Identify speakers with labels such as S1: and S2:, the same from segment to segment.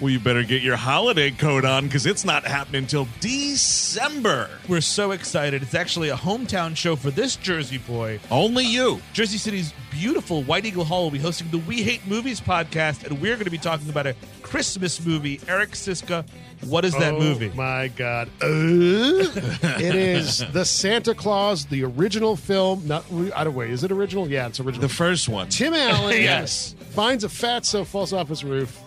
S1: well, you better get your holiday coat on because it's not happening until December.
S2: We're so excited. It's actually a hometown show for this Jersey boy.
S1: Only you.
S2: Jersey City's beautiful White Eagle Hall will be hosting the We Hate Movies podcast, and we're going to be talking about a Christmas movie. Eric Siska, what is that
S3: Oh,
S2: movie?
S3: My God, Uh, it is the Santa Claus, the original film. Not I don't wait. Is it original? Yeah, it's original.
S1: The first one.
S3: Tim Allen,
S2: Yes.
S3: finds a fatso falls off his roof.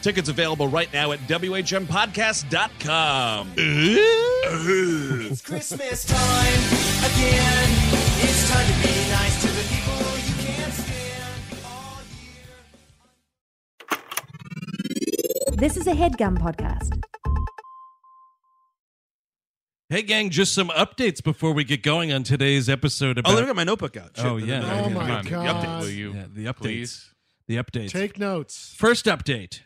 S1: Tickets available right now at WHMPodcast.com.
S4: Christmas time again. It's time to be nice to the people you can't stand all year.
S5: This is a headgum podcast.
S6: Hey, gang, just some updates before we get going on today's episode about.
S7: Oh, let me get my notebook out. Shit,
S6: Oh,
S7: the-
S6: yeah.
S7: the-
S3: Oh,
S7: the-
S3: my
S7: the
S3: God.
S7: updates.
S3: Will
S7: you
S6: Yeah, the updates.
S7: please?
S6: The updates.
S3: Take notes.
S6: first update.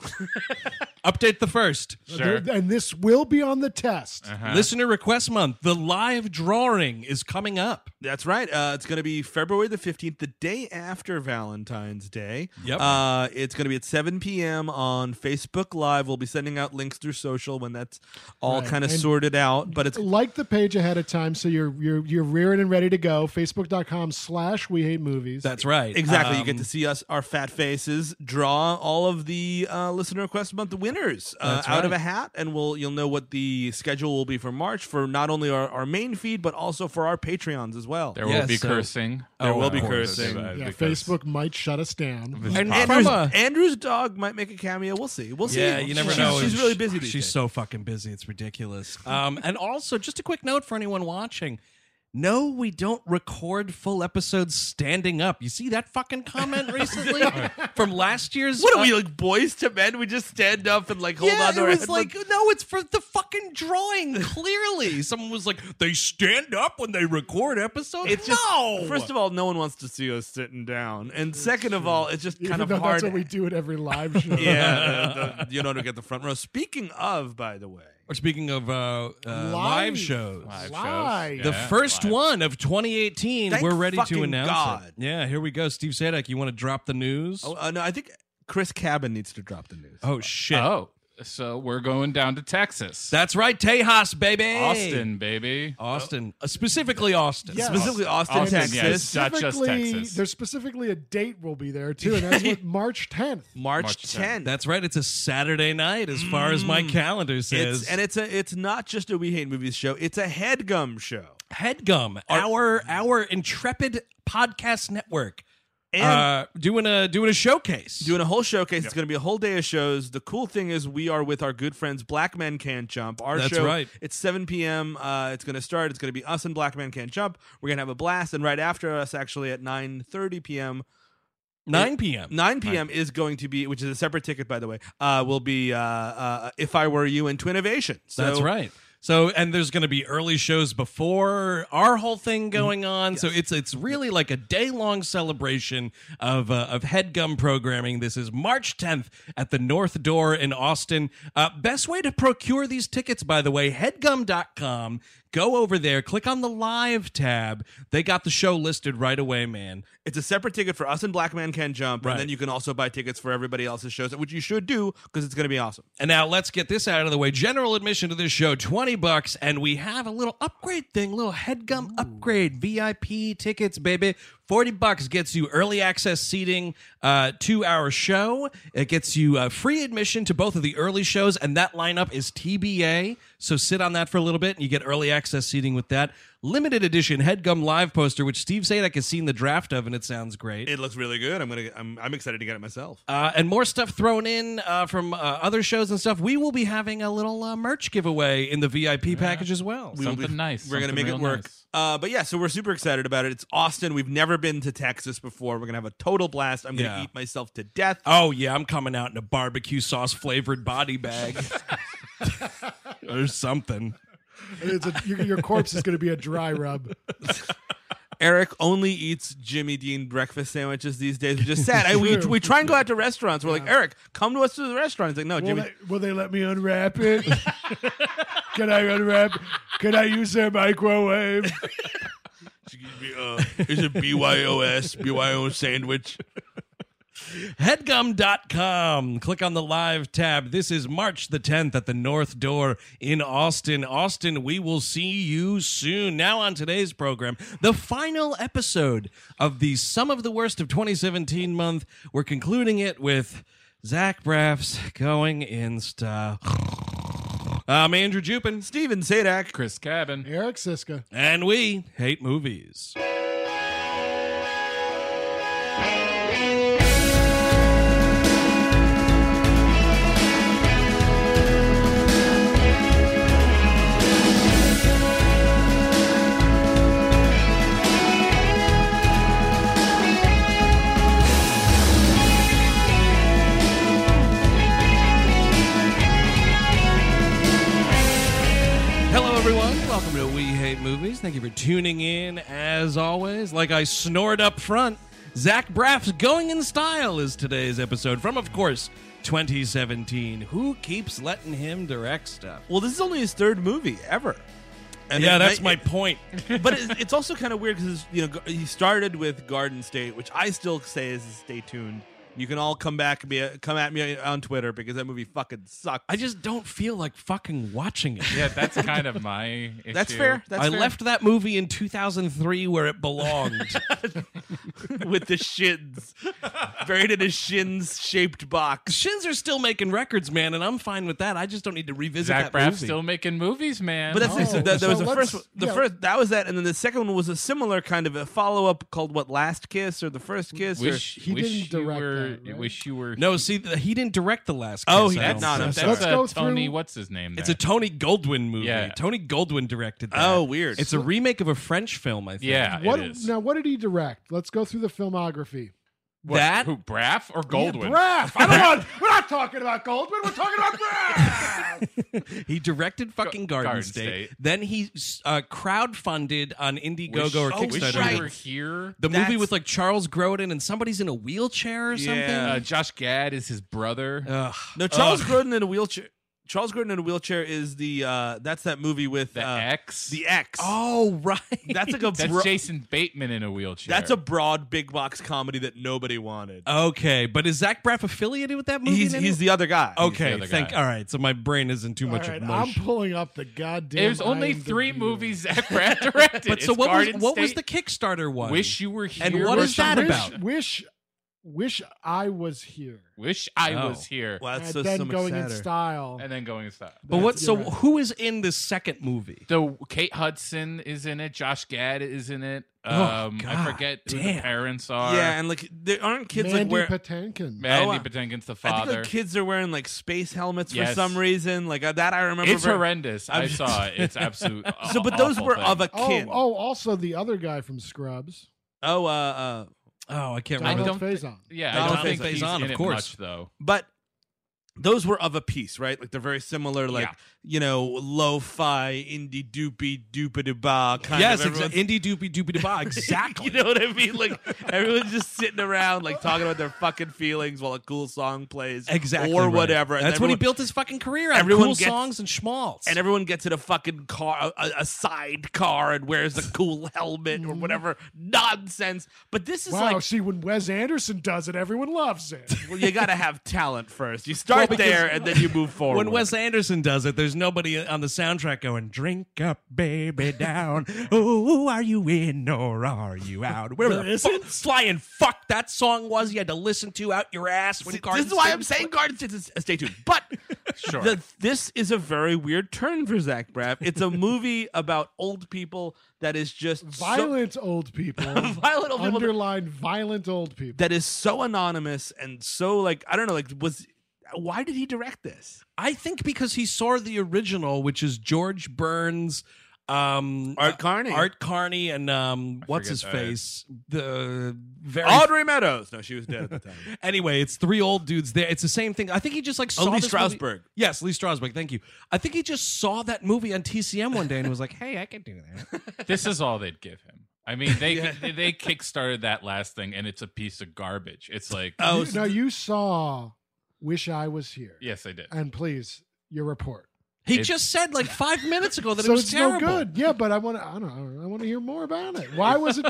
S6: update the first.
S3: And this will be on the test.
S6: Listener Request Month. The live drawing is coming up.
S7: That's right. Uh, it's going to be February the 15th, the day after Valentine's Day.
S6: Yep.
S7: Uh, it's going to be at 7 p.m. on Facebook Live. We'll be sending out links through social when that's all kind of
S3: And-
S7: sorted out. But it's
S3: like the page ahead of time so you're you're you're rearing and ready to go facebook.com slash we hate movies
S6: That's right. Um,
S7: exactly you get to see us, our fat faces, draw all of the uh, listener request month winners uh,
S6: That's
S7: out of
S6: right.
S7: a hat, and we'll you'll know what the schedule will be for March for not only our, our main feed but also for our Patreons as well.
S6: There will be cursing. There
S7: will be cursing.
S3: yeah, facebook might shut us down
S6: And um,
S7: Andrew's,
S6: from a-
S7: Andrew's dog might make a cameo. We'll see. We'll see.
S6: Yeah, you never
S7: She's-
S6: know.
S7: She's
S6: She-
S7: really busy. These
S6: she's
S7: days.
S6: so fucking busy. It's ridiculous. Um, and also, just a quick note for anyone watching. No, we don't record full episodes standing up. You see that fucking comment recently from last year's?
S7: What are
S6: uh,
S7: we like, boys to men? We just stand up and like hold
S6: yeah,
S7: on to
S6: it
S7: our
S6: was
S7: head
S6: like no, it's for the fucking drawing. Clearly, someone was like, they stand up when they record episodes.
S7: It's just
S6: no.
S7: first of all, no one wants to see us sitting down, and second of all, it's just
S3: even
S7: kind of
S3: though
S7: hard.
S3: that's what we do at every live show
S7: yeah, the- you know, to get the front row. Speaking of, by the way,
S6: or speaking of uh, uh, live, shows.
S3: live
S6: The first one of 2018,
S7: Thank
S6: we're ready to
S7: fucking
S6: announce
S7: God.
S6: it. Yeah, here we go. Steve Sadek, you want to drop the news?
S7: oh, uh, no, I think Chris Cabin needs to drop the news.
S6: Oh, shit.
S8: Oh, so we're going down to Texas.
S6: That's right, Tejas, baby.
S8: Austin, baby.
S6: Austin. Uh, specifically Austin.
S3: Yes.
S7: Specifically, Austin,
S8: Austin,
S7: Texas,
S8: yes. Not just
S3: Specifically,
S8: Texas.
S3: there's specifically a date will be there too and that's what march 10th
S7: March,
S8: March
S7: 10th.
S6: That's right. It's a Saturday night as far as
S8: Mm.
S6: my calendar says.
S7: it's, and it's a it's not just a We Hate Movies show; it's a headgum show.
S6: Headgum, our our intrepid podcast network.
S7: And-
S6: uh, doing a doing a showcase.
S7: doing a whole showcase. It's going to be a whole day of shows. The cool thing is we are with our good friends Black Men Can't Jump. Our
S6: That's
S7: show,
S6: right.
S7: It's 7 p.m. Uh, it's going to start. It's going to be us and Black Men Can't Jump. We're going to have a blast, and right after us, actually at 9:30 p.m.
S6: 9 p.m.
S7: 9 p.m. is going to be, which is a separate ticket, by the way, uh, will be uh, uh, If I Were You and Twinnovation. So
S6: That's right. So and there's going to be early shows before our whole thing going on. So it's it's really like a day long celebration of uh, of headgum programming. This is March 10th at the North Door in Austin. Uh, best way to procure these tickets, by the way, headgum.com. Go over there, click on the live tab. They got the show listed right away, man.
S7: It's a separate ticket for us and Black Man Can Jump.
S6: Right.
S7: And then you can also buy tickets for everybody else's shows, which you should do because it's going to be awesome.
S6: And now let's get this out of the way. General admission to this show, 20 bucks, and we have a little upgrade thing, little headgum upgrade, VIP tickets, baby. 40 bucks gets you early access seating uh, to our show. It gets you uh, free admission to both of the early shows, and that lineup is TBA. So sit on that for a little bit, and you get early access seating with that. Limited edition headgum live poster, which Steve Sadek has seen the draft of, and it sounds great.
S7: It looks really good. I'm gonna. I'm, I'm excited to get it myself.
S6: Uh, and more stuff thrown in uh, from uh, other shows and stuff. We will be having a little uh, merch giveaway in the VIP package as well.
S7: We will
S1: Something nice,
S7: We're
S1: something
S7: gonna make it
S1: real
S7: work.
S1: nice.
S7: Uh, but yeah, so we're super excited about it. It's Austin. We've never been to Texas before. We're gonna have a total blast. I'm gonna
S6: Yeah.
S7: eat myself to death. Uh,
S6: oh yeah, I'm coming out in a barbecue sauce flavored body bag or something.
S3: It's a, your, your corpse is going to be a dry rub.
S7: Eric only eats Jimmy Dean breakfast sandwiches these days. Which is sad. I, we, we try and go out to restaurants. We're like, Eric, come to us to the restaurant. He's like, no,
S3: Will
S7: Jimmy.
S3: they, will they let me unwrap it? Can I unwrap? Can I use their microwave?
S7: Is it BYOS, BYO sandwich?
S6: Headgum.com. Click on the live tab. This is March the 10th at the North Door in Austin. Austin, we will see you soon. Now, on today's program, the final episode of the Some of the Worst of 2017 month. We're concluding it with Zach Braff's Going in Style. I'm Andrew Jupin,
S7: Steven Sadak.
S1: Chris Cabin.
S3: Eric Siska.
S6: and we hate movies. Hello, everyone. Welcome to We Hate Movies. Thank you for tuning in. As always, like I snored up front, Zach Braff's Going in Style is today's episode from, of course, 2017. Who keeps letting him direct stuff?
S7: Well, this is only his third movie ever. And
S6: yeah,
S7: it
S6: that's my
S7: might-
S6: point.
S7: but it's, it's also kind of weird because you know g- he started with Garden State, which I still say is stay tuned. You can all come back and be a, come at me on Twitter because that movie fucking sucked.
S6: I just don't feel like fucking watching it.
S1: Yeah, that's kind of my issue.
S7: that's fair. That's
S6: I
S7: fair.
S6: left that movie in 2003 where it belonged.
S7: with the shins buried in a shins shaped box.
S6: Shins are still making records, man, and I'm fine with that. I just don't need to revisit
S1: Zach
S6: that
S1: Braff's
S6: movie.
S1: still making movies, man.
S7: But that's the thing, so that, that was
S3: So
S7: the
S3: let's-
S7: first one- the
S3: yeah.
S7: first that was that, and then the second one was a similar kind of a follow up called what Last Kiss or the First Kiss. or-
S1: wish,
S3: He
S1: wish
S3: didn't
S1: you
S3: direct
S1: were.
S3: that, right?
S1: Wish you were.
S6: no, see, th- he didn't direct the last.
S7: Oh,
S6: Kiss,
S7: he
S6: I
S1: that's
S6: don't
S7: did not.
S6: think.
S7: I'm
S1: that's
S7: sorry.
S3: Let's
S1: a
S3: go
S1: Tony.
S3: through-
S1: What's his name? There?
S6: It's a Tony Goldwyn movie.
S1: Yeah.
S6: Tony Goldwyn directed that.
S7: oh, weird.
S6: It's a remake of a French film, I think.
S1: yeah.
S3: What
S1: it is.
S3: now? What did he direct? Let's go through the filmography.
S1: What,
S6: that-
S1: who Braff or Goldwyn?
S3: Yeah, Braff. I don't want. We're not talking about Goldman. We're talking about Braff.
S6: He directed fucking Garden,
S1: Garden
S6: State.
S1: State.
S6: Then he s- uh, crowdfunded on Indiegogo
S1: Wish-
S6: or
S1: oh, wish
S6: Kickstarter.
S1: you
S7: right.
S1: were here.
S6: The movie
S7: That's-
S6: with like Charles Grodin and somebody's in a wheelchair or something.
S7: Yeah.
S1: Uh, Josh Gad is his brother.
S6: Ugh.
S7: no Charles Grodin in a wheelchair. Charles Grodin in a wheelchair is the uh that's that movie with
S1: the
S7: uh,
S1: X.
S7: the X.
S6: Oh right.
S7: That's like a
S1: that's
S7: bro-
S1: Jason Bateman in a wheelchair.
S7: that's a broad big box comedy that nobody wanted.
S3: Oh,
S6: okay, but is Zach Braff affiliated with that movie?
S7: he's
S6: in
S7: he's
S6: any-
S7: the other guy.
S6: okay.
S1: other
S6: thank.
S1: guy.
S6: All right. So my brain isn't too
S3: All
S6: much
S3: right,
S6: of
S3: I'm
S6: mush.
S3: pulling up the goddamn.
S1: There's only
S3: IMDb.
S1: three movies Zach Braff directed.
S6: But so
S1: It's
S6: what
S1: Garden
S6: was what was the
S1: State,
S6: Kickstarter one?
S1: Wish you were here.
S6: And what
S1: or
S6: is that
S1: something.
S6: about?
S3: Wish, wish I was here.
S1: Wish I
S6: Oh.
S1: was here.
S7: Well, that's
S3: and
S7: so,
S3: then
S7: so much
S3: going
S7: sadder.
S3: in style.
S1: And then going style.
S6: but what?
S3: That's-
S6: So
S3: you're right.
S6: who is in this second movie?
S1: So Kate Hudson is in it. Josh Gad is in it.
S6: Oh,
S1: Um, I
S6: God
S1: forget who the
S6: damn.
S1: parents are.
S7: yeah, and like there aren't kids
S3: Mandy
S7: like where
S3: Patinkin.
S1: Mandy
S7: Oh, uh,
S1: Patinkin's the
S7: I think
S1: father.
S7: like kids are wearing like space helmets for
S1: Yes.
S7: some reason. Like uh, that I remember.
S1: it's
S7: very-
S1: horrendous. i saw it. It's absolute. aw-
S7: So, but those
S1: awful
S7: were
S1: thing.
S7: of a
S3: oh,
S7: kid.
S3: oh, also the other guy from Scrubs.
S7: Oh, uh, uh,
S6: Oh, I can't
S3: Donald
S6: remember.
S3: Faison.
S1: Yeah,
S7: Donald
S1: I don't think
S7: Faison.
S1: he's
S6: Faison,
S1: in
S6: of
S1: it
S6: course.
S1: much, though.
S7: But those were of a piece, right? Like they're very similar, like
S1: Yeah.
S7: you know, lo-fi, indie doopy doopity ba kind
S6: Yes,
S7: of.
S6: exactly. Indie
S7: everyone's-
S6: doopy doopy da ba. Exactly.
S7: You know what I mean? Like everyone's just sitting around, like talking about their fucking feelings while a cool song plays,
S6: Exactly.
S7: or
S6: right.
S7: whatever. and
S6: That's what he
S7: everyone-
S6: built his fucking career on.
S7: everyone
S6: cool
S7: gets-
S6: songs and schmaltz.
S7: and everyone gets in a fucking car, a, a side car, and wears the cool helmet
S6: Mm-hmm.
S7: or whatever nonsense. But this is
S3: Wow,
S7: like,
S3: see, when Wes Anderson does it, everyone loves it.
S7: well, you got to have talent first. You start
S6: because-
S7: there, and then you move forward.
S6: when Wes Anderson does it, there's nobody on the soundtrack going, "Drink up, baby, down. Oh, are you in or are you out?" Where the fu- flying fuck that song was you had to listen to out your ass when
S7: See,
S6: Garden
S7: this is why
S6: State
S7: I'm
S6: was
S7: saying Garden State. is- Stay tuned. But sure, this is a very weird turn for Zach Braff. It's a movie about old people that is just so-
S3: Violent old people.
S7: Violent old people.
S3: Underline violent old people.
S7: that is so anonymous and so like I don't know. Like was why did he direct this?
S6: I think because he saw the original, which is George Burns, um,
S7: Art
S6: uh,
S7: Carney.
S6: Art Carney, and um, what's
S1: forget
S6: his
S1: that.
S6: face? The very.
S7: Audrey Meadows. No, she was dead at the time.
S6: Anyway, it's three old dudes there. It's the same thing. I think he just like saw
S7: Oh, Lee
S6: this movie-
S7: Strasberg.
S6: Yes, Lee Strasberg. Thank you. I think he just saw that movie on TCM one day and was like, "Hey, I can do that."
S1: This is all they'd give him. I mean, they they kickstarted that last thing, and it's a piece of garbage. It's like,
S7: Oh,
S3: you,
S7: so
S3: now you saw Wish I Was Here.
S1: yes, I did.
S3: And please, your report.
S6: He
S1: It's-
S6: just said like five minutes ago that
S3: so
S6: it was
S3: it's
S6: terrible.
S3: no good. Yeah, but I want to. I don't. know, I want to hear more about it. Why was it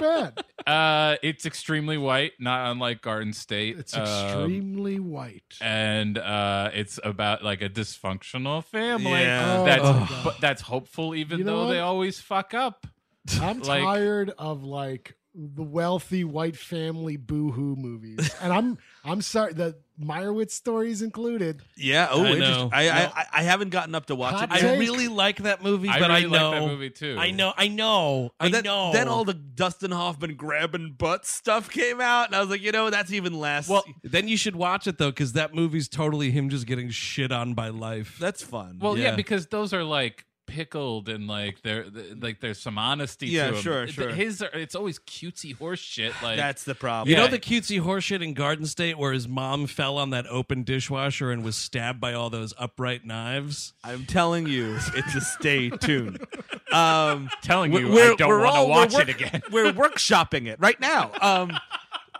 S3: bad?
S1: Uh, it's extremely white, not unlike Garden State.
S3: It's
S1: Um,
S3: extremely white.
S1: and uh, it's about like a dysfunctional family
S7: Yeah.
S1: that's
S3: Oh, my God.
S1: but that's hopeful, even
S3: You know
S1: though they
S3: what?
S1: always fuck up.
S3: I'm
S1: like-
S3: tired of like the wealthy white family boohoo movies, and I'm I'm sorry the Meyerowitz stories included.
S7: yeah. Oh,
S6: I
S7: interesting.
S6: know.
S7: I, I I I haven't gotten up to watch it.
S3: Hot
S7: yet.
S6: I really like that movie,
S1: I
S6: but
S1: really
S6: I know
S1: like that movie, too.
S6: I know, I know, I
S7: And then,
S6: know.
S7: then all the Dustin Hoffman grabbing butt stuff came out, and I was like, you know, that's even less.
S6: well, then you should watch it though, because that movie's totally him just getting shit on by life.
S7: that's fun.
S1: Well, yeah,
S6: Yeah.
S1: because those are like pickled and like there, th- like there's some honesty.
S7: Yeah,
S1: to 'em.
S7: sure,
S1: Th-
S7: sure.
S1: His are, it's always cutesy horse shit. Like
S7: that's the problem.
S6: You
S1: Yeah.
S6: know the cutesy horseshit in Garden State where his mom fell on that open dishwasher and was stabbed by all those upright knives?
S7: I'm telling you, it's a stay tuned. Um,
S1: telling you, I
S7: we're
S1: don't want to
S7: all- we're
S1: watch
S7: work-
S1: it again.
S7: We're workshopping it right now. Um,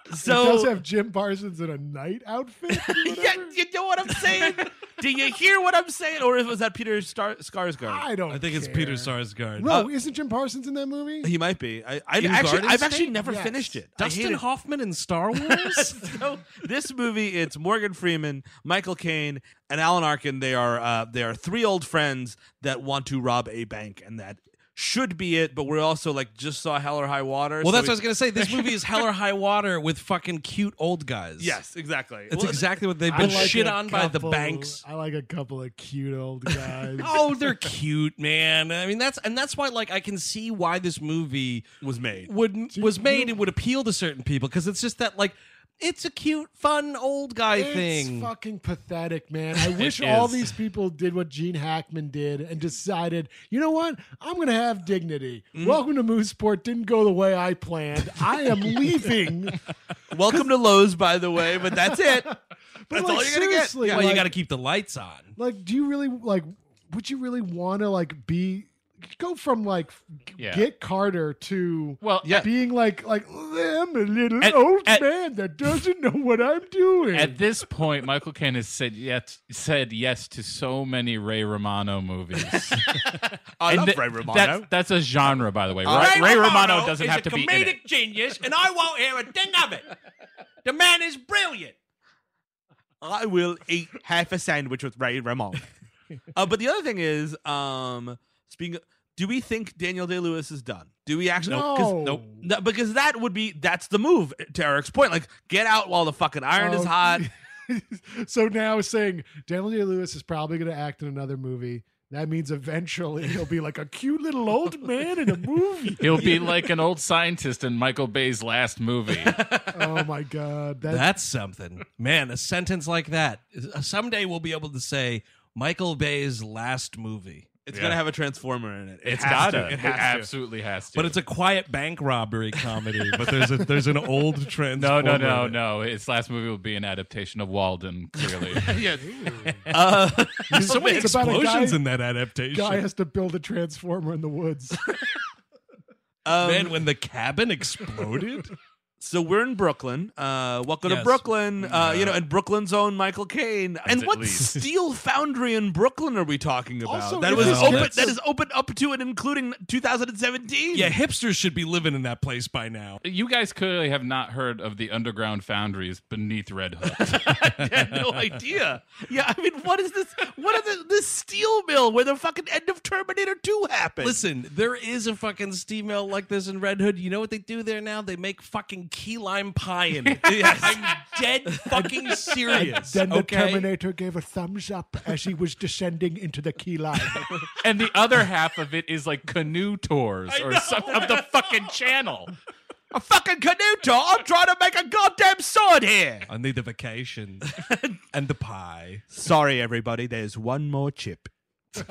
S3: It does
S7: so
S3: have Jim Parsons in a night outfit. or
S7: yeah,
S3: whatever.
S7: you know what I'm saying? Do you hear what I'm saying, or was that Peter Star- Skarsgård?
S3: I don't.
S6: I think it's
S3: care.
S6: Peter Uh, Sarsgaard.
S3: No, isn't Jim Parsons in that movie?
S7: He might be. I, I
S6: In
S7: actually,
S6: Garden
S7: I've
S6: State?
S7: actually never
S3: Yes.
S7: finished it. I
S6: Dustin
S7: hated-
S6: Hoffman in Star Wars?
S7: so this movie, it's Morgan Freeman, Michael Caine, and Alan Arkin. They are uh, they are three old friends that want to rob a bank, and that should be it. But we're also like just saw Hell or High Water.
S6: well,
S7: so
S6: that's what I
S7: we-
S6: was going to say. This movie is hell or high water with fucking cute old guys.
S7: Yes, exactly.
S6: That's
S7: Well,
S6: exactly what they've
S3: I
S6: been
S3: like
S6: shit
S3: a
S6: on by the
S3: couple-
S6: banks.
S3: I like a couple of cute old guys.
S6: Oh, they're cute, man. I mean, that's and that's why like I can see why this movie
S7: was made.
S6: would was made and would appeal to certain people because it's just that like it's a cute, fun old guy
S3: it's
S6: thing.
S3: fucking pathetic, man. I wish all
S1: is.
S3: these people did what Gene Hackman did and decided, you know what? I'm gonna have dignity.
S6: Mm.
S3: Welcome to Mooseport. Didn't go the way I planned. I am leaving.
S7: Welcome to Lowe's, by the way, but that's it.
S3: But
S7: That's
S3: like
S7: all you're gonna get.
S3: seriously,
S6: well, you
S3: like-
S6: got to keep the lights on.
S3: like do you really like would you really want to like be go from like g-
S1: Yeah.
S3: get carter to
S1: Well, yeah.
S3: being like like i'm a little
S1: At-
S3: old
S1: at-
S3: man that doesn't know what i'm doing
S1: At this point, Michael Caine has said yes, said yes to so many Ray Romano movies.
S7: I
S1: And
S7: love
S1: th-
S7: Ray Romano.
S1: That's, that's a genre, by the way. Ray, Ray Romano doesn't have to be in it.
S6: genius, and I won't hear a thing of it. The man is brilliant.
S7: I will eat half a sandwich with Ray Romano. uh, but the other thing is, um, speaking. Of, do we think Daniel Day Lewis is done? Do we actually? 'cause-
S3: No.
S7: nope. No, because that would be that's the move. To Eric's point, like get out while the fucking iron is
S3: Oh.
S7: hot.
S3: so now saying daniel day lewis is probably going to act in another movie that means eventually he'll be like a cute little old man in a movie
S1: He'll be like an old scientist in Michael Bay's last movie.
S3: oh my god that,
S6: That's something, man. A sentence like that. Someday we'll be able to say Michael Bay's last movie.
S7: It's
S1: Yeah.
S7: gonna have a transformer in it.
S1: It's
S7: has
S1: gotta.
S7: to.
S1: It,
S7: has to.
S1: absolutely has to.
S6: But it's a quiet bank robbery comedy.
S2: But there's a there's an old trend.
S1: no, no, no, no. Its last movie will be an adaptation of Walden. Clearly,
S7: Yeah.
S2: There's so many
S3: It's about a
S2: explosions
S3: guy-
S2: in that adaptation.
S3: Guy has to build a transformer in the woods.
S7: Um,
S6: Man, when the cabin exploded,
S7: so we're in Brooklyn. Uh, welcome to
S6: Yes.
S7: Brooklyn. Uh, you know, in Brooklyn's own Michael Caine. And
S1: at
S7: what
S1: least.
S7: steel foundry in Brooklyn are we talking about?
S3: Also,
S7: that
S3: if
S7: was
S3: it's
S7: open.
S6: just-
S7: That is open up to and including 2017.
S6: yeah, hipsters should be living in that place by now.
S1: you guys clearly have not heard of the underground foundries beneath Red Hook.
S7: I had no idea. Yeah, I mean, what is this? What are the, this steel mill where the fucking end of Terminator 2 happened?
S6: Listen, there is a fucking steam mill like this in Red Hood. You know what they do there now? They make fucking key lime pie in it. I'm dead fucking serious.
S3: Then the
S6: okay?
S3: Terminator gave a thumbs up as he was descending into the key line.
S1: and the other half of it is like canoe tours or some of the fucking channel.
S7: a fucking Canuto. I'm trying to make a goddamn sword here.
S6: I need the vacation and the pie.
S7: Sorry, everybody. There's one more chip.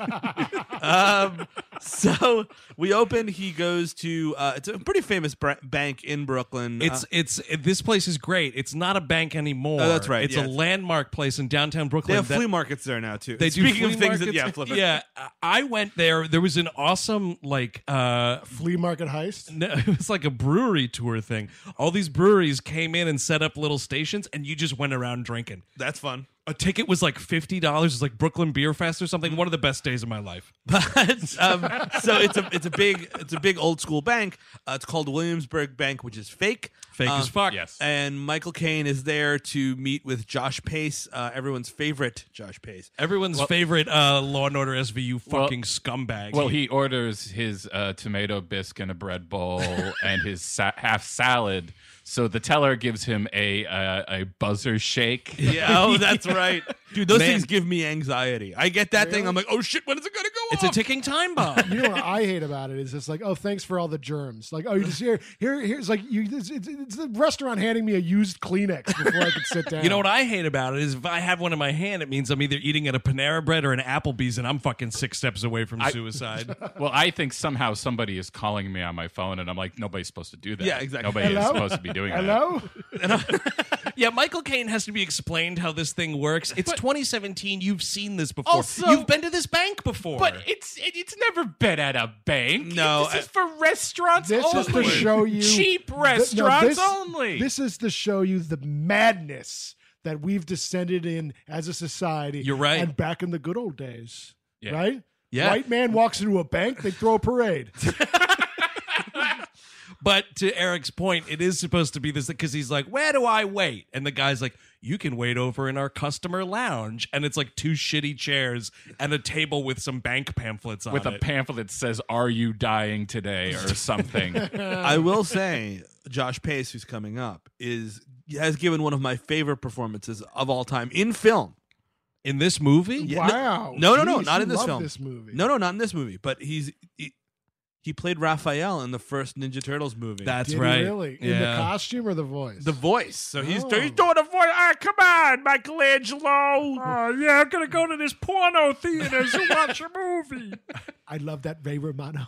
S7: um, so we open. He goes to uh, it's a pretty famous bra- bank in Brooklyn.
S6: It's
S7: Uh,
S6: it's it- this place is great. It's not a bank anymore.
S7: Oh, that's right,
S6: It's
S7: yeah,
S6: a
S7: it's-
S6: landmark place in downtown
S7: they
S6: Brooklyn.
S7: have
S6: that-
S7: flea markets there now too.
S6: They do
S7: Speaking
S6: flea
S7: of things that
S6: markets.
S7: yeah, flip it.
S6: yeah. I- I went there. There was an awesome like uh,
S3: Flea market heist.
S6: No, it was like a brewery tour thing. All these breweries came in and set up little stations, and you just went around drinking.
S7: that's fun.
S6: A ticket was like fifty dollars. It's like Brooklyn Beer Fest or
S7: Mm-hmm.
S6: something. One of the best days of my life.
S7: But um, so it's a it's a big it's a big old school bank. Uh, it's called Williamsburg Bank, which is fake,
S6: Fake
S7: Uh,
S6: as fuck.
S1: yes.
S7: And Michael Caine is there to meet with Josh Pace, uh, everyone's favorite Josh Pace.
S6: Everyone's favorite uh, Law and Order SVU fucking scumbag.
S1: Well, he orders his uh, tomato bisque in a bread bowl and his sa- half salad. So the teller gives him a uh, a buzzer shake.
S7: Yeah, oh, that's right, dude. Those
S6: Man.
S7: things give me anxiety. I get that thing. I'm like, oh shit, when is it gonna go
S6: it's a
S7: off?
S6: ticking time bomb.
S3: You know what I hate about it is it's like, oh, thanks for all the germs. Like, oh, you just here, here, here's like you. It's, it's, it's the restaurant handing me a used Kleenex before I could sit down.
S6: You know what I hate about it is if I have one in my hand, it means I'm either eating at a Panera Bread or an Applebee's, and I'm fucking six steps away from suicide.
S1: Well, I think somehow somebody is calling me on my phone, and I'm like, nobody's supposed to do that.
S7: Yeah, exactly.
S1: Nobody is
S3: Hello?
S1: supposed to be doing that.
S3: Hello.
S6: yeah, Michael Caine has to be explained how this thing works. It's 2017. You've seen this before.
S1: Also-
S6: you've been to this bank before.
S1: But it's it- it's never been at a bank.
S7: No,
S1: this is for restaurants
S3: This
S1: only.
S3: is to show you
S1: cheap
S3: th- no,
S1: restaurants
S3: this-
S1: only.
S3: This is to show you the madness that we've descended in as a society.
S6: You're right.
S3: And back in the good old days,
S1: Yeah.
S3: right?
S6: Yeah.
S3: White man walks into a bank, they throw a parade.
S6: But to Eric's point, it is supposed to be this because he's like, "Where do I wait?" And the guy's like, "You can wait over in our customer lounge." And it's like two shitty chairs and a table with some bank pamphlets on
S1: with a
S6: it.
S1: pamphlet that says "Are you dying today?" or something.
S7: I will say, Josh Pace, who's coming up, is has given one of my favorite performances of all time in film.
S6: in this movie.
S7: Yeah, no-
S3: wow.
S7: No, no, no,
S3: Jeez,
S7: not
S3: you
S7: in this
S3: love
S7: film.
S3: This movie.
S7: No, no, not in this movie. But he's he, he played Raphael in the first Ninja Turtles movie.
S6: That's
S3: Did he
S6: right.
S3: really? In the
S6: Yeah.
S3: costume or the voice?
S7: the voice. So he's,
S3: Oh.
S7: he's doing a voice. Ah, come on, Michelangelo.
S6: Uh, yeah, I'm gonna go to this porno theater to watch a movie.
S3: I love that Ray Romano.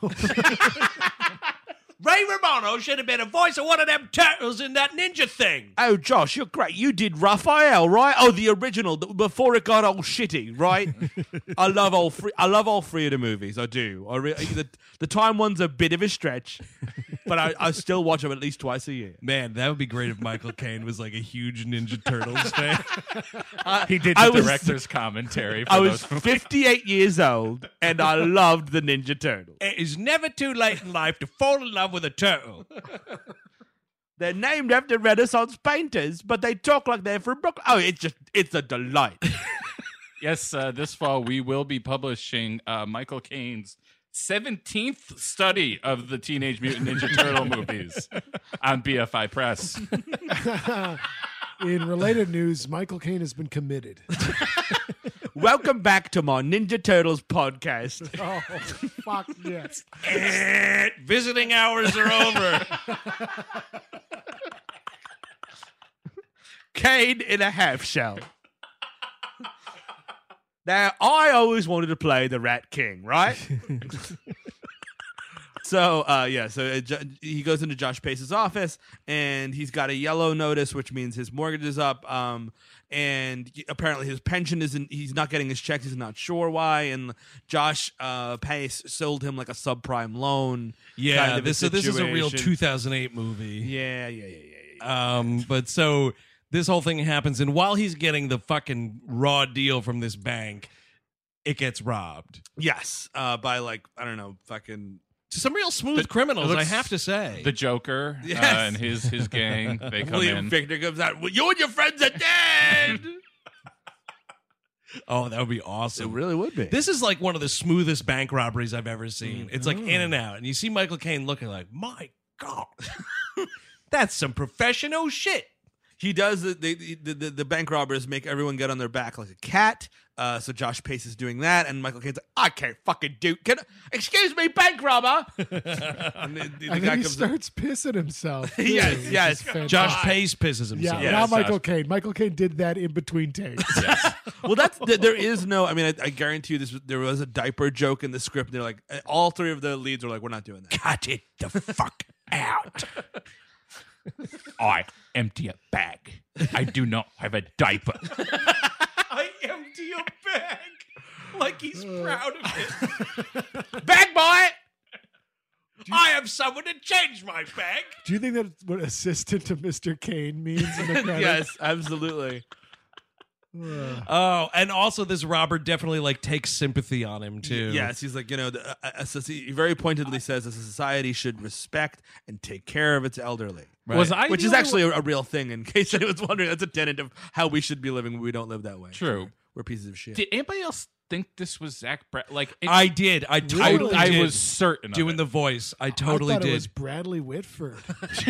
S6: Ray Romano should have been a voice of one of them turtles in that ninja thing.
S7: Oh, Josh, you're great. You did Raphael, right? Oh, the original th- before it got all shitty, right? I love all three. I love all three of the movies. I do. I re- the, the time one's a bit of a stretch, but I, I still watch them at least twice a year.
S6: Man, that would be great if Michael Caine was like a huge Ninja Turtles fan.
S1: he did
S7: I
S1: the
S7: was-
S1: director's commentary. For
S7: I was
S1: those
S7: 58 years old and I loved the Ninja Turtles.
S6: it is never too late in life to fall in love with a turtle.
S7: They're named after Renaissance painters, but they talk like they're from Brooklyn. Oh, it's just it's a delight.
S1: Yes, uh, this fall we will be publishing uh, Michael Caine's 17th study of the Teenage Mutant Ninja Turtle movies on BFI Press.
S3: in related news, Michael Caine has been committed.
S7: Welcome back to my Ninja Turtles podcast.
S3: Oh, fuck yes.
S6: Visiting hours are over.
S7: Kane in a half shell. Now, I always wanted to play the Rat King, right? so, uh, yeah, so uh, Jo- he goes into Josh Pace's office and he's got a yellow notice, which means his mortgage is up. Um, and y- apparently his pension isn't, he's not getting his checks. He's not sure why. And Josh uh, Pace sold him like a subprime loan.
S6: Yeah,
S7: kind of
S6: this, so this is a real
S7: situation.
S6: 2008 movie.
S7: Yeah, yeah, yeah, yeah, yeah. Uh,
S6: Um, but so this whole thing happens, and while he's getting the fucking raw deal from this bank, it gets robbed
S7: Yes, uh, by like I don't know, fucking
S6: to some real smooth
S1: The-
S6: criminals.
S1: it looks-
S6: I have to say,
S1: The Joker uh,
S7: Yes.
S1: and his his gang. They come
S7: William
S1: in.
S7: Fickner comes out. "Well, You and your friends are dead.
S6: oh, that would be awesome.
S7: would be.
S6: This is like one of the smoothest bank robberies I've ever seen. It's like in
S7: Mm-hmm.
S6: and out, and you see Michael Caine looking like, my god, that's some professional shit.
S7: he does. The, the, the, the, the bank robbers make everyone get on their back like a cat. Uh, so Josh Pace is doing that, and Michael Caine's like, "I can't fucking do. Can excuse me, bank robber." and the, the- the
S3: And
S7: guy
S3: then he
S7: comes.
S3: starts pissing himself. too,
S7: Yes,
S3: which is
S7: yes.
S3: fantastic.
S6: Josh Pace pisses
S3: Yeah,
S6: himself.
S7: Yeah,
S3: not
S7: Josh.
S3: Michael Caine. Michael Caine did that in between takes.
S7: well, that's th- there is no. I mean, I, I guarantee you, this was- there was a diaper joke in the script. And they're like, uh, all three of the leads were like, "We're not doing that."
S6: Cut it the fuck out.
S1: I empty a bag. I do not have a diaper.
S6: I empty a bag like he's proud of it.
S7: Bag boy.
S6: I have someone to change my bag.
S3: Do you think that's what assistant to Mr. Caine means in the credits?
S7: yes, absolutely.
S6: Oh, and also this robber definitely like takes sympathy on him too.
S7: Yes, he's like you know, the, uh, uh, so he very pointedly says that society should respect and take care of its elderly,
S1: Was I
S7: which
S1: the
S7: is
S1: only
S7: actually a, a real thing. In case anyone's wondering, that's a tenet of how we should be living. We don't live that way.
S1: True.
S7: we're pieces of shit.
S1: Did anybody else think this was Zach Brett? Like it-
S6: I did. I
S1: I,
S6: totally
S1: I
S6: did.
S1: was certain of
S6: doing
S1: it.
S6: the voice. I
S3: I
S6: totally
S3: thought
S6: did.
S3: it was Bradley Whitford.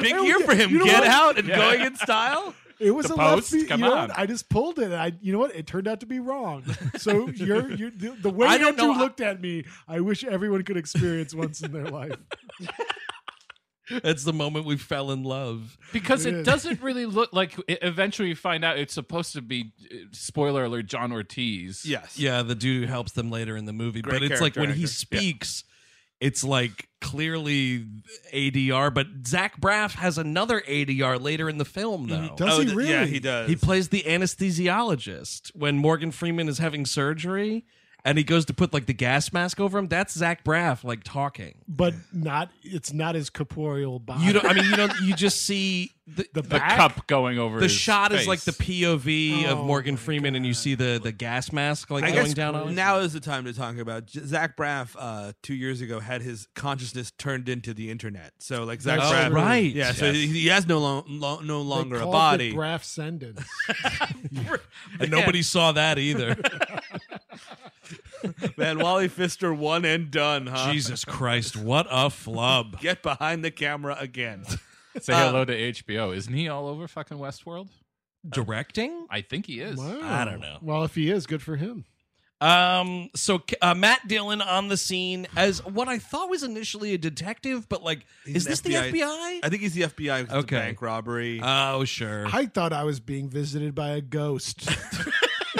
S7: Big
S3: don't
S7: year
S3: get-
S7: for him.
S3: you know
S7: Get
S3: what?
S7: out and going in style.
S3: It was
S1: The
S3: a left
S1: post?
S3: field.
S1: Come
S3: you know
S1: on.
S3: what? I just pulled it. I, you know what? It turned out to be wrong. So you're, you're the, the way
S6: I
S3: I
S6: don't
S3: Andrew
S6: know.
S3: looked at me, I wish everyone could experience once in their life.
S6: Oh, That's the moment we fell in love.
S1: because
S3: Yeah.
S1: it doesn't really look like. It, eventually, you find out it's supposed to be uh, spoiler alert John Ortiz.
S7: Yes.
S6: Yeah, the dude who helps them later in the movie,
S7: Great
S6: but it's like
S7: character
S6: when he
S7: actor.
S6: speaks, it's like clearly ADR. But Zach Braff has another ADR later in the film, though.
S3: Does
S7: Oh,
S3: he
S7: th-
S3: really?
S7: Yeah, he does.
S6: He plays the anesthesiologist when Morgan Freeman is having surgery and he goes to put like the gas mask over him. That's Zach Braff like talking.
S3: But not. It's not his corporeal body.
S6: You don't I mean you don't you just see the
S3: the
S6: the,
S1: the
S3: back.
S1: cup going over. his
S6: shot is like the
S1: face.
S6: POV of
S3: Oh
S6: Morgan Freeman and you see the the gas mask like
S7: I
S6: going
S7: guess
S6: down on him.
S7: now is the time to talk about J- Zach Braff. Uh, two years ago, had his consciousness turned into the internet. So like Zach
S6: Oh,
S7: Braff,
S6: right.
S7: Yeah, so
S1: Yes.
S7: he, he has no lo- lo- no
S3: They
S7: longer a
S3: called
S7: body.
S3: It Braff sentence.
S6: and nobody saw that either.
S7: Man, Wally Fister, one and done, huh?
S6: Jesus Christ, what a flub.
S7: Get behind the camera again.
S1: Say hello to HBO. Isn't he all over fucking Westworld?
S6: Directing?
S1: I think he is.
S3: Wow.
S6: I don't know.
S3: Well, if he is, good for him.
S6: Um, so uh, Matt Dillon on the scene as what I thought was initially a detective, but like, is
S7: an
S6: this the FBI?
S7: I think he's the FBI. 'cause it's a
S6: Okay.
S7: bank robbery.
S6: Oh, sure.
S3: I thought I was being visited by a ghost.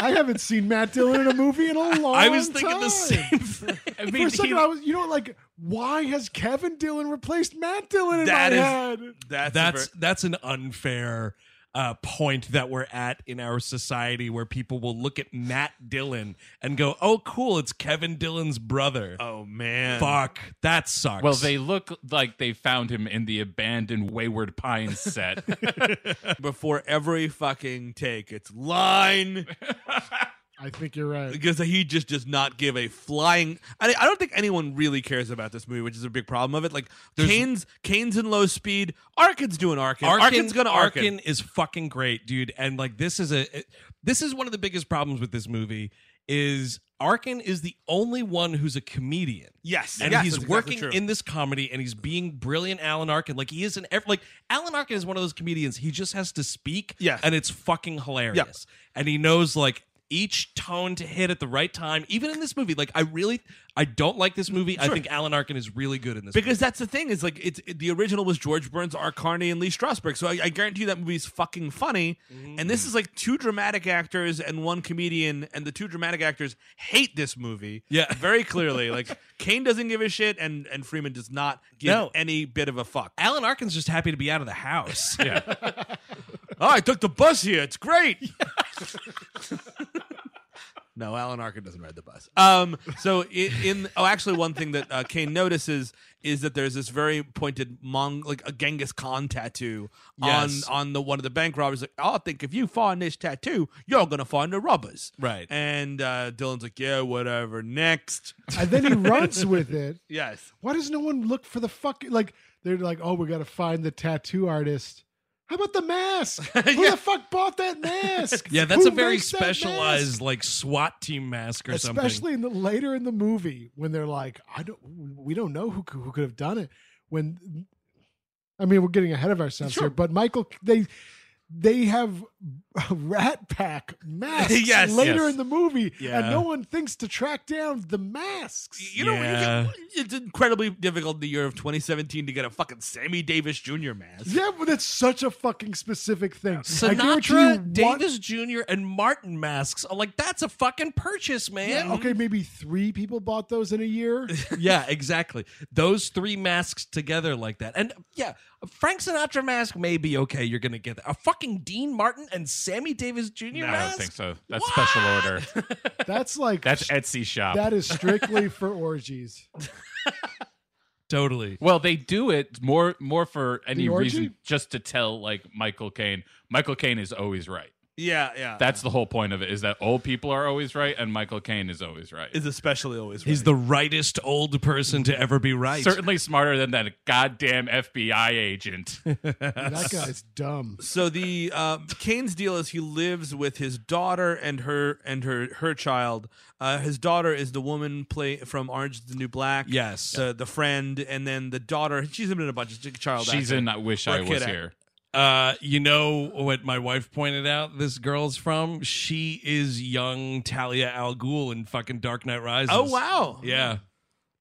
S3: I haven't seen Matt Dillon in a movie in a long time.
S6: I was thinking the same thing.
S1: I mean,
S3: For a second,
S1: he-
S3: I was, you know, like, why has Kevin Dillon replaced Matt Dillon in
S7: That
S3: my
S7: is-
S3: head?
S7: that's
S6: That's
S7: a ver-
S6: that's an unfair uh, point that we're at in our society where people will look at Matt Dillon and go, "Oh, cool, it's Kevin Dillon's brother."
S7: oh man.
S6: Fuck, that sucks.
S1: well, they look like they found him in the abandoned Wayward Pines set.
S7: Before every fucking take, it's line
S3: I think you're right.
S7: because he just does not give a flying. I, I don't think anyone really cares about this movie, which is a big problem of it. Like Kane's Kane's in low speed. Arkin's doing Arkin. Arkin's gonna Arkin.
S6: Arkin is fucking great, dude. And like this is a this is one of the biggest problems with this movie is Arkin is the only one who's a comedian.
S7: Yes,
S6: And
S7: yes,
S6: he's
S7: that's exactly
S6: working
S7: true.
S6: in this comedy and he's being brilliant Alan Arkin. Like he is an ev- like Alan Arkin is one of those comedians. He just has to speak
S7: Yes.
S6: and it's fucking hilarious.
S7: Yeah.
S6: And he knows like each tone to hit at the right time. Even in this movie, like I really, I don't like this movie. I think Alan Arkin is really good in this.
S7: Because that's the thing is like it's it- the original was George Burns, R. Carney, and Lee Strasberg. So I, I guarantee you that movie's fucking funny. And this is like two dramatic actors and one comedian, and the two dramatic actors hate this movie.
S6: Yeah.
S7: very clearly. like Kane doesn't give a shit, and and Freeman does not give
S6: No.
S7: any bit of a fuck.
S6: Alan Arkin's just happy to be out of the house.
S7: Oh, I took the bus here. It's great. no, Alan Arkin doesn't ride the bus.
S6: Uh,
S7: Um, so in, in oh, actually, one thing that uh, Kane notices is that there's this very pointed Mong like a Genghis Khan tattoo
S6: Yes.
S7: on on the one of the bank robbers. Like, "Oh, I think if you find this tattoo, you're gonna find the robbers.
S6: Right.
S7: And uh, Dylan's like, yeah, whatever. Next.
S3: and then he runs with it.
S7: Yes.
S3: Why does no one look for the fucking like? They're like, oh, we got to find the tattoo artist. How about the mask? Who the fuck bought that mask?
S6: Yeah, that's
S3: Who
S6: a very
S3: makes that mask?
S6: specialized like SWAT team mask or something.
S3: Especially in the later in the movie when they're like, I don't, we don't know who could- who could have done it. When, I mean, we're getting ahead of ourselves here, but Michael, they they have Rat Pack masks
S7: Yes,
S3: later
S7: yes.
S3: in the movie,
S7: Yeah.
S3: and no one thinks to track down the masks.
S7: You know, you
S6: Yeah.
S7: can- it's incredibly difficult in the year of 2017 to get a fucking Sammy Davis Jr. mask.
S3: Yeah, but that's such a fucking specific thing. I guarantee you
S6: Sinatra,
S3: one-
S6: Davis Jr., and Martin masks. I'm like, that's a fucking purchase, man.
S3: Yeah, okay, maybe three people bought those in a year.
S6: yeah, exactly. Those three masks together like that. And yeah, a Frank Sinatra mask may be okay. You're going to get that. A fucking Dean Martin and Sammy Davis Jr.
S1: No,
S6: mask?
S1: I don't think so. That's special order.
S3: That's like
S1: That's Etsy shop.
S3: that is strictly for orgies.
S6: Totally.
S1: Well, they do it more more for any
S3: The orgy?
S1: reason just to tell like Michael Caine. Michael Caine is always right.
S7: Yeah, yeah.
S1: That's the whole point of it is that old people are always right and Michael Caine is always right.
S7: is especially always
S6: He's
S7: right.
S6: the rightest old person to ever be right.
S1: Certainly smarter than that goddamn FBI agent.
S3: That guy's dumb.
S7: so the um, Kane's deal is he lives with his daughter and her and her her child. Uh, his daughter is the woman play from Orange is the New Black.
S6: Yes.
S7: the, the friend, and then the daughter. She's been in a bunch of child.
S1: She's
S7: actor.
S1: in uh, I Wish
S7: Or a
S1: I
S7: kid
S1: Was
S7: actor.
S1: Here.
S6: Uh, you know what my wife pointed out? This girl's from. She is young Talia Al Ghul in fucking Dark Knight Rises.
S7: Oh wow!
S6: Yeah.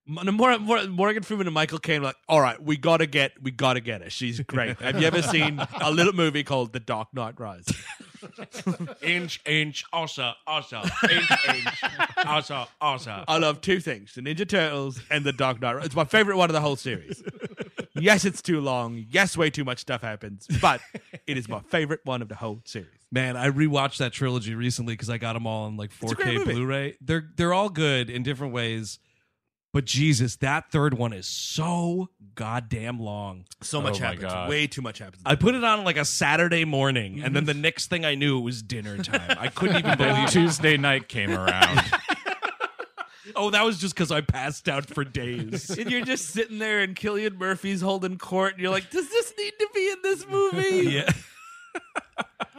S7: M- Mor- Mor- Morgan Freeman and Michael Caine were like, "All right, we gotta get, we gotta get her. She's great." Have you ever seen a little movie called The Dark Knight Rises?
S6: Inch, inch, also, also, inch, inch, also, also.
S7: I love two things: the Ninja Turtles and the Dark Knight. It's my favorite one of the whole series. yes, it's too long. Yes, way too much stuff happens, but it is my favorite one of the whole series.
S6: Man, I rewatched that trilogy recently because I got them all on like
S7: a
S6: 4K
S7: great movie.
S6: Blu-ray. They're they're all good in different ways, but Jesus, that third one is so goddamn long.
S7: So much
S1: my
S7: happens.
S1: God.
S7: Way too much happens.
S6: Oh I put it on like a Saturday morning, and then
S7: Mm-hmm.
S6: the next thing I knew, it was dinner time. I couldn't even
S1: Then
S6: believe. it.
S1: Tuesday night came around.
S6: Oh, that was just because I passed out for days.
S7: and you're just sitting there, and Killian Murphy's holding court, and you're like, "Does this need to be in this movie?"
S6: yeah,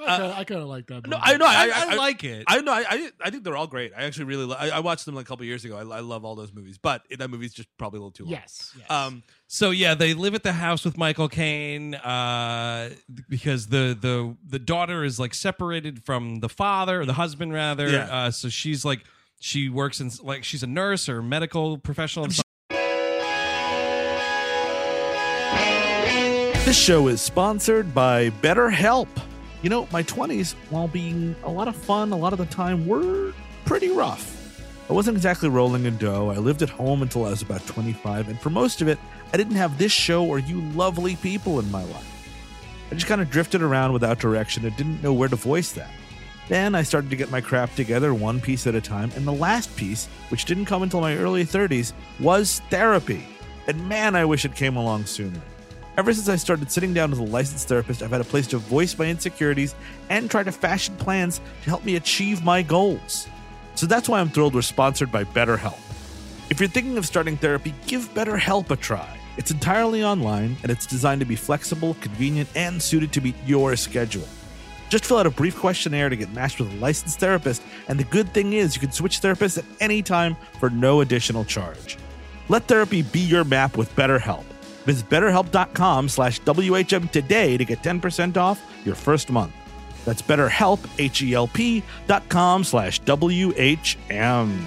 S3: I kind of like that.
S7: Uh, No,
S3: movie.
S7: I know. I,
S6: I, I like it.
S7: I know. I, I I think they're all great. I actually really. Lo- I, I watched them like a couple years ago. I, I love all those movies, but that movie's just probably a little too long.
S3: Yes.
S7: Um.
S6: So yeah, they live at the house with Michael Caine uh, because the the the daughter is like separated from the father or the husband rather.
S7: Yeah.
S6: Uh, so she's like she works in like she's a nurse or medical professional. and
S7: This show is sponsored by BetterHelp. You know, my 20s, while being a lot of fun a lot of the time, were pretty rough. I wasn't exactly rolling in dough. I lived at home until I was about 25, and for most of it, I didn't have this show or you lovely people in my life. I just kind of drifted around without direction and didn't know where to voice that. Then I started to get my crap together one piece at a time, and the last piece, which didn't come until my early 30s, was therapy. And man, I wish it came along sooner. Ever since I started sitting down with a licensed therapist, I've had a place to voice my insecurities and try to fashion plans to help me achieve my goals. So that's why I'm thrilled we're sponsored by BetterHelp. If you're thinking of starting therapy, give BetterHelp a try. It's entirely online and it's designed to be flexible, convenient, and suited to meet your schedule. Just fill out a brief questionnaire to get matched with a licensed therapist, and the good thing is you can switch therapists at any time for no additional charge. Let therapy be your map with BetterHelp. Visit betterhelp.com slash WHM today to get 10% off your first month. That's BetterHelp, H-E-L-P dot com slash W-H-M.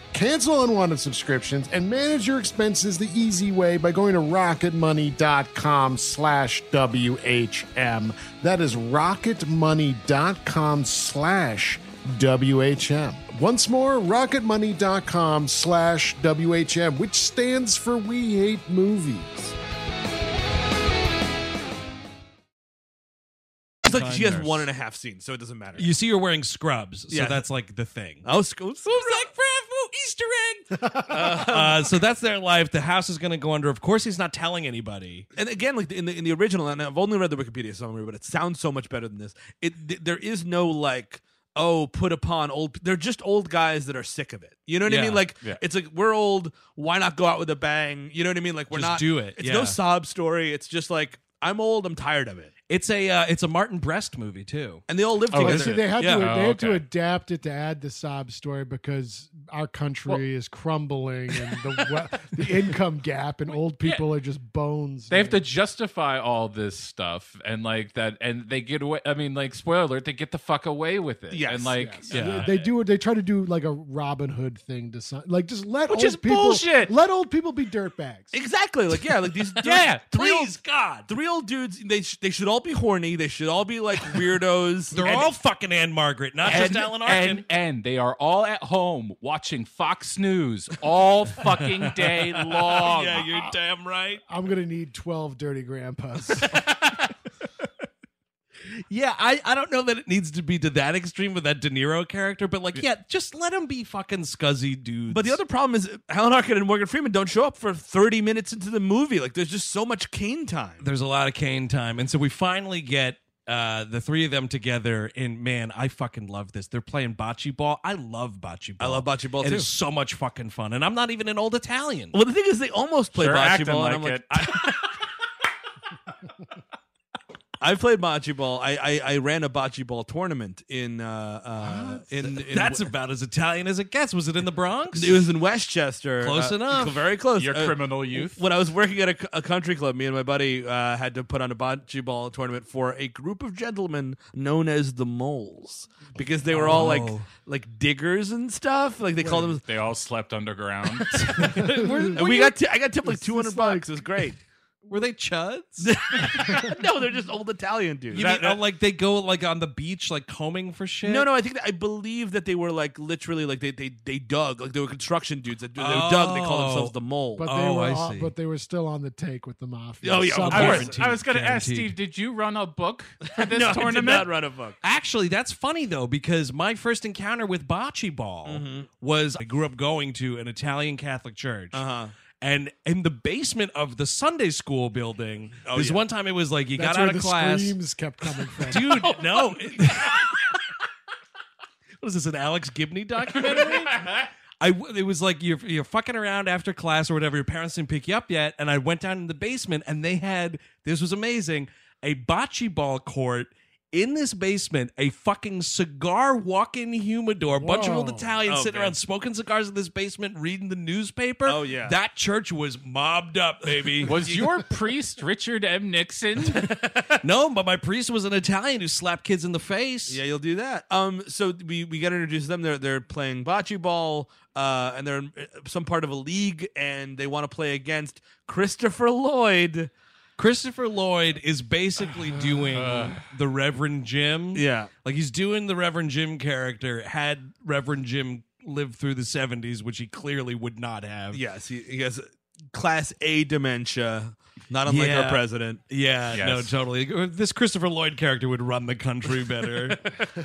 S3: cancel unwanted subscriptions, and manage your expenses the easy way by going to rocketmoney.com slash WHM. That is rocketmoney.com slash WHM. Once more, rocketmoney.com slash WHM, which stands for We Hate Movies.
S7: It's like she has
S6: nurse.
S7: one and a half scenes, so it doesn't matter.
S6: You see, you're wearing scrubs, so
S7: Yeah.
S6: that's like the thing.
S7: oh, sc- so-
S6: like Easter egg. uh, so that's their life. The house is going to go under. Of course, he's not telling anybody.
S7: and again, like in the in the original, and I've only read the Wikipedia summary, but it sounds so much better than this. It th- there is no like oh put upon old. They're just old guys that are sick of it. You know what I
S6: Yeah,
S7: mean? Like
S1: yeah.
S7: it's like we're old. Why not go out with a bang? You know what I mean? Like we're
S6: Just
S7: not
S6: do it,
S7: It's no
S6: yeah.
S7: sob story. It's just like I'm old. I'm tired of it.
S6: It's a uh, it's a Martin Brest movie too.
S7: And they all live
S1: Oh,
S7: together.
S1: is
S3: See,
S1: it?
S3: they had
S6: Yeah.
S3: to
S1: Oh,
S3: they had to
S1: okay.
S3: adapt it to add the sob story because our country is crumbling and the we- the income gap and old people are just bones.
S1: They have
S3: now.
S1: to justify all this stuff and like that, and they get away. I mean, like spoiler alert, they get the fuck away with it.
S7: Yes,
S1: and like
S7: yes.
S1: yeah,
S3: They do. They try to do like a Robin Hood thing to some, like just let
S1: Which
S3: old
S1: is
S3: people
S1: bullshit.
S3: let old people be dirtbags.
S7: Exactly. Like yeah. Like these.
S1: Yeah,
S7: Three old,
S6: Please God,
S7: three old dudes. They sh- they should all be horny. They should all be like weirdos.
S6: they're
S7: And-
S6: all fucking Anne Margaret, not
S1: And,
S6: just Alan Arkin.
S1: and and they are all at home watching Fox News all fucking day long.
S6: yeah, you're damn right.
S3: I'm gonna need twelve dirty grandpas.
S6: Yeah, I, I don't know that it needs to be to that extreme with that De Niro character, but like, yeah, just let him be fucking scuzzy dudes.
S7: But the other problem is Alan Arkin and Morgan Freeman don't show up for 30 minutes into the movie. Like there's just so much cane time.
S6: there's a lot of Kane time, and so we finally get uh, the three of them together. And man, I fucking love this. They're playing bocce ball. I love bocce ball.
S7: I love bocce ball,
S6: It
S7: too.
S6: is so much fucking fun, and I'm not even an old Italian.
S7: Well, the thing is, they almost play
S1: They're
S7: bocce
S1: acting
S7: ball. and
S1: like,
S7: I'm like,
S1: it. I-
S7: I've played bocce ball. I, I I ran a bocce ball tournament in uh, uh in, in
S6: That's about as Italian as it gets. Was it in the Bronx?
S7: it was in Westchester.
S6: Close
S7: uh,
S6: enough.
S7: Very close.
S1: Your
S7: Uh,
S1: criminal youth.
S7: When I was working at a, c- a country club, me and my buddy uh, had to put on a bocce ball tournament for a group of gentlemen known as the moles because they were all like
S6: Oh.
S7: like diggers and stuff. Like they called them
S1: they all slept underground.
S7: And we got t- I got tipped like two hundred
S3: is like-
S7: bucks. It was great.
S6: Were they chuds?
S7: no, they're just old Italian dudes.
S6: You mean, oh, like they go like on the beach, like combing for shit?
S7: no, no, I think that, I believe that they were like literally like they they, they dug like they were construction dudes that do- they dug. They call themselves
S6: Oh.
S7: the mole.
S3: But they
S6: Oh,
S3: were
S6: I
S3: all-
S6: see.
S3: but they were still on the take with the mafia.
S7: Oh, yeah, of
S3: Some-
S1: I was,
S6: Guaranteed,
S1: I was going to ask
S6: guaranteed.
S1: Steve, did you run a book for this
S7: no, I
S1: tournament?
S7: did not run a book.
S6: Actually, that's funny though because my first encounter with bocce ball
S7: Mm-hmm.
S6: was I grew up going to an Italian Catholic church.
S7: Uh-huh.
S6: And in the basement of the Sunday school building, oh, this one time it was like you
S3: That's
S6: got
S3: where
S6: out of
S3: the
S6: class,
S3: screams kept coming from.
S6: dude. No, what is this? An Alex Gibney documentary? I w- it was like you're you're fucking around after class or whatever. Your parents didn't pick you up yet, and I went down in the basement, and they had this was amazing a bocce ball court in this basement, a fucking cigar walk-in humidor, bunch of old
S3: Whoa.
S6: Italians
S7: Oh,
S6: sitting
S7: man.
S6: around smoking cigars in this basement, reading the newspaper.
S7: Oh, yeah.
S6: that church was mobbed up, baby.
S1: Was your priest Richard M. Nixon?
S6: no, but my priest was an Italian who slapped kids in the face.
S7: Yeah, you'll do that. Um, so we we got introduced to them. They're they're playing bocce ball, uh, and they're in uh, some part of a league, and they want to play against Christopher Lloyd.
S6: Christopher Lloyd is basically doing
S1: Uh.
S6: the Reverend Jim.
S7: Yeah.
S6: Like he's doing the Reverend Jim character, had Reverend Jim lived through the 70s, which he clearly would not have.
S7: Yes, he, he has class A dementia, not unlike
S6: Yeah.
S7: our president.
S6: Yeah, no, totally. This Christopher Lloyd character would run the country better.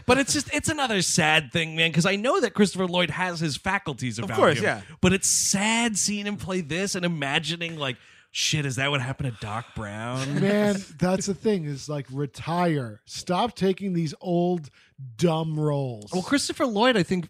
S6: but it's just, it's another sad thing, man, because I know that Christopher Lloyd has his faculties about
S7: course,
S6: him.
S7: yeah.
S6: But it's sad seeing him play this and imagining, like, shit, is that what happened to Doc Brown?
S3: Man, that's the thing is like retire. Stop taking these old dumb roles.
S6: Well, Christopher Lloyd, I think,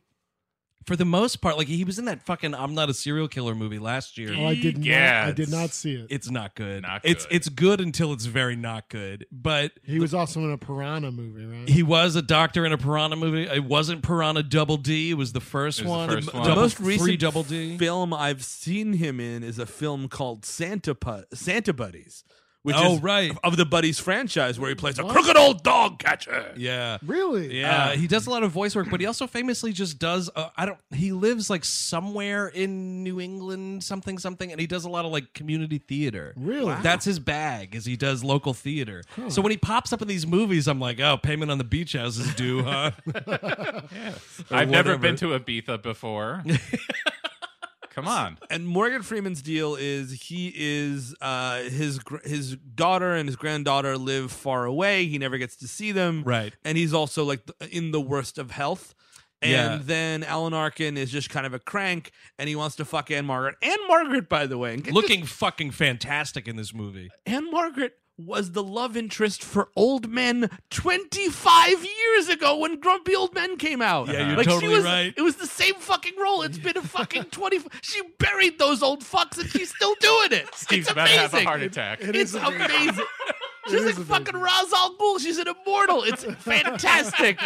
S6: for the most part, like he was in that fucking "I'm Not a Serial Killer" movie last year.
S3: Oh, I did
S1: Yeah,
S3: not I did
S1: it's-
S3: not see it.
S6: It's not good.
S1: Not
S6: It's
S1: good.
S6: it's good until it's very not good. But
S3: He was also in a Piranha movie, right?
S6: he was a doctor in a Piranha movie. It wasn't Piranha Double D. It was the first
S1: It was the
S6: one.
S1: first
S6: m-
S1: one.
S6: double-
S1: The
S7: most recent
S6: three Double D.
S7: Film I've seen him in is a film called Santa Pu- Santa Buddies, which
S6: Oh,
S7: is
S6: right.
S7: of the Buddies franchise, where he plays a crooked old dog catcher.
S6: yeah.
S3: really?
S7: Yeah.
S6: Uh, he does a lot of voice work, but he also famously just does. Uh, I don't. He lives like somewhere in New England, something, something, and he does a lot of like community theater.
S3: Really? Wow.
S6: that's his bag. Is he does local theater. So when he pops up in these movies, I'm like, oh, payment on the beach house is due, huh?
S1: I've never
S6: whatever.
S1: been to Ibiza before. Come on.
S7: and Morgan Freeman's deal is he is uh, his gr- his daughter and his granddaughter live far away. He never gets to see them.
S6: Right.
S7: and he's also like th- in the worst of health. And
S6: Yeah.
S7: then Alan Arkin is just kind of a crank, and he wants to fuck Anne Margaret. Anne Margaret, by the way, and get
S6: Looking fucking fantastic in this movie.
S7: this, Anne Margaret was the love interest for Old Men 25 years ago when Grumpy Old Men came out.
S6: Yeah, you're
S7: she
S6: totally
S7: was-
S6: right.
S7: It was the same fucking role. It's been a fucking 20. She buried those old fucks and she's still doing it.
S1: Steve's
S7: it's
S1: about to
S7: amazing.
S1: have a heart attack.
S3: It
S7: it's
S3: is amazing.
S7: amazing. She's like
S3: is
S7: fucking
S3: amazing.
S7: Ra's al Ghul. She's an immortal. It's fantastic.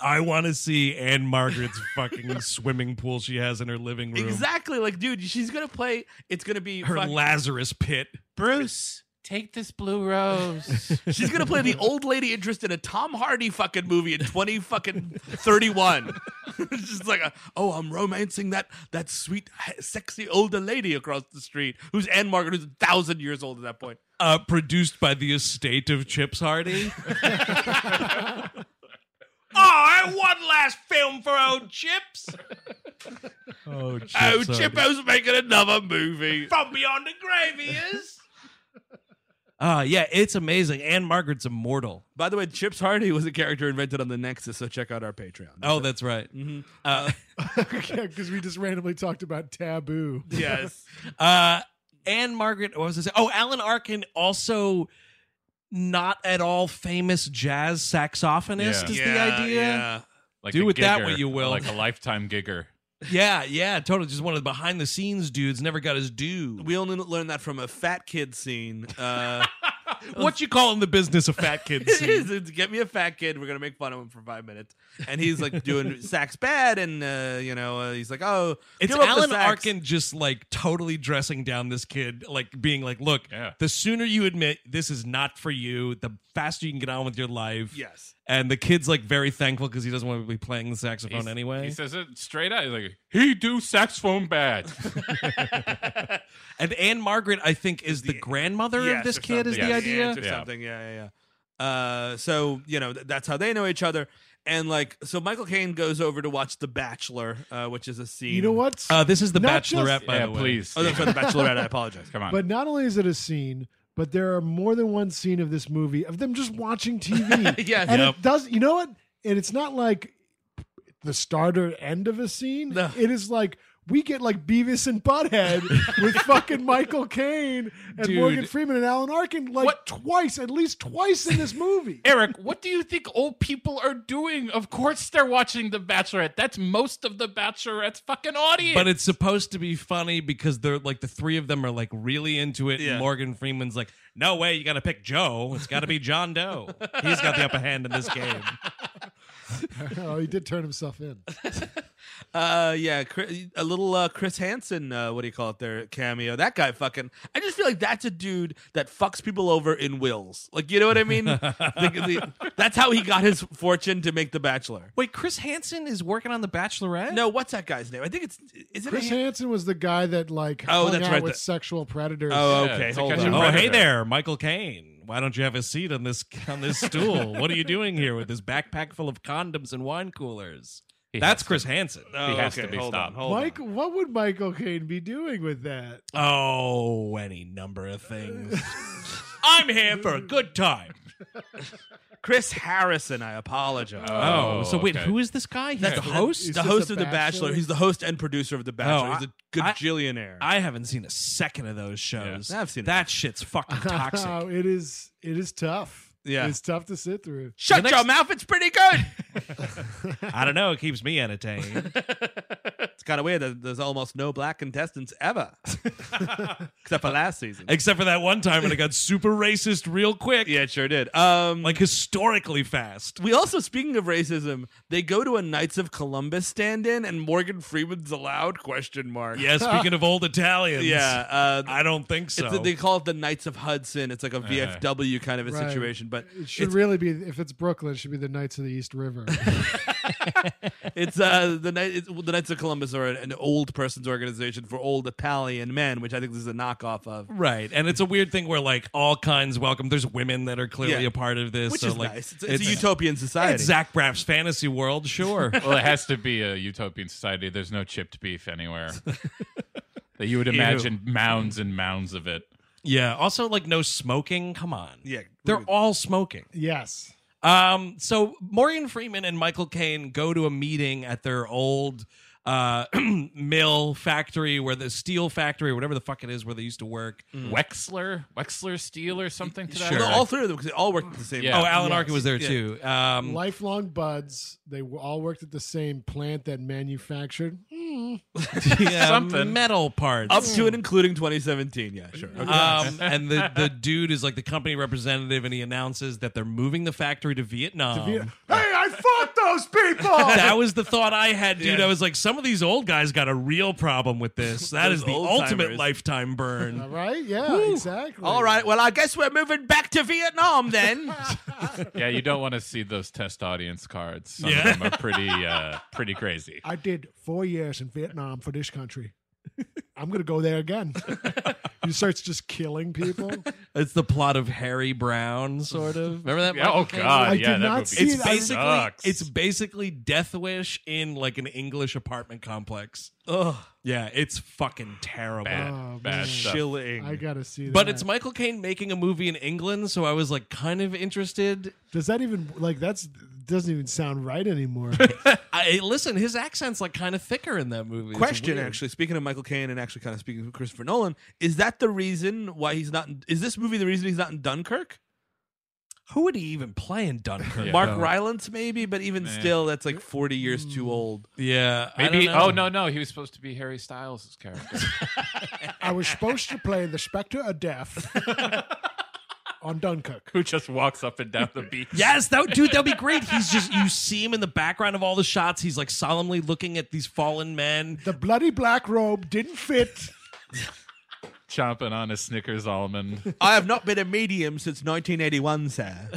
S6: I want to see Anne Margaret's fucking swimming pool she has in her living room.
S7: exactly. Like, dude, she's gonna play. It's gonna be
S6: Her
S7: fuck-
S6: Lazarus pit.
S1: Bruce, take this blue rose.
S7: She's gonna play the old lady interest in a Tom Hardy fucking movie in twenty fucking thirty one. It's just like, a, oh, I'm romancing that that sweet, he- sexy older lady across the street who's Anne Margaret, who's a thousand years old at that point.
S6: uh, produced by the estate of Chips Hardy. oh, I one last film for old Chips. Oh, Chips
S7: Oh, Chippo's making another movie.
S6: from beyond the grave he is. Uh, yeah, it's amazing. Anne Margaret's immortal.
S7: By the way, Chips Hardy was a character invented on the Nexus, so check out our Patreon.
S6: Oh, that's right. Uh,
S3: because we just randomly talked about taboo.
S7: yes.
S6: uh, Anne Margaret, what was I saying? Oh, Alan Arkin also not at all famous jazz saxophonist
S1: Yeah.
S6: is the
S7: Yeah,
S6: idea.
S7: yeah.
S1: Like
S6: Do
S1: a
S6: with that
S1: gigger,
S6: what you will.
S1: Like a lifetime gigger.
S6: Yeah, yeah, totally. Just one of the behind the scenes dudes never got his due.
S7: We only learned that from a fat kid scene. Uh,
S6: what you call in the business a fat kid
S7: it
S6: scene?
S7: is. It's get me a fat kid. We're gonna make fun of him for five minutes, and he's like doing sax bad, and uh, you know uh, he's like, oh,
S6: It's
S7: give up the
S6: Alan
S7: sax.
S6: Arkin just like totally dressing down this kid, like being like, "Look,
S1: Yeah.
S6: the sooner you admit this is not for you, the faster you can get on with your life."
S7: Yes.
S6: And the kid's like very thankful because he doesn't want to be playing the saxophone
S1: He's-
S6: anyway.
S1: He says it straight out. He's like, he do saxophone bad.
S6: and Anne Margaret, I think, is the grandmaunt
S7: Yes,
S6: of this
S7: or
S6: kid. Is
S7: something.
S6: the
S1: Yes.
S6: idea?
S7: Aunt or
S1: Yeah.
S7: something? Yeah, yeah, yeah. Uh, so you know th- that's how they know each other, and like so, Michael Caine goes over to watch The Bachelor, uh, which is a scene.
S3: You know what?
S6: Uh, this is the
S3: Not just-
S6: Bachelorette, by
S1: yeah,
S6: the way.
S1: please.
S7: Oh, that's right, The Bachelorette. I apologize.
S1: Come on.
S3: but not only is it a scene, but there are more than one scene of this movie of them just watching TV.
S7: Yes.
S3: and
S7: Yep.
S3: it does. You know what? And it's not like the start or end of a scene.
S7: No.
S3: It is like we get like Beavis and Butthead with fucking Michael Caine and
S1: Dude.
S3: Morgan Freeman and Alan Arkin like
S1: What-
S3: twice, at least twice in this movie.
S1: Eric, what do you think old people are doing? Of course they're watching The Bachelorette. That's most of The Bachelorette's fucking audience.
S6: But it's supposed to be funny because they're like the three of them are like really into it.
S2: Yeah.
S6: And Morgan Freeman's like, no way, you got to pick Joe. It's got to be John Doe. He's got the upper hand in this game.
S3: oh, he did turn himself in.
S2: Uh, yeah, Chri- a little uh, Chris Hansen. Uh, what do you call it? There cameo. That guy fucking. I just feel like that's a dude that fucks people over in wills. Like you know what I mean? The- the- that's how he got his fortune to make The Bachelor.
S6: Wait, Chris Hansen is working on The Bachelorette?
S2: No, what's that guy's name? I think it's is it
S3: Chris
S2: Han-
S3: Hansen was the guy that like
S2: Oh,
S3: hung
S2: that's
S3: out
S2: right,
S3: with
S2: the-
S3: sexual predators.
S2: Oh,
S1: Yeah,
S2: okay.
S1: it's a
S2: hold
S1: catch
S2: on.
S1: and
S6: Oh,
S1: Predator.
S6: hey there, Michael Caine. Why don't you have a seat on this on this stool? what are you doing here with this backpack full of condoms and wine coolers?
S1: He
S6: That's
S1: has
S6: Chris Hansen.
S1: he has to be
S2: hold
S1: stopped.
S2: On, hold
S3: Mike, what would Michael Caine be doing with that?
S6: Oh, any number of things. I'm here for a good time.
S2: on. Chris Harrison. I apologize.
S6: Oh, so wait,
S1: okay.
S6: who is this guy? He's
S2: That's
S6: the
S2: the-
S6: host.
S3: Is
S2: the
S3: this
S2: host
S3: a
S2: of The Bachelor.
S3: Bachelor?
S2: He's the host and producer of The Bachelor.
S6: Oh,
S2: He's a
S6: I- I-
S2: gajillionaire.
S6: I haven't seen a second of those shows.
S2: Yeah, I've seen it.
S6: that shit's fucking toxic.
S3: it is. It is tough.
S2: Yeah.
S3: it's tough to sit through.
S2: Shut
S6: the
S2: your
S6: next-
S2: mouth. It's pretty good.
S6: I don't know. It keeps me entertained.
S2: It's kind of weird that there's almost no black contestants ever, except for last season.
S6: Except for that one time when it got super racist real quick,
S2: Yeah, it sure did. Um,
S6: like historically fast.
S2: we also, speaking of racism, they go to a Knights of Columbus stand-in, and Morgan Freeman's allowed? Question mark.
S6: Yeah, speaking of old Italians.
S2: yeah. Uh,
S6: I don't think so.
S2: it's they call it the Knights of Hudson. It's like a VFW kind of a
S3: Right.
S2: situation, but
S3: It should
S2: it's,
S3: really be if it's Brooklyn, it should be the Knights of the East River.
S2: it's uh, the Knight, it's, the Knights of Columbus are an old person's organization for old Italian men, which I think this is a knockoff of.
S6: Right, and it's a weird thing where like all kinds welcome. There's women that are clearly
S2: Yeah.
S6: a part of this,
S2: Which
S6: so,
S2: is
S6: like,
S2: nice. It's, it's a utopian society.
S6: It's Zach Braff's fantasy world, sure.
S1: Well, it has to be a utopian society. There's no chipped beef anywhere. that you would imagine mounds and mounds of it.
S6: yeah. Also, like no smoking. Come on.
S2: Yeah.
S6: they're all smoking.
S3: yes,
S6: Um. So Morgan Freeman and Michael Caine go to a meeting at their old uh mill factory where the steel factory whatever the fuck it is where they used to work
S2: Mm.
S1: Wexler, Wexler Steel, or something to that.
S6: Sure.
S2: Well,
S1: effect?
S2: all three of them because they all work at the same.
S1: Yeah.
S6: oh alan
S3: Yes.
S6: arkin was there too
S2: Hmm.
S6: um
S3: lifelong buds. They w- all worked at the same plant that manufactured. Hmm.
S6: yeah,
S1: Something.
S6: metal parts
S2: Up to and including 2017. Yeah, sure. Uh, Okay.
S6: Um, and the, the dude is like the company representative, and he announces that they're moving the factory to Vietnam.
S3: hey, I fought those people.
S6: That was the thought I had, dude. I was like, some of these old guys got a real problem with this. That is the
S2: old-timers.
S6: ultimate lifetime
S3: All
S6: burn.
S3: right? Yeah, exactly.
S2: All right. Well, I guess we're moving back to Vietnam then.
S1: yeah, you don't want to see those test audience cards. Some
S6: Yeah.
S1: of them are pretty, uh, pretty crazy.
S3: I did four years in Vietnam for this country. I'm gonna go there again. he starts just killing people.
S6: It's the plot of Harry Brown, sort of. Remember that?
S1: Yeah, oh
S6: Michael Caine?
S1: god,
S3: I
S1: yeah,
S3: did
S1: that
S3: not
S1: movie
S3: see
S6: It's
S3: Dude, I-
S6: basically
S1: sucks.
S6: it's basically Death Wish in like an English apartment complex. Ugh. Yeah, it's fucking terrible.
S1: bad,
S3: Oh, man.
S1: bad stuff.
S2: Chilling.
S3: I gotta see.
S6: But
S3: that.
S6: it's Michael Caine making a movie in England, so I was like kind of interested.
S3: Does that even like that's doesn't even sound right anymore?
S6: I, listen, his accent's like kind of thicker in that movie. It's
S2: Question
S6: weird.
S2: actually, speaking of Michael Caine and actually kind of speaking of Christopher Nolan, is that the reason why he's not? In, is this movie the reason he's not in Dunkirk?
S6: Who would he even play in Dunkirk?
S1: Yeah.
S2: Mark
S6: though?
S2: Rylance, maybe, but even
S1: Man.
S2: still, that's like 40 years too old.
S6: Yeah. I
S1: Maybe.
S6: don't know.
S1: Oh no, no, he was supposed to be Harry Styles' character.
S3: I was supposed to play the Spectre of Death on Dunkirk.
S1: who just walks up and down the beach.
S6: Yes, that dude, that'd be great. He's just you see him in the background of all the shots. He's like solemnly looking at these fallen men.
S3: The bloody black robe didn't fit.
S1: chomping on a Snickers almond.
S2: I have not been a medium since 1981, sir.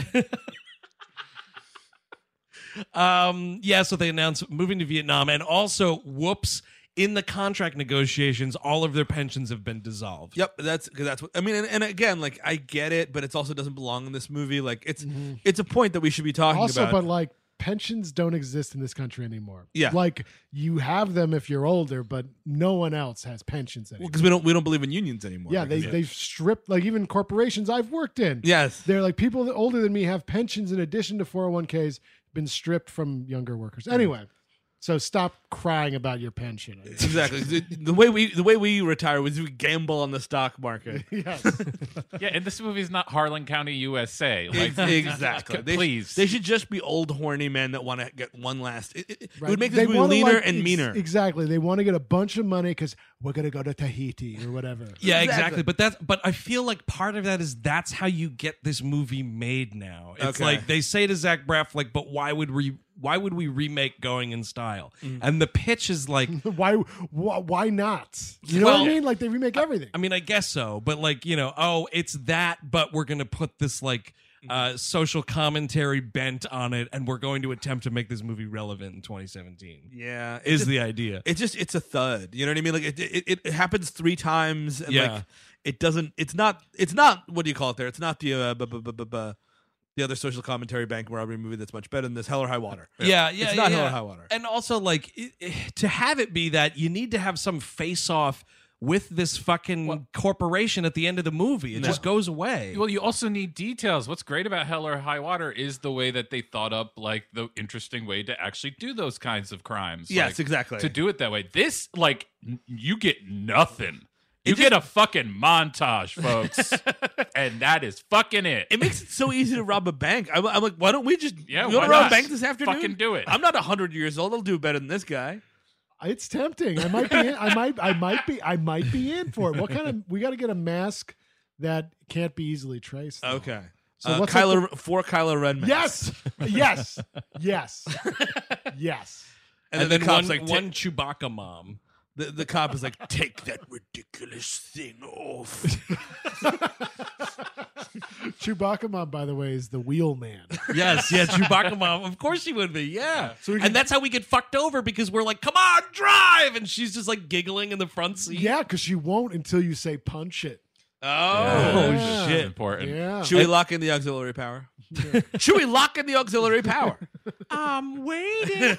S6: Um, yeah, so they announced moving to Vietnam, and also, whoops, in the contract negotiations, all of their pensions have been dissolved.
S2: Yep, that's because that's what I mean. And, and again, like I get it, but it also doesn't belong in this movie. Like it's it's a point that we should be talking
S3: Also,
S2: about.
S3: but like pensions don't exist in this country anymore.
S2: Yeah.
S3: like you have them if you're older, but no one else has pensions anymore.
S2: because we don't we don't believe in unions anymore.
S3: yeah, they they've stripped like even corporations I've worked in.
S2: yes.
S3: they're like people that oh older than me have pensions in addition to 401ks been stripped from younger workers. Anyway, So stop crying about your pension.
S7: Exactly. the, the way we the way we retire was we gamble on the stock market.
S3: yes.
S1: Yeah, and this movie's not Harlan County, USA. Like,
S7: exactly. They, sh-
S1: Please.
S7: They should just be old horny men that want to get one last. It, it- it
S3: Right.
S7: would make
S3: They
S7: this movie
S3: wanna,
S7: leaner
S3: like,
S7: and
S3: ex-
S7: meaner.
S3: Exactly. They want to get a bunch of money because we're gonna go to Tahiti or whatever.
S6: Yeah, exactly. But that's but I feel like part of that is that's how you get this movie made now. It's
S7: Okay.
S6: like they say to Zach Braff, like, but why would we why would we remake Going in Style?
S7: Mm.
S6: And the pitch is like
S3: Why? Why, why not? You know what
S6: Well-
S3: I mean? Like they remake everything.
S6: I mean, I guess so, but like, you know, oh, it's that, but we're gonna put this like
S7: Mm.
S6: uh, social commentary bent on it, and we're going to attempt to make this movie relevant in 2017.
S7: yeah,
S6: Is
S7: just-
S6: the idea?
S7: It's just it's a thud. You know what I mean? Like it it, it- it happens three times. And
S6: Yeah.
S7: Like, it doesn't. It's not. It's not. What do you call it? There. It's not the uh, bu- bu- bu- bu- bu- the other social commentary bank robbery movie that's much better than this. Hell or High Water.
S6: Yeah, yeah,
S7: It's not
S6: yeah.
S7: Hell or High Water.
S6: And also, like, it, it- to have it be that, you need to have some face off with this fucking corporation at the end of the movie. It just goes away.
S1: Well, you also need details. What's great about Hell or High Water is the way that they thought up like the interesting way to actually do those kinds of crimes.
S7: Yes,
S1: Like,
S7: exactly.
S1: To do it that way. This like n- you get nothing. You get a fucking montage, folks. and that is fucking it.
S7: It makes it so easy to rob a bank. I'm, I'm like, why don't we just
S1: Yeah,
S7: you wanna
S1: why
S7: rob a
S1: not?
S7: bank this afternoon?
S1: Fucking do it.
S7: I'm not hundred years old. I'll do better than this guy.
S3: It's tempting. I might be. In, I might. I might be. I might be in for it. What kind of? We got to get a mask that can't be easily traced. though.
S7: Okay.
S3: So
S7: uh,
S3: what's up
S7: Kylo for Kylo Ren. mask.
S3: Yes. Yes. Yes. yes.
S7: And, then, the cop's
S6: one,
S7: like,
S6: one
S7: one,
S6: Chewbacca mom.
S7: the, the cop is like, take that ridiculous thing off.
S3: Chewbacca mom, by the way, is the wheel man.
S6: Yes, yes, Chewbacca mom. Of course she would be. Yeah. and that's how we get fucked over because we're like, come on, drive. And she's just like giggling in the front seat.
S3: Yeah, because she won't until you say punch it.
S1: oh
S3: Yeah.
S1: shit. Important.
S3: Yeah.
S7: Should we lock in the auxiliary power? Should we lock in the auxiliary power?
S6: I'm waiting.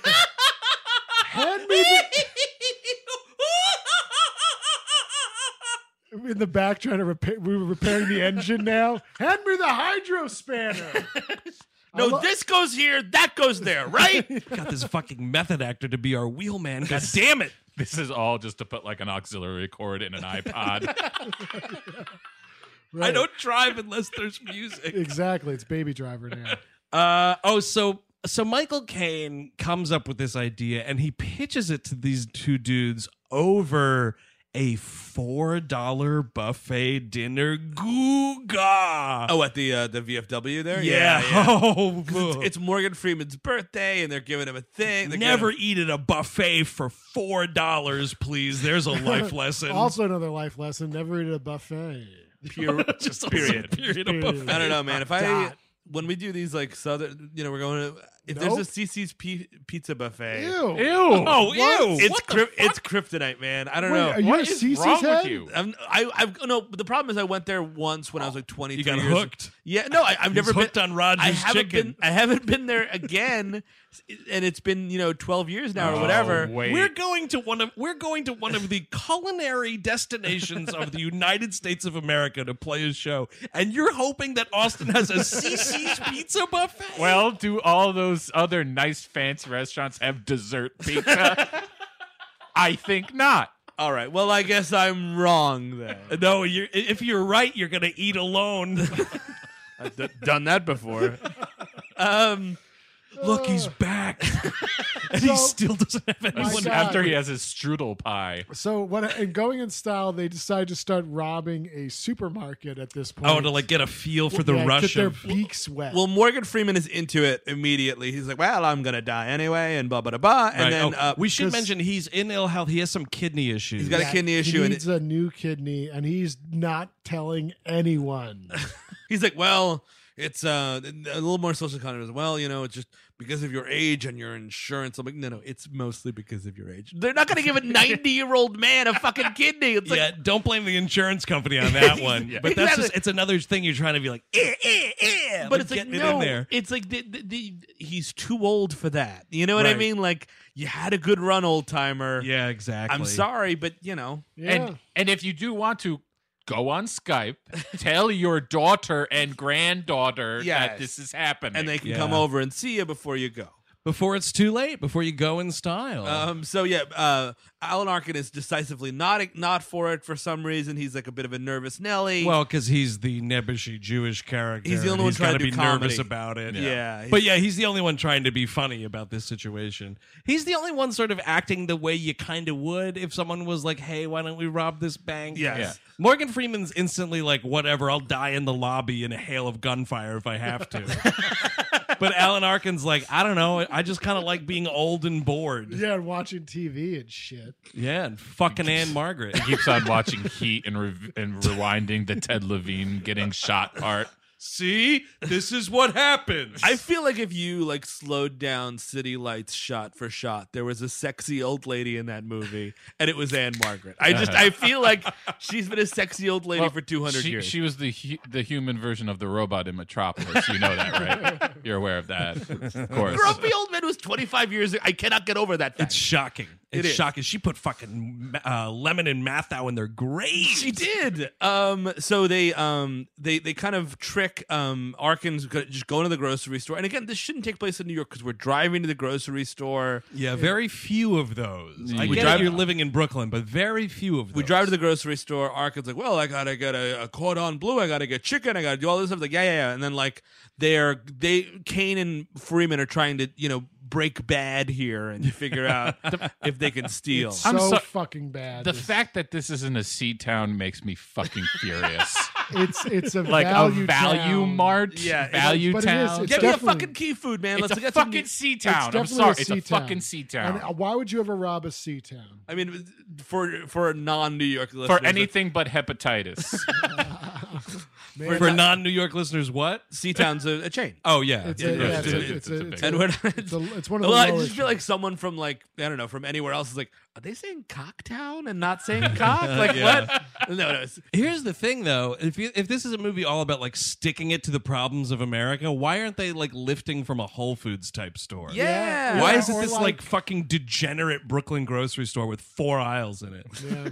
S3: Hand me the, in the back trying to repair. We were repairing the engine now. Hand me the hydro spanner.
S7: No,
S3: lo-
S7: this goes here, that goes there, right?
S6: Got this fucking method actor to be our wheelman. God damn it.
S1: This is all just to put like an auxiliary cord in an iPod.
S6: I don't drive unless there's music.
S3: Exactly. It's Baby Driver now.
S6: Uh, oh, so so Michael Caine comes up with this idea and he pitches it to these two dudes over a four dollar buffet dinner. Googa.
S7: oh, at the uh, the VFW there?
S6: yeah. Oh, look.
S7: It's Morgan Freeman's birthday, and they're giving him a thing. They're
S6: never
S7: giving him-
S6: eat at a buffet for four dollars, please. There's a life lesson.
S3: Also, another life lesson: never eat at a buffet.
S6: just also period. Period. A buffet.
S7: I don't know, man. If I
S3: God.
S7: when we do these like southern, you know, we're going to if
S3: Nope.
S7: there's a CC's P- pizza buffet.
S3: Ew.
S6: Oh, ew.
S7: It's cryp- it's kryptonite, man. I don't
S3: Wait,
S7: know.
S3: are you
S1: what
S3: a
S1: is
S3: CeCe's
S1: wrong
S3: head?
S1: with you?
S7: I'm, I, I've oh, no. but The problem is, I went there once when I was like 23.
S6: got
S7: years.
S6: hooked.
S7: Yeah, no, I,
S6: was
S7: I've never
S6: hooked
S7: been
S6: on Roger's
S7: I haven't
S6: chicken.
S7: Been, I haven't been there again, and it's been you know 12 years now
S6: Oh,
S7: or whatever.
S1: Wait.
S6: We're going to one of we're going to one of the culinary destinations of the United States of America to play a show, and you're hoping that Austin has a CC's Pizza buffet.
S1: well, do all those other nice fancy restaurants have dessert pizza? I think not.
S7: All right. Well, I guess I'm wrong then.
S6: no, you're, if you're right, you're going to eat alone.
S7: I've d- done that before. um,
S6: Look, he's back, and he
S3: So-
S6: still doesn't have
S3: My
S6: anyone.
S3: God.
S1: After he has his strudel pie.
S3: So what? And going in style, they decide to start robbing a supermarket at this point.
S6: Oh, to like get a feel for the
S3: Yeah,
S6: rush
S3: Get their
S6: of
S3: beaks wet.
S7: well, Morgan Freeman is into it immediately. He's like, "Well, I'm gonna die anyway," and blah blah blah, blah. And
S6: Right,
S7: then
S6: oh,
S7: uh,
S6: we should
S3: 'cause-
S6: mention he's in ill health. He has some kidney issues.
S7: He's got a kidney issue,
S3: He
S7: and
S3: needs a new kidney, and he's not telling anyone.
S7: He's like, well, it's uh, a little more social content as well. You know, it's just because of your age and your insurance. I'm like, no, no, it's mostly because of your age. They're not going to give a 90 year old man a fucking kidney. It's like,
S6: yeah, don't blame the insurance company on that one. But that's
S7: Exactly.
S6: just, it's another thing you're trying to be like, eh, eh, eh.
S7: but it's like,
S6: getting it
S7: no,
S6: in there.
S7: it's like the, the, the, he's too old for that. You know what I
S6: Right.
S7: mean? Like, you had a good run, old timer.
S6: Yeah, exactly.
S7: I'm sorry, but you know,
S3: Yeah.
S1: And and if you do want to go on Skype, tell your daughter and granddaughter
S7: Yes.
S1: that this is happening.
S7: and they can
S6: Yeah.
S7: come over and see you before you go.
S6: before it's too late, before you go in style.
S7: Um, so yeah, uh, Alan Arkin is decisively not not for it for some reason. He's like a bit of a nervous Nelly.
S2: Well, because he's the nebbishy Jewish character.
S7: He's the only
S2: and
S7: one
S2: gotta
S7: trying to do
S2: be nervous
S7: comedy.
S2: about it.
S7: Yeah. Yeah,
S2: but yeah, he's the only one trying to be funny about this situation.
S6: He's the only one sort of acting the way you kind of would if someone was like, "Hey, why don't we rob this bank?"
S7: Yes.
S1: Yeah.
S6: Morgan Freeman's instantly like, "Whatever, I'll die in the lobby in a hail of gunfire if I have to." but Alan Arkin's like, "I don't know. I just kind of like being old and bored." Yeah,
S3: Yeah, and watching TV and shit.
S6: and fucking Anne Margaret.
S1: Keeps on watching Heat and re- and rewinding the Ted Levine getting shot part.
S2: See, this is what happens.
S7: I feel like if you like slowed down City Lights shot for shot, there was a sexy old lady in that movie, and it was Anne Margaret. I just I feel like she's been a sexy old lady
S1: Well,
S7: for two hundred
S1: she,
S7: years.
S1: She was the hu- the human version of the robot in Metropolis. You know that, right? You're aware of that, of course.
S7: Grumpy old man was twenty five years. I cannot get over that. Fact.
S6: It's shocking. It's
S7: is.
S6: shocking. She put fucking uh, Lemon and Mathau in their graves.
S7: She did. Um, so they um they they kind of trick um Arkins go- just going to the grocery store. And again, this shouldn't take place in New York because we're driving to the grocery store.
S2: Yeah, very few of those. I
S1: We
S2: get
S1: drive-
S2: it, you're living in Brooklyn, but very few of those.
S7: We drive to the grocery store. Arkins like, well, I gotta get a, a cordon bleu. I gotta get chicken. I gotta do all this stuff. Like, yeah, yeah, yeah. And then like they're they Kane and Freeman are trying to you know break bad here and figure out Uh, if they can steal.
S3: So
S1: I'm so-
S3: fucking bad.
S1: The
S3: It's-
S1: fact that this isn't a sea town makes me fucking furious.
S3: it's it's a
S1: like
S3: value
S1: a value
S3: town.
S1: mart,
S7: Yeah, it-
S1: value
S3: but it is-
S1: town.
S3: it's
S7: Get me a
S3: definitely-
S7: fucking key food, man.
S1: it's
S7: Let's
S1: a
S7: get
S1: fucking
S7: some,
S1: sea
S3: It's
S1: town. I'm
S3: definitely
S1: sorry, it's a
S3: C-town.
S1: fucking sea town.
S3: And, uh, why would you ever rob a sea town?
S7: I mean, for for a non New York
S1: For anything but hepatitis.
S6: For non New York listeners, what?
S7: Seatown's a, a chain.
S6: Oh yeah,
S3: It's a- yeah, it's
S1: it's a-
S3: a-
S1: it's
S3: it's
S1: a
S3: a-
S1: big
S3: it's
S7: and
S3: a-
S7: we're not,
S3: it's a- it's one of the
S7: well, I
S3: lowest
S7: just feel like
S3: ones.
S7: someone from like I don't know from anywhere else is like, are they saying Cocktown and not saying cock? Like what? No, no. It's,
S6: Here's the thing, though. If you, if this is a movie all about like sticking it to the problems of America, why aren't they like lifting from a Whole Foods type store?
S7: yeah.
S6: Why
S3: Yeah,
S6: isn't
S3: or
S6: this like,
S3: like-
S6: fucking degenerate Brooklyn grocery store with four aisles in it?
S3: Yeah.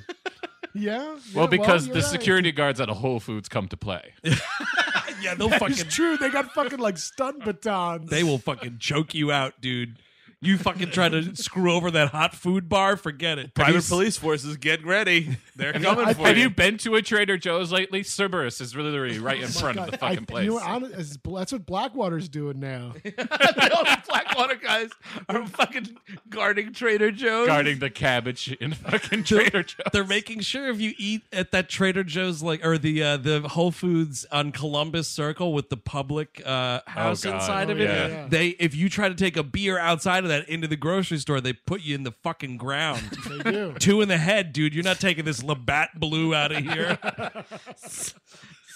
S3: yeah.
S1: well,
S3: yeah,
S1: because
S3: you're
S1: the
S3: right.
S1: security guards at a Whole Foods come to play.
S6: yeah, they'll
S3: It's
S6: fucking
S3: true. They got fucking like stun batons.
S6: they will fucking choke you out, dude. You fucking try to screw over that hot food bar, forget it.
S7: Private police forces, get ready. They're coming for
S1: Have
S7: you.
S1: you been to a Trader Joe's lately? Cerberus is literally right in front of the
S3: I-
S1: fucking place.
S3: You know, what, hon- it's- that's what Blackwater's doing now.
S7: All the Blackwater guys are fucking guarding Trader Joe's.
S1: guarding the cabbage in fucking Trader Joe's.
S6: They're making sure if you eat at that Trader Joe's, like or the uh, the Whole Foods on Columbus Circle with the public uh, house
S1: God.
S6: inside
S1: Oh,
S6: of it,
S1: yeah.
S3: Yeah.
S6: they if you try to take a beer outside of that into the grocery store, they put you in the fucking ground.
S3: They do.
S6: Two in the head, dude. You're not taking this Labatt Blue out of here.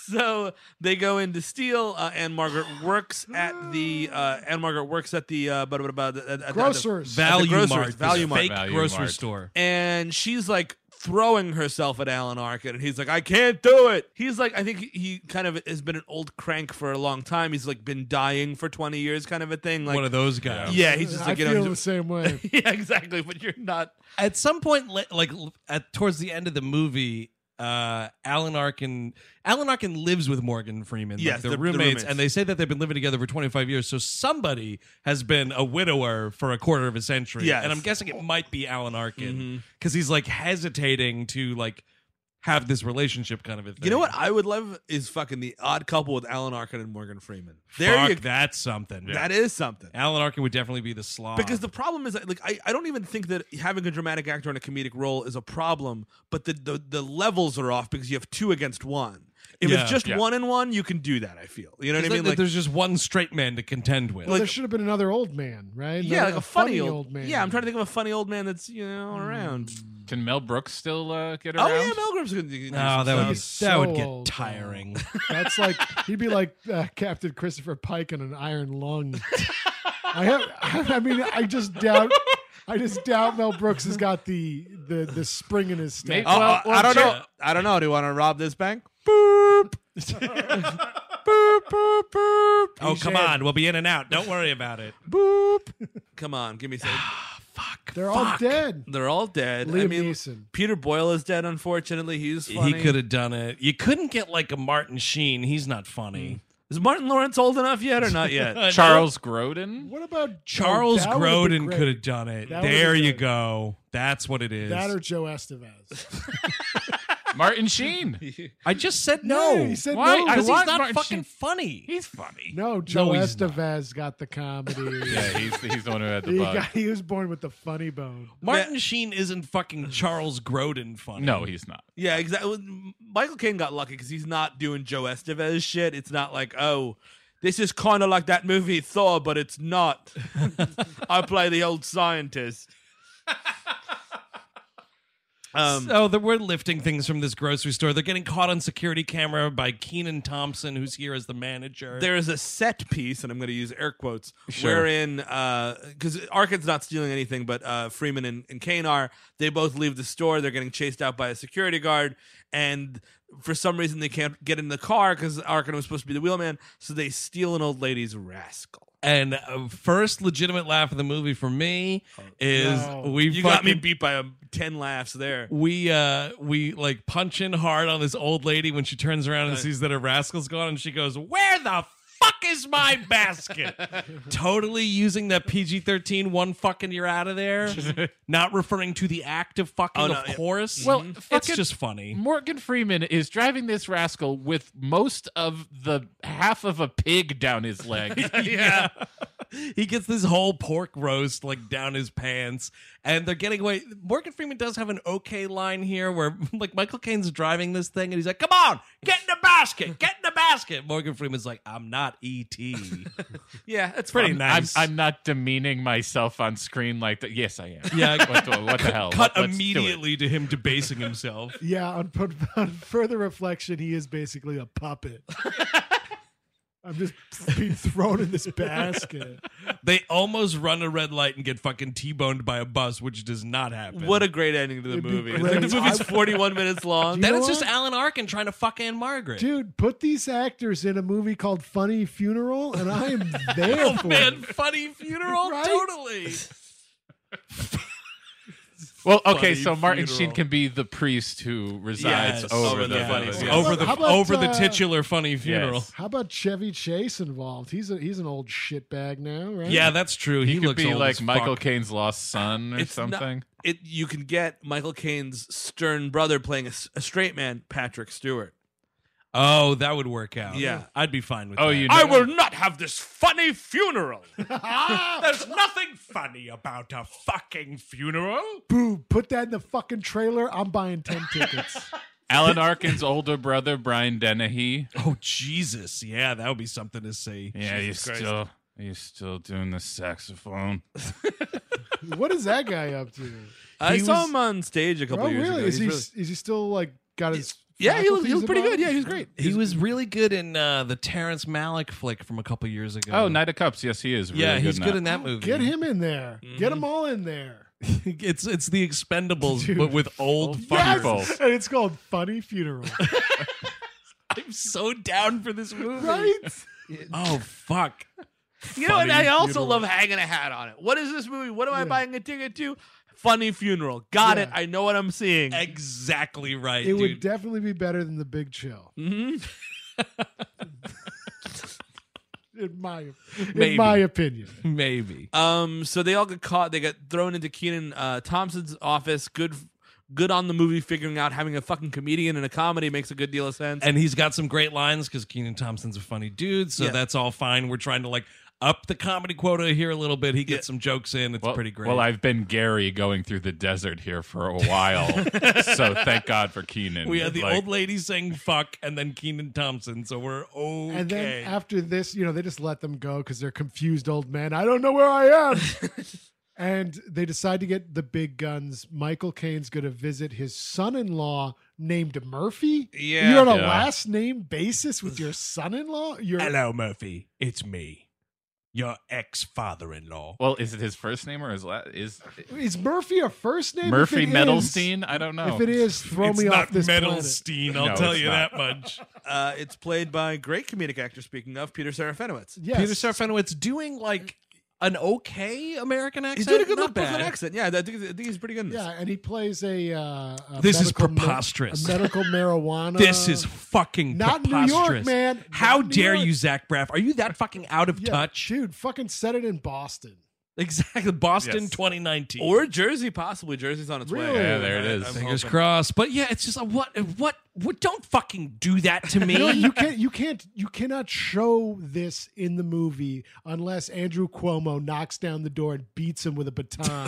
S7: So they go in to steal. Uh, Anne Margaret works at the uh, Anne Margaret works at the uh, but, but, but, at, at, at the,
S3: Grocers.
S6: Value
S7: grocery-
S6: Mart, this
S7: Value Mart.
S6: fake
S1: Value
S6: grocery
S1: Mart.
S6: store.
S7: and she's like throwing herself at Alan Arkin, and he's like, "I can't do it." He's like, I think he- he kind of has been an old crank for a long time. He's like been dying for twenty years, kind of a thing. Like
S6: One of those guys.
S7: Yeah, he's just
S3: I
S7: like, you
S3: feel
S7: know,
S3: the same way.
S7: yeah, exactly. But you're not.
S6: at some point li- like l- at towards the end of the movie uh alan arkin alan arkin lives with morgan freeman like,
S7: Yes,
S6: they're
S7: they're- they're
S6: roommates,
S7: roommates.
S6: and they say that they've been living together for 25 years so somebody has been a widower for a quarter of a century
S7: Yes. Mm-hmm.
S6: and i'm guessing it might be alan arkin because he's like hesitating to like have this relationship kind of a thing
S7: You know what I would love is fucking the Odd Couple with Alan Arkin and Morgan Freeman. There
S6: Fuck,
S7: you.
S6: that's something
S7: That is something.
S6: alan arkin would definitely be the slob
S7: Because the problem is, like, I, I don't even think that having a dramatic actor in a comedic role is a problem, but the, the, the levels are off because you have two against one. If
S6: Yeah.
S7: it's just
S1: Yeah.
S7: one and one, you can do that, I feel. You know
S6: It's
S7: what
S6: like
S7: I mean?
S6: that
S7: Like,
S6: there's just one straight man to contend with
S3: Well, there should have been another old man, right?
S7: yeah, like a, funny, old,
S3: man.
S7: Yeah, I'm trying to think of a funny old man that's, you know, around.
S1: Can Mel Brooks still uh, get around?
S7: Oh, yeah, Mel Brooks can do
S6: no Oh, that would be,
S3: He's
S6: that would
S3: so
S6: get
S3: old, though.
S6: tiring
S3: That's like he'd be like uh, Captain Christopher Pike in an iron lung. I have. I mean, I just doubt. I just doubt Mel Brooks has got the the the spring in his step.
S1: Maybe-
S7: Oh,
S1: Well,
S7: uh, I don't know. I don't know. Do you want to rob this bank?
S6: Oh, come on. We'll be in and out. Don't worry about it.
S7: Come on, give me some.
S3: They're all dead.
S7: They're all dead. I
S3: Liam
S7: mean,
S3: Neeson.
S7: Peter Boyle is dead, unfortunately. He's funny.
S3: Mm. Oh,
S6: He could have done it. You couldn't get like a Martin Sheen. He's not funny.
S7: Is Martin Lawrence old enough yet or not yet?
S1: Charles Grodin.
S3: What about
S2: Charles
S3: that would've been
S2: Grodin
S3: great.
S2: could have done it.
S3: That would've
S2: there
S3: been
S2: you
S3: good.
S2: go. That's what it is.
S3: that or Joe Estevez?
S1: Martin Sheen.
S6: I just said no.
S3: Yeah, he said
S1: Why?
S3: no.
S1: I
S6: Because he's
S1: want
S6: not
S1: Martin
S6: fucking
S1: Sheen.
S6: funny.
S1: He's funny.
S3: no, Joe
S2: he's not.
S3: Estevez got the comedy.
S1: Yeah, he's, he's the one who had the
S3: he,
S1: bug.
S3: got, he was born with the funny bone.
S6: Martin Sheen isn't fucking Charles Grodin funny.
S1: No, he's not.
S7: yeah, exactly. Michael Caine got lucky because he's not doing Joe Estevez shit. It's not like, oh, this is kind of like that movie Thor, but it's not. I play the old scientist. Um,
S6: so that we're lifting things from this grocery store. They're getting caught on security camera by Keenan Thompson, who's here as the manager.
S7: there is a set piece, and I'm going to use air quotes, wherein because Arkin's not stealing anything, but uh, Freeman and, and Kane are. They both leave the store. They're getting chased out by a security guard, and for some reason they can't get in the car because Arkin was supposed to be the wheelman. So they steal an old lady's rascal.
S6: and uh, first legitimate laugh of the movie for me is
S3: Oh, no.
S6: we fucking,
S7: You got me beat by um ten laughs there.
S6: we uh we like punch in hard on this old lady when she turns around and sees that her rascal's gone and she goes where the fuck is my basket totally using that pg-13 one fucking you're out of there not referring to the act of fucking
S7: Oh, no, yeah. Mm-hmm.
S6: of course
S1: Well,
S6: it's
S1: fucking-
S6: just funny
S1: Morgan Freeman is driving this rascal with most of the half of a pig down his leg.
S6: yeah he gets this whole pork roast like down his pants and they're getting away morgan freeman does have an okay line here where like michael caine's driving this thing and he's like come on get in the basket get in the basket morgan freeman's like i'm not e-"
S1: E
S6: et
S7: Yeah, that's
S6: pretty
S7: fun.
S6: nice
S1: I'm, I'm not demeaning myself on screen like that. Yes, I am.
S6: Yeah.
S1: What, the- what the hell?
S6: cut
S1: Let- let's do it.
S6: immediately to him debasing himself
S3: Yeah, on, on further reflection, he is basically a puppet. I'm just being thrown in this basket.
S6: they almost run a red light and get fucking t-boned by a bus which does not happen
S7: What a great ending to the movie.
S3: great.
S7: Like, the movie's 41 minutes long.
S3: You
S6: Uh, then
S3: know
S6: it's just
S3: what?
S6: alan arkin trying to fuck anne margaret
S3: Dude, put these actors in a movie called Funny Funeral, and I am there
S6: Oh
S3: for
S6: man,
S3: it.
S6: funny funeral,
S3: Right?
S6: totally.
S1: Well, okay,
S7: Funny
S1: so Martin
S7: funeral.
S1: Sheen can be the priest who resides
S6: Yes.
S1: over
S7: Over
S1: the,
S7: the funny
S1: the-
S7: funeral.
S6: Over the
S3: How about,
S6: over the
S3: uh,
S6: titular funny funeral.
S1: Yes.
S3: How about Chevy Chase involved? He's a he's an old shitbag now, right?
S6: Yeah, that's true. He,
S1: He, could
S6: looks
S1: be
S6: old
S1: like
S6: as
S1: Michael
S6: fuck.
S1: Caine's lost son or
S7: It's not-
S1: something.
S7: it you can get Michael Caine's stern brother playing a, s- a straight man, Patrick Stewart.
S6: Oh, that would work out.
S7: Yeah.
S6: I'd be fine with
S1: Oh,
S6: that.
S1: you know, I will
S7: not have this funny funeral.
S6: There's nothing funny about a fucking funeral.
S3: Boo, put that in the fucking trailer. I'm buying 10 tickets.
S1: Alan Arkin's older brother Brian Dennehy.
S6: Oh Jesus, yeah, that would be something to see.
S1: Yeah,
S7: Jesus
S1: you
S7: Christ.
S1: still you still doing the saxophone?
S3: what is that guy up to?
S7: I
S6: He
S7: saw
S6: was-
S7: him on stage a couple
S3: Oh,
S7: years
S3: really?
S7: ago.
S3: Is
S7: He's
S3: he
S7: really-
S3: is he still like got his?
S7: yeah, he was, he
S3: faculties
S7: was pretty
S3: involved?
S7: good. Yeah, he was great.
S6: He was really good in uh, the Terrence Malick flick from a couple years ago.
S1: Oh, Knight of Cups. Yes, he is. Really
S6: yeah, he's
S1: in
S6: good
S1: that.
S6: in that movie.
S3: Get him in there. Get
S7: Mm-hmm.
S3: them all in there.
S6: it's it's the Expendables,
S3: Dude.
S6: but with old,
S1: Old
S6: fuckers.
S1: fuckers.
S3: Yes! And it's called Funny Funeral.
S6: I'm so down for this movie.
S3: right?
S6: Oh fuck.
S7: You know, and I also
S3: funeral.
S7: love hanging a hat on it. What is this movie? What am I buying a ticket to? Funny funeral. Got it.
S3: Yeah.
S7: I know what I'm seeing.
S6: Exactly right.
S3: It
S6: dude.
S3: would definitely be better than The Big Chill.
S7: Mm-hmm.
S3: in my
S6: Maybe.
S3: in my opinion.
S6: Maybe.
S7: Um, so they all get caught. They get thrown into Keenan uh, Thompson's office. Good, good on the movie figuring out having a fucking comedian in a comedy makes a good deal of sense.
S6: and he's got some great lines because Keenan Thompson's a funny dude, so
S7: Yeah.
S6: that's all fine. We're trying to like up the comedy quota here a little bit. He gets
S7: Yeah.
S6: some jokes in; it's
S1: Well,
S6: pretty great.
S1: Well, I've been Gary going through the desert here for a while, so thank God for Keenan.
S6: we had the
S1: Like,
S6: old lady saying "fuck" and then Keenan Thompson, so we're okay.
S3: And then after this, you know, they just let them go because they're confused old men. I don't know where I am. and they decide to get the big guns. Michael Caine's going to visit his son in law named Murphy.
S7: Yeah.
S3: You're on a
S1: Yeah.
S3: last name basis with your son in law? You're
S6: Hello, Murphy. It's me, your ex-father-in-law.
S1: Well, is it his first name or his last? Is
S3: Is Murphy a first name?
S1: Murphy
S3: If it is-
S1: Metalstein? I don't know.
S3: If it is, throw
S6: it's
S3: me
S6: not
S3: off this planet.
S6: Metalstein. I'll
S1: No,
S6: tell
S1: it's
S6: you
S1: not.
S6: that much.
S7: Uh, it's played by great comedic actor. Speaking of Peter Serafinowicz,
S3: Yes.
S6: Peter Serafinowicz doing like an okay American accent.
S7: He's doing a good
S6: Not
S7: Brooklyn
S6: bad.
S7: accent. Yeah, I think, I think he's pretty good in this.
S3: Yeah, and he plays a. Uh, a
S2: This is
S3: medical ma-
S2: preposterous.
S3: a medical marijuana.
S6: This is fucking
S3: Uh, Not New York,
S6: preposterous.
S3: man.
S6: How
S3: Not New
S6: dare
S3: York.
S6: you, Zach Braff? Are you that fucking out of
S3: Yeah,
S6: touch?
S3: dude. Fucking set it in Boston.
S6: Exactly. Boston
S1: Yes.
S6: 2019.
S7: Or Jersey, possibly. Jersey's on its way.
S3: Really? Yeah,
S1: there it is.
S7: I'm
S6: Fingers
S7: hoping.
S6: crossed. But yeah, it's just a what, what, what, don't fucking do that to me.
S3: You, know, you can't. You can't. You cannot show this in the movie unless Andrew Cuomo knocks down the door and beats him with a baton.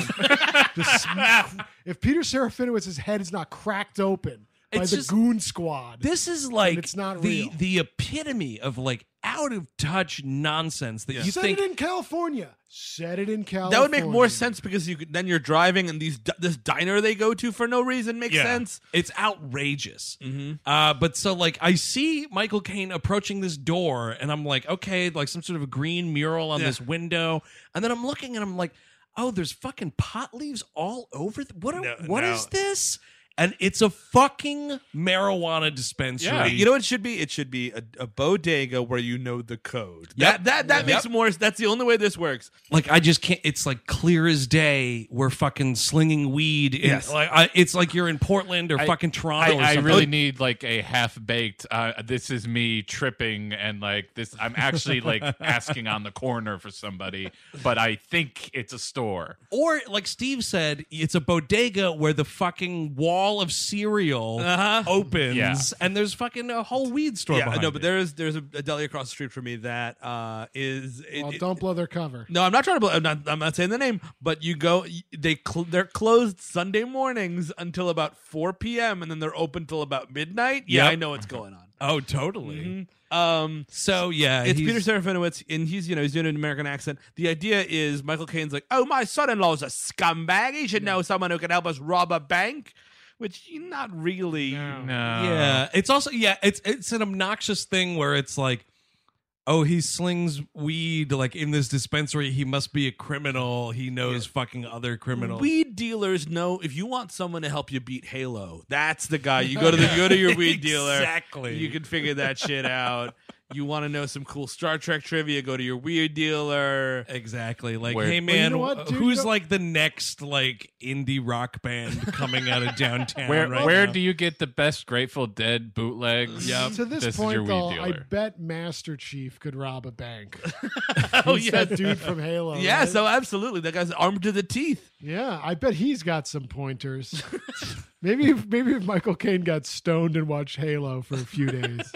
S3: The sm- if Peter Serafinowicz's head is not cracked open by
S6: It's
S3: the
S6: just-
S3: Goon Squad,
S6: this is like
S3: it's not
S6: the,
S3: real.
S6: the epitome of like out of touch nonsense that you
S3: set
S6: think
S3: it in California. Set it in California.
S7: That would make more sense because you could, then you're driving and these di- this diner they go to for no reason makes
S2: Yeah.
S7: sense.
S6: It's outrageous. Uh, but so, like, I see Michael Caine approaching this door, and I'm like, okay, like some sort of a green mural on this window. And then I'm looking and I'm like, oh, there's fucking pot leaves all over. Th- what? Are,
S2: No,
S6: what
S2: no.
S6: is this? And it's a fucking marijuana dispensary.
S1: Yeah.
S7: You know what it should be? It should be a, a bodega where you know the code.
S6: Yep.
S7: That that that makes more. That's the only way this works.
S6: like I just can't. It's like clear as day. We're fucking slinging weed. In,
S7: Yes.
S6: Like I, it's like you're in Portland or
S1: I-
S6: fucking Toronto. or
S1: I, I
S6: something.
S1: really need like a half baked. Uh, this is me tripping and like this. I'm actually like asking on the corner for somebody, but I think it's a store.
S6: Or like Steve said, it's a bodega where the fucking wall of cereal opens,
S1: Yeah.
S6: and there's fucking a whole weed store.
S7: Uh, Yeah,
S6: behind
S7: no, but
S6: it.
S7: there is there's a, a deli across the street from me that uh, is. it-
S3: Well,
S7: it-
S3: don't blow their cover.
S7: no, I'm not trying to. Blow, I'm not. I'm not saying the name, but you go. They cl- they're closed Sunday mornings until about 4 p.m. and then they're open till about midnight. Yeah,
S6: Yep.
S7: I know what's going on.
S6: oh, totally.
S7: Um,
S6: So yeah,
S7: it's
S6: he's-
S7: Peter Serafinowicz, and he's you know he's doing an American accent. The idea is Michael Caine's like, oh, my son-in-law is a scumbag. He should know someone who can help us rob a bank, which not really.
S1: No,
S6: Yeah, it's also yeah, it's it's an obnoxious thing where it's like, oh, he slings weed like in this dispensary. He must be a criminal. He knows fucking other criminals.
S7: Weed dealers know if you want someone to help you beat Halo, that's the guy. You go to the you go to your weed dealer.
S6: Exactly.
S7: You can figure that shit out. You want to know some cool Star Trek trivia? Go to your weed dealer.
S6: Exactly. Like,
S1: Where-
S6: hey
S3: you
S6: man,
S3: know what, dude?
S6: who's
S3: You know-
S6: like the next like indie rock band coming out of downtown?
S1: Where
S6: right
S1: where
S6: now?
S1: do you get the best Grateful Dead bootlegs?
S3: To this,
S1: this is your
S3: point,
S1: weed
S3: though, I
S1: dealer.
S3: bet Master Chief could rob a bank. oh yeah, that dude from Halo.
S7: Yeah,
S3: right?
S7: so absolutely, that guy's armed to the teeth.
S3: yeah, I bet he's got some pointers. maybe, if, maybe if Michael Caine got stoned and watched Halo for a few days.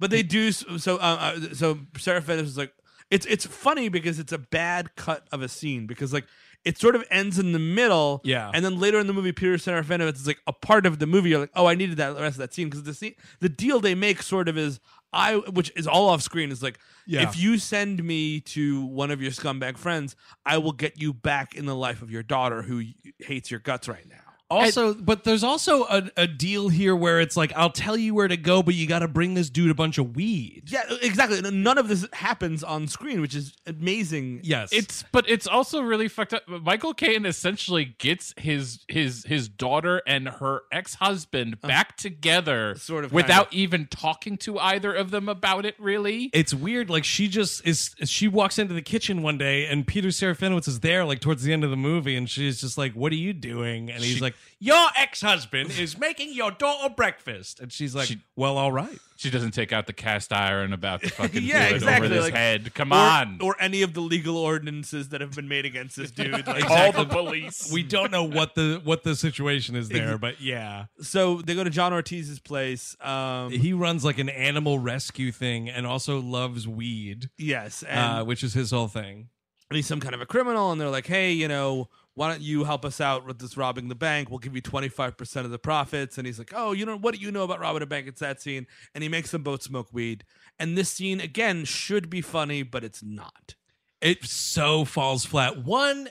S7: But they do so. So, uh, uh, so Sarah Fennis is like, it's it's funny because it's a bad cut of a scene because like it sort of ends in the middle.
S6: Yeah.
S7: And then later in the movie, Peter Serafinowicz is like a part of the movie. You're like, oh, I needed that the rest of that scene because the scene, the deal they make sort of is I, which is all off screen, is like,
S6: Yeah.
S7: if you send me to one of your scumbag friends, I will get you back in the life of your daughter who y- hates your guts right now.
S6: Also, but there's also a, a deal here where it's like, I'll tell you where to go, but you got to bring this dude a bunch of weed.
S7: Yeah, exactly. None of this happens on screen, which is amazing.
S6: Yes.
S1: It's but it's also really fucked up. Michael Caine essentially gets his his his daughter and her ex husband back together,
S7: Uh, Sort of, kind
S1: without
S7: of.
S1: even talking to either of them about it. Really,
S6: it's weird. Like she just is. She walks into the kitchen one day, and Peter Serafinowicz is there, like towards the end of the movie, and she's just like, "What are you doing?" And he's like, "Your ex-husband is making your daughter breakfast," and she's like,
S1: She-
S6: "Well, all right."
S1: she doesn't take out the cast iron about the fucking
S7: Yeah,
S1: hood
S7: exactly,
S1: over his
S7: like-
S1: head. Come
S7: or,
S1: on,
S7: or any of the legal ordinances that have been made against this dude. Like,
S1: call the police.
S6: We don't know what the what the situation is there, but yeah.
S7: so they go to John Ortiz's place. Um,
S6: he runs like an animal rescue thing and also loves weed
S7: yes, and
S6: uh, which is his whole thing
S7: he's some kind of a criminal, and they're like, "Hey, you know, why don't you help us out with this robbing the bank? We'll give you twenty five percent of the profits." And he's like, "Oh, you know what do you know about robbing a bank?" It's that scene, and he makes them both smoke weed. And this scene again should be funny, but it's not.
S6: it so falls flat one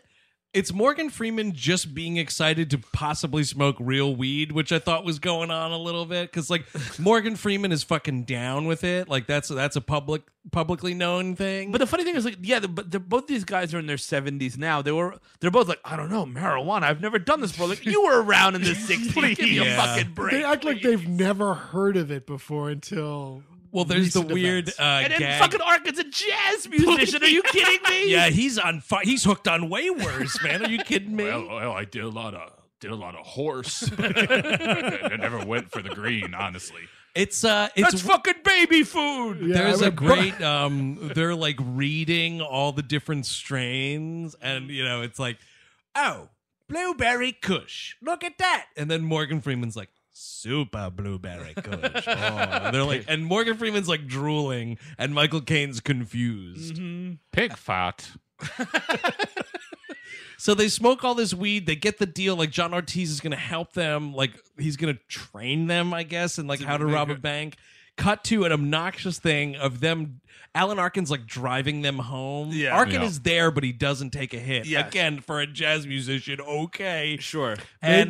S6: it's morgan freeman just being excited to possibly smoke real weed which i thought was going on a little bit because like morgan freeman is fucking down with it like that's that's a public publicly known thing
S7: But the funny thing is, like, yeah, the, but the, both these guys are in their seventies now. They were, they're both like, I don't know, marijuana. I've never done this before. Like, you were around in the sixties. Give me a
S6: Yeah.
S7: fucking break.
S3: they act like they've never heard of it before until
S6: Well, there's the
S3: recent
S6: weird
S3: events.
S6: uh,
S7: and then
S6: gag.
S7: fucking Arkin's a jazz musician. Are you kidding me?
S6: yeah, he's on fire. He's hooked on way worse, man. Are you kidding me?
S1: Well, uh, well, I did a lot of did a lot of horse. but I never went for the green, honestly.
S6: it's uh,
S7: That's
S6: it's
S7: fucking baby food.
S3: Yeah,
S6: there's
S3: I
S6: a
S3: would-
S6: great um they're like reading all the different strains and you know it's like oh blueberry kush look at that and then morgan freeman's like super blueberry kush oh. and they're like and morgan freeman's like drooling and michael caine's confused
S1: Pig fat.
S6: so they smoke all this weed they get the deal like john ortiz is gonna help them like he's gonna train them i guess and like how to rob a bank Cut to an obnoxious thing of them. Alan Arkin's like driving them home.
S7: Yeah.
S6: Arkin
S1: Yeah.
S6: is there, but he doesn't take a hit.
S7: Yes.
S6: Again, for a jazz musician, okay.
S7: Sure.
S6: And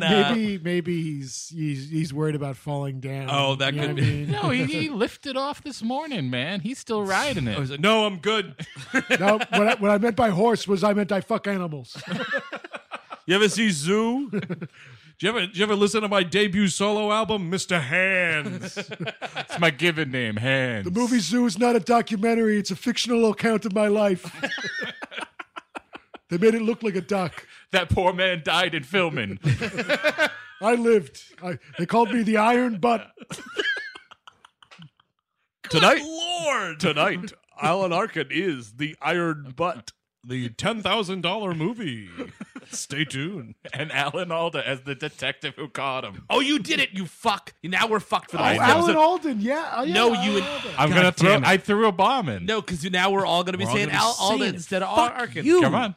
S3: May-
S6: uh,
S3: maybe maybe he's he's he's worried about falling down.
S6: Oh, that
S3: You
S6: could
S3: know what
S6: be-
S3: I mean?
S1: No, he, he lifted off this morning, man. He's still riding
S6: I was
S1: it.
S6: like, no, I'm good.
S3: no, what I, what I meant by horse was I meant I fuck animals.
S7: You ever see Zoo?
S6: Do you ever, do you ever listen to my debut solo album, Mr. Hands?
S1: It's my given name, hands.
S3: The movie Zoo is not a documentary; it's a fictional account of my life. they made it look like a doc.
S1: That poor man died in filming.
S3: I lived. I, they called me the Iron Butt.
S7: Tonight?
S6: Lord,
S7: Tonight, Alan Arkin is the Iron Butt.
S2: the ten thousand dollar movie. Stay tuned.
S1: and Alan Alda as the detective who caught him.
S7: Oh, you did it, you fuck. Now we're fucked for the
S1: I know.
S7: rest
S3: Oh,
S7: of the
S3: Alan
S7: episode.
S3: Alden, yeah. Oh, yeah,
S7: No,
S3: Alan
S7: you would-
S3: Alden.
S1: I'm
S2: God
S1: gonna throw.
S2: damn it.
S1: I threw a bomb in.
S7: No, because now we're all going to be
S2: We're all
S7: saying
S2: gonna be
S7: Al Alda
S6: saying it.
S7: instead of
S6: Fuck
S7: Al Arkin.
S6: you.
S1: come on.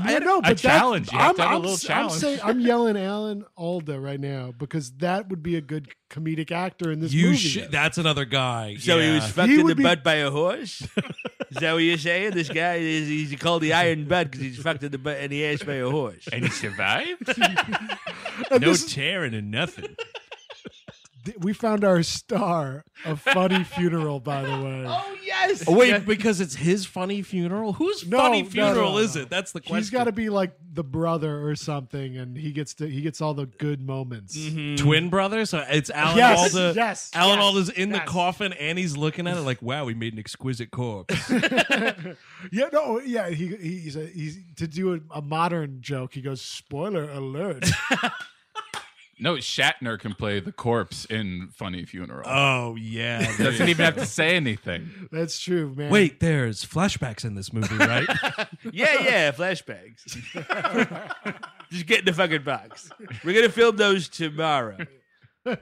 S3: I know,
S1: a
S3: but that-
S1: challenge. You have
S3: I'm,
S1: to have a
S3: I'm
S1: little
S3: s-
S1: challenge.
S3: I'm saying I'm yelling Alan Alda right now because that would be a good comedic actor in this
S6: you
S3: movie.
S6: should. That's another guy.
S7: So he was fucked
S3: He
S7: in
S3: would
S7: the
S3: be-
S7: butt by a horse? is that what you're saying? This guy is he's called the Iron Butt because he's fucked in the butt and the ass by a horse.
S1: And he survived.
S3: And
S2: No
S3: this is-
S2: tearing and nothing.
S3: th- we found our star of funny funeral, by the way.
S7: Oh yes.
S6: Oh, wait, because it's his funny funeral. Whose
S3: No,
S6: funny
S3: no, no,
S6: funeral
S3: no.
S6: is it? That's the question.
S3: He's got to be like the brother or something, and he gets to he gets all the good moments.
S6: twin brother. So it's Alan
S3: Yes,
S6: Alda.
S3: yes,
S6: Alan
S3: yes,
S6: Alda's in the
S3: yes.
S6: coffin, and he's looking at it like, "Wow, we made an exquisite corpse."
S3: Yeah, no, yeah. He he's a, he's to do a, a modern joke. He goes, "Spoiler alert!"
S1: no, Shatner can play the corpse in Funny Funeral.
S6: oh yeah.
S1: Doesn't even have to say anything.
S3: That's true, man.
S6: Wait, there's flashbacks in this movie, right?
S7: Yeah, yeah, flashbacks. Just get in the fucking box. We're gonna film those tomorrow. Um,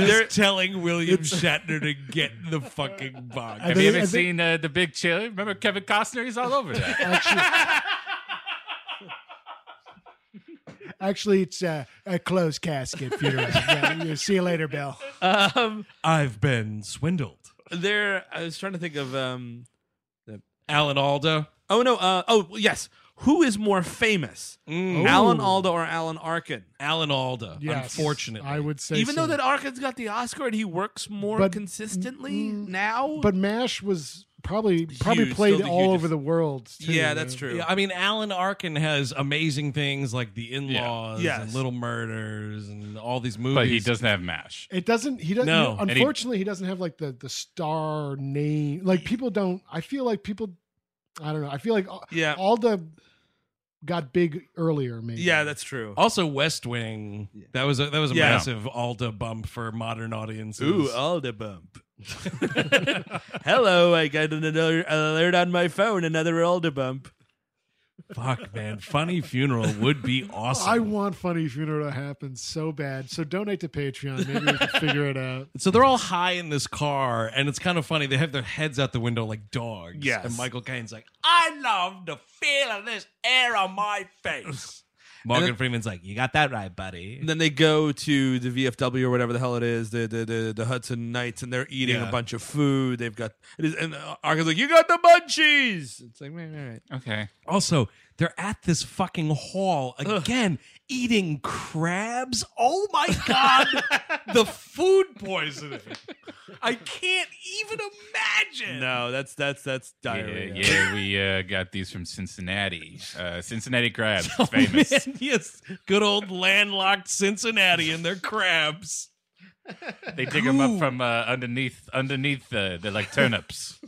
S6: They're
S7: there,
S6: telling William Shatner to get in the fucking box.
S1: Have
S3: think-
S1: you ever
S3: I think-
S1: seen uh, The Big Chill? Remember Kevin Costner? He's all over that.
S3: Actually, it's uh, a closed casket funeral. yeah, you- see you later, Bill.
S7: um,
S6: I've been swindled.
S7: there. I was trying to think of. Um,
S6: Alan Alda.
S7: oh no. Uh, oh yes. Who is more famous, Mm. Alan Alda or Alan Arkin?
S6: Alan Alda.
S3: Yes,
S6: unfortunately,
S3: I would say
S7: Even
S3: so.
S7: though that Arkin's got the Oscar and he works more
S3: But-
S7: consistently
S3: mm,
S7: now.
S3: But Mash was probably probably
S7: Huge,
S3: played
S7: still the
S3: all
S7: hugest-
S3: over the world. too,
S7: yeah, that's
S3: right?
S7: true.
S6: Yeah, I mean, Alan Arkin has amazing things like The In Laws
S7: Yes.
S6: and Little Murders and all these movies.
S1: But he doesn't have MASH.
S3: It doesn't. He doesn't.
S6: No,
S3: you know,
S1: and he-
S3: unfortunately, he, doesn't have like the the star name. Like people don't. I feel like people. I don't know. I feel like all,
S7: Yeah.
S3: all the got big earlier. Maybe.
S7: yeah, that's true.
S6: Also, West Wing. That was a, that was a
S7: Yeah.
S6: massive Alda bump for modern audiences.
S7: Ooh, uh, Alda bump. Hello, I got an alert alert on my phone. Another Alda bump.
S6: fuck, man! Funny funeral would be awesome.
S3: I want funny funeral to happen so bad. So donate to Patreon. Maybe we can figure it out.
S6: so they're all high in this car, and it's kind of funny. They have their heads out the window like dogs.
S7: Yes.
S6: And Michael Caine's like, "I love the feel of this air on my face." Morgan
S7: then-
S6: Freeman's like, "You got that right, buddy."
S7: And then they go to the VFW or whatever the hell it is, the the the, the Hudson Knights, and they're eating
S6: Yeah.
S7: a bunch of food. They've got it is, and uh, Arkin's like, "You got the munchies." It's like, man, all right.
S1: Okay.
S6: Also, they're at this fucking hall again eating crabs. Oh my god, the food poisoning. I can't even imagine.
S1: Oh,
S7: No, that's that's that's diarrhea.
S1: Yeah, yeah, we uh, got these from Cincinnati. Uh, Cincinnati crabs, famous.
S6: Man, yes, good old landlocked Cincinnati and their crabs.
S1: They dig them up from uh, underneath, underneath the, the like turnips.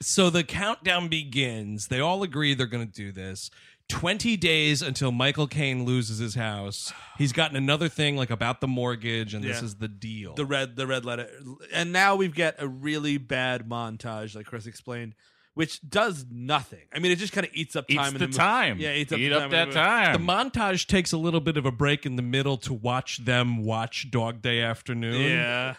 S6: So the countdown begins. They all agree they're going to do this. 20 days until Michael Caine loses his house. He's gotten another thing like about the mortgage, and this
S7: Yeah.
S6: is the deal.
S7: the red the red letter and now we've got a really bad montage like chris explained which does nothing i mean it just kind of eats up
S1: Eats
S7: time
S1: the
S7: in movie.
S1: time.
S7: yeah eats up,
S1: Eat
S7: the
S1: up
S7: time in
S1: that
S7: the movie.
S1: time.
S6: The montage takes a little bit of a break in the middle to watch them watch Dog Day Afternoon.
S7: yeah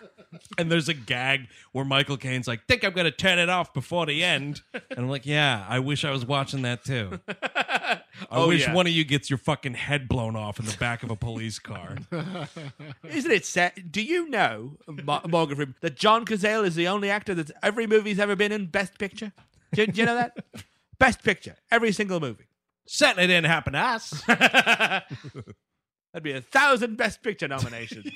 S6: And there's a gag where Michael Caine's like, think I'm going to turn it off before the end. And I'm like, yeah, I wish I was watching that too. I wish
S7: Oh, yeah.
S6: one of you gets your fucking head blown off in the back of a police car.
S7: isn't it sad do you know Mo- morgan freeman that john cazale is the only actor that's every movie he's ever been in best picture do, do you know that best picture every single movie
S6: Certainly didn't happen to us.
S7: that'd be a thousand best picture nominations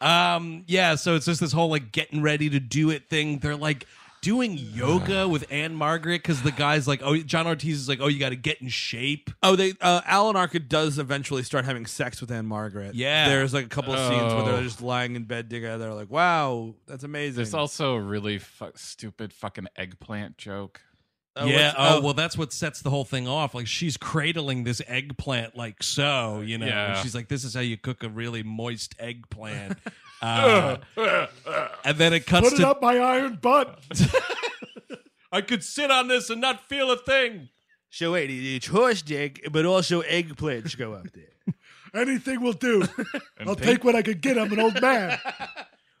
S6: Um, yeah, so it's just this whole like getting ready to do it thing. They're like doing yoga with Anne Margaret because the guy's like, oh, John Ortiz is like, oh, you got to get in shape.
S7: Oh, they uh, Alan Arkin does eventually start having sex with Anne Margaret.
S6: Yeah.
S7: there's like a couple of scenes where they're
S1: Oh.
S7: just lying in bed together. Like, wow, that's amazing.
S1: There's also a really fu- stupid fucking eggplant joke.
S7: Oh,
S6: yeah.
S7: what's-
S6: Oh, well, that's what sets the whole thing off. Like she's cradling this eggplant, like so, you know.
S1: Yeah.
S6: And she's like, "This is how you cook a really moist eggplant." uh, and then it cuts
S3: Put it
S6: to,
S3: up my iron butt.
S6: "I could sit on this and not feel a thing."
S7: so wait, he eats horse dick, but also eggplants go up there.
S3: Anything will do. I'll take what I can get. I'm an old man.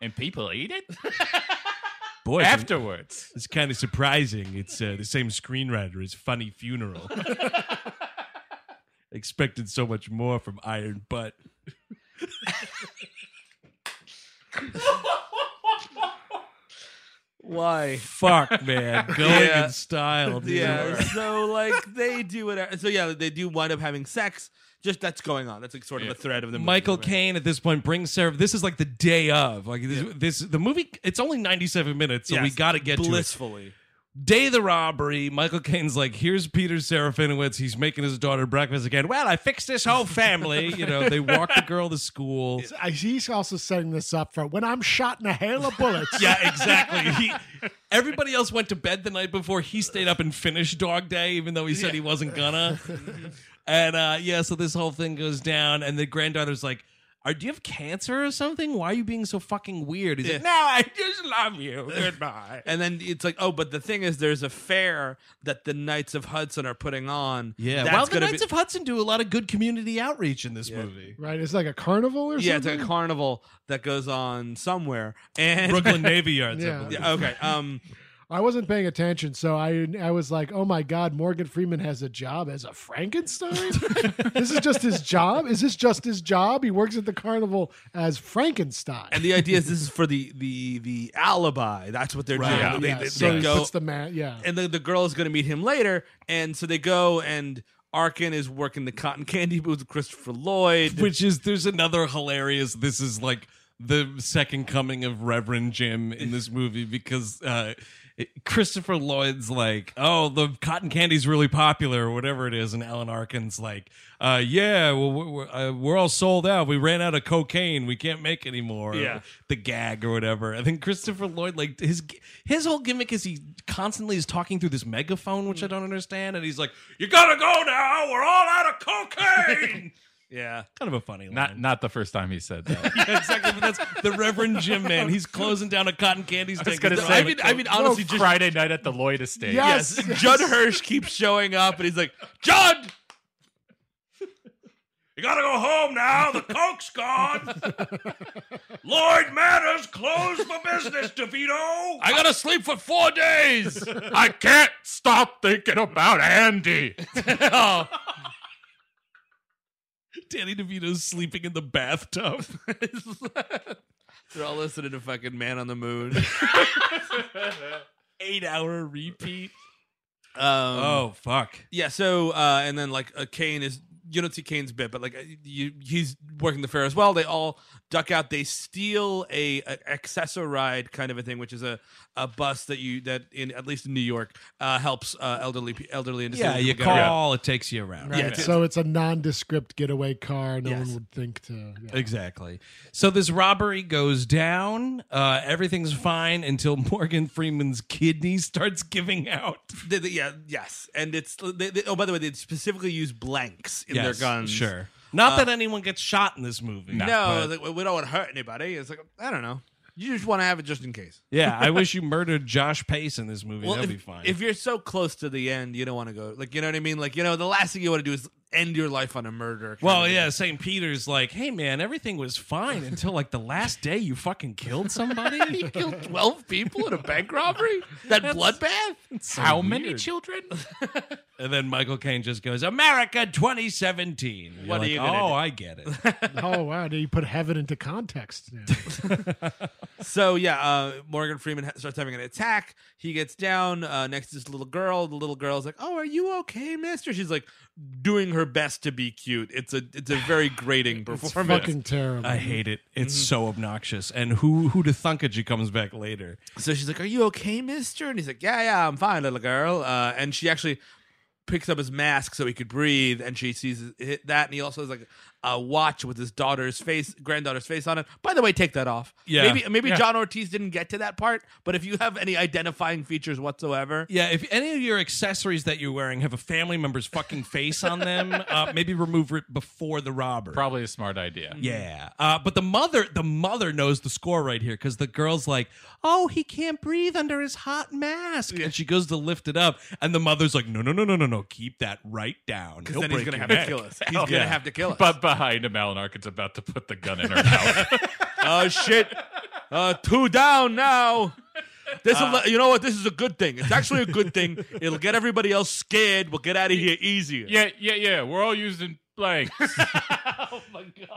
S1: And people eat it
S6: Boy, it's-
S1: afterwards.
S6: it's kind of surprising. It's uh, the same screenwriter as Funny Funeral. Expected so much more from Iron Butt.
S7: Why?
S6: Fuck, man, going
S7: Yeah.
S6: in style. Dude.
S7: Yeah. so like they do it. So yeah, they do wind up having sex. Just that's going on. That's like sort of a thread of the movie.
S6: Michael
S7: Right.
S6: Caine at this point brings Sarah. This is like the day of. Like this, this the movie. It's only ninety seven minutes, so we
S7: Yes,
S6: got to get to
S7: blissfully.
S6: it. Day of the robbery. Michael Caine's like, here's Peter Serafinowicz. He's making his daughter breakfast again. Well, I fixed this whole family. you know, they walk the girl to school.
S3: I- He's also setting this up for when I'm shot in a hail of bullets.
S6: Yeah, exactly. He, everybody else went to bed the night before. He stayed up and finished Dog Day, even though he said he wasn't gonna. and uh, yeah, so this whole thing goes down, and the granddaughter's like, "Are do you have cancer or something? Why are you being so fucking weird?" He's like, "No, I just love you. Goodbye."
S7: And then it's like, oh, but the thing is, there's a fair that the Knights of Hudson are putting on.
S6: Yeah,
S7: That's
S6: well, the
S7: gonna
S6: Knights
S7: be-
S6: of Hudson do a lot of good community outreach in this movie.
S3: Right? It's like a carnival or
S7: yeah, it's
S3: something.
S7: like a carnival that goes on somewhere. And
S6: Brooklyn Navy Yards. I
S3: Yeah.
S6: believe.
S7: Yeah, okay. Um,
S3: I wasn't paying attention, so I I was like, "Oh my God, Morgan Freeman has a job as a Frankenstein. this is just his job. Is this just his job? He works at the carnival as Frankenstein."
S7: and the idea is this is for the the the alibi. That's what they're doing.
S1: Yeah.
S7: They,
S3: yeah,
S7: they-
S3: so
S7: they
S3: he
S7: go,
S3: puts the man. Yeah,
S7: and then the girl is going to meet him later, and so they go and. Arkin is working the cotton candy booth with Christopher Lloyd.
S6: Which is there's another hilarious. This is like the second coming of Reverend Jim in this movie because uh, it- Christopher Lloyd's like, oh, the cotton candy's really popular or whatever it is, and Alan Arkin's like, uh, yeah, well, we're, we're, uh, we're all sold out. We ran out of cocaine. We can't make anymore.
S7: Yeah.
S6: the gag or whatever. And then Christopher Lloyd, like his his whole gimmick is he constantly is talking through this megaphone, which I don't understand, and he's like, you gotta go now. We're all out of cocaine.
S7: yeah,
S6: kind of a funny line.
S1: Not not the first time he said that.
S6: Yeah, exactly. But that's the Reverend Jim man. He's closing down a cotton candy stand.
S1: gonna
S6: He's
S1: say-
S6: like,
S7: I mean, I mean, honestly, just
S1: Friday night at the Lloyd Estate.
S3: Yes.
S7: Judd Hirsch keeps showing up, and he's like, "Judd,
S2: You gotta go home now. The coke's gone. Lloyd Matters closed for business, DeVito.
S1: I gotta sleep for four days. I can't stop thinking about Andy.
S6: Danny DeVito's sleeping in the bathtub.
S7: They're all listening to fucking Man on the Moon.
S6: Eight hour repeat.
S7: Um,
S6: Oh, fuck.
S7: yeah. So uh, and then like uh, Kane is you don't see Kane's bit, but like uh, you, he's working the fair as well. They all duck out. They steal a, a accessor ride kind of a thing, which is a, a bus that you that in at least in New York uh, helps uh, elderly pe- elderly and
S6: Yeah,
S7: disabled
S6: you
S7: people get around.
S6: call, it takes you around.
S3: Right. So it's a nondescript getaway car. No one would think to. yeah.
S6: Exactly. So this robbery goes down. Uh, everything's fine until Morgan Freeman's kidney starts giving out.
S7: They- they- yeah, yes, and it's they, they, oh by the way, they specifically use blanks in their guns. Uh,
S6: Sure. Not that anyone gets shot in this movie.
S7: No, like, we don't want to hurt anybody. It's like I don't know. You just want to have it just in case.
S6: Yeah, I wish you murdered Josh Pace in this movie.
S7: Well,
S6: That'd
S7: if,
S6: be fine.
S7: if you're so close to the end, you don't want to go. Like, you know what I mean? Like, you know, the last thing you want to do is end your life on a murder. kind
S6: well,
S7: of
S6: yeah, St. Peter's like, hey, man, everything was fine until like the last day you fucking killed somebody. you killed 12 people in a bank robbery? That bloodbath?
S1: How many children?
S6: And then Michael Caine just goes, America 2017. You're
S7: What are
S6: like,
S7: you gonna
S6: Oh,
S7: do?
S6: I get it.
S3: Oh wow! Now you put heaven into context. Now.
S7: So yeah, uh, Morgan Freeman ha- starts having an attack. He gets down uh, next to this little girl. The little girl's like, "Oh, are you okay, Mister?" She's like doing her best to be cute. It's a it's a very grating performance.
S3: Fucking terrible.
S6: I hate it. It's
S7: Mm-hmm.
S6: so obnoxious. And who who to thunk it? She comes back later.
S7: So she's like, "Are you okay, Mister?" And he's like, "Yeah, yeah, I'm fine, little girl." Uh, and she actually picks up his mask so he could breathe, and she sees it- that, and he also has like a watch with his daughter's face, granddaughter's face on it. By the way, take that off.
S6: Yeah.
S7: maybe maybe
S6: Yeah.
S7: John Ortiz didn't get to that part, but if you have any identifying features whatsoever,
S6: Yeah, if any of your accessories that you're wearing have a family member's fucking face on them, uh, maybe remove it before the robber.
S1: Probably a smart idea.
S6: Yeah, uh, but the mother, the mother knows the score right here because the girl's like, "Oh, he can't breathe under his hot mask," and she goes to lift it up, and the mother's like, "No, no, no, no, no, no, keep that right down." He'll
S7: then he's
S6: break
S7: gonna
S6: your
S7: have to
S6: neck."
S7: kill us. He's gonna
S6: yeah.
S7: have to kill us.
S1: But behind him, Alan Arkin's about to put the gun in her mouth.
S7: oh shit, uh, two down now. This
S6: Uh,
S7: will you know what? This is a good thing. It's actually a good thing. It'll get everybody else scared. We'll get out of here easier.
S1: yeah, yeah, yeah. We're all using blanks.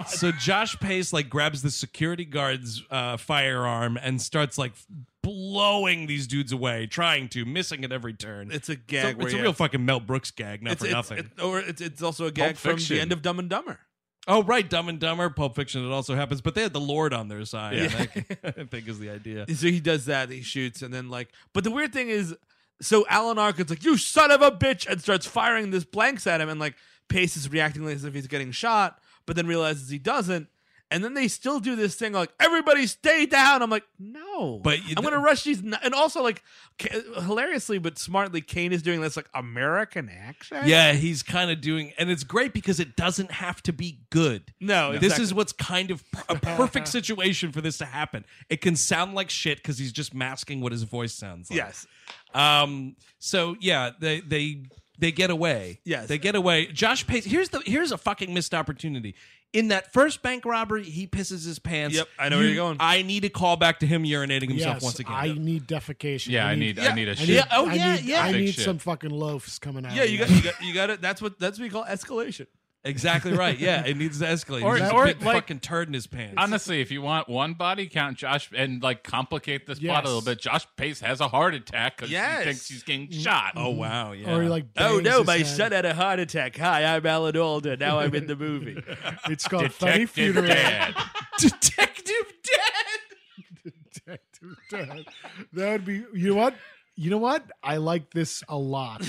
S6: So Josh Pace like grabs the security guard's uh, firearm and starts like blowing these dudes away, trying to, missing at every turn.
S7: It's a
S6: It's a-
S7: gag.
S6: it's a,
S7: where you
S6: real
S7: have-
S6: fucking Mel Brooks gag, not
S7: it's,
S6: for
S7: it's,
S6: nothing.
S7: It, or it's, it's also a gag from
S1: Fiction.
S7: the end of Dumb and Dumber.
S6: oh right, Dumb and Dumber, Pulp Fiction. It also happens, but they had the Lord on their side. I,
S7: Yeah.
S6: think, I think is the idea.
S7: So he does that. He shoots, and then like, but the weird thing is, so Alan Arkin's like, "You son of a bitch," and starts firing this blanks at him, and like Pace is reacting as if he's getting shot, but then realizes he doesn't. And then they still do this thing like everybody stay down. I'm like, no,
S6: But you-
S7: I'm gonna rush these. n- And also like, K- hilariously but smartly, Kane is doing this like American accent.
S6: Yeah, he's kind of doing, and it's great because it doesn't have to be good.
S7: No,
S6: this
S7: exactly.
S6: is what's kind of per- a perfect situation for this to happen. It can sound like shit because he's just masking what his voice sounds like.
S7: yes,
S6: Um. So yeah, they they they get away.
S7: Yes.
S6: they get away. Josh Pace. Here's the here's a fucking missed opportunity. In that first bank robbery, he pisses his pants.
S7: Yep, I know where
S6: You-
S7: you're going.
S6: I need to call back to him urinating himself
S3: Yes,
S6: once again.
S3: I need defecation.
S1: Yeah, I need, I need a
S3: I
S1: shit.
S3: need,
S6: Yeah, oh,
S3: I
S6: yeah,
S3: need-
S6: yeah.
S3: I
S1: Big
S3: need
S1: shit.
S3: some fucking loafs coming out.
S7: yeah,
S3: of
S7: you
S3: that.
S7: got, you got, you got it. That's what that's what you call escalation.
S6: exactly right. Yeah, it needs to escalate.
S1: Or-
S6: He's just
S1: or,
S6: a big
S1: like-
S6: fucking turd in his pants.
S1: Honestly, if you want one body count, Josh, and like complicate this plot a
S3: Yes.
S1: little bit, Josh Pace has a heart attack because
S7: Yes.
S1: he thinks he's getting shot.
S6: oh wow. Yeah.
S3: Or he, like
S7: Oh
S3: bangs
S7: no,
S3: his
S7: my
S3: head.
S7: son had a heart attack. Hi, I'm Alan Alda. Now I'm in the movie.
S3: It's called Funny
S1: Detective
S3: Funeral.
S1: Dad.
S6: Detective Dead.
S3: Detective Dad. That would be. You know what? You know what? I like this a lot.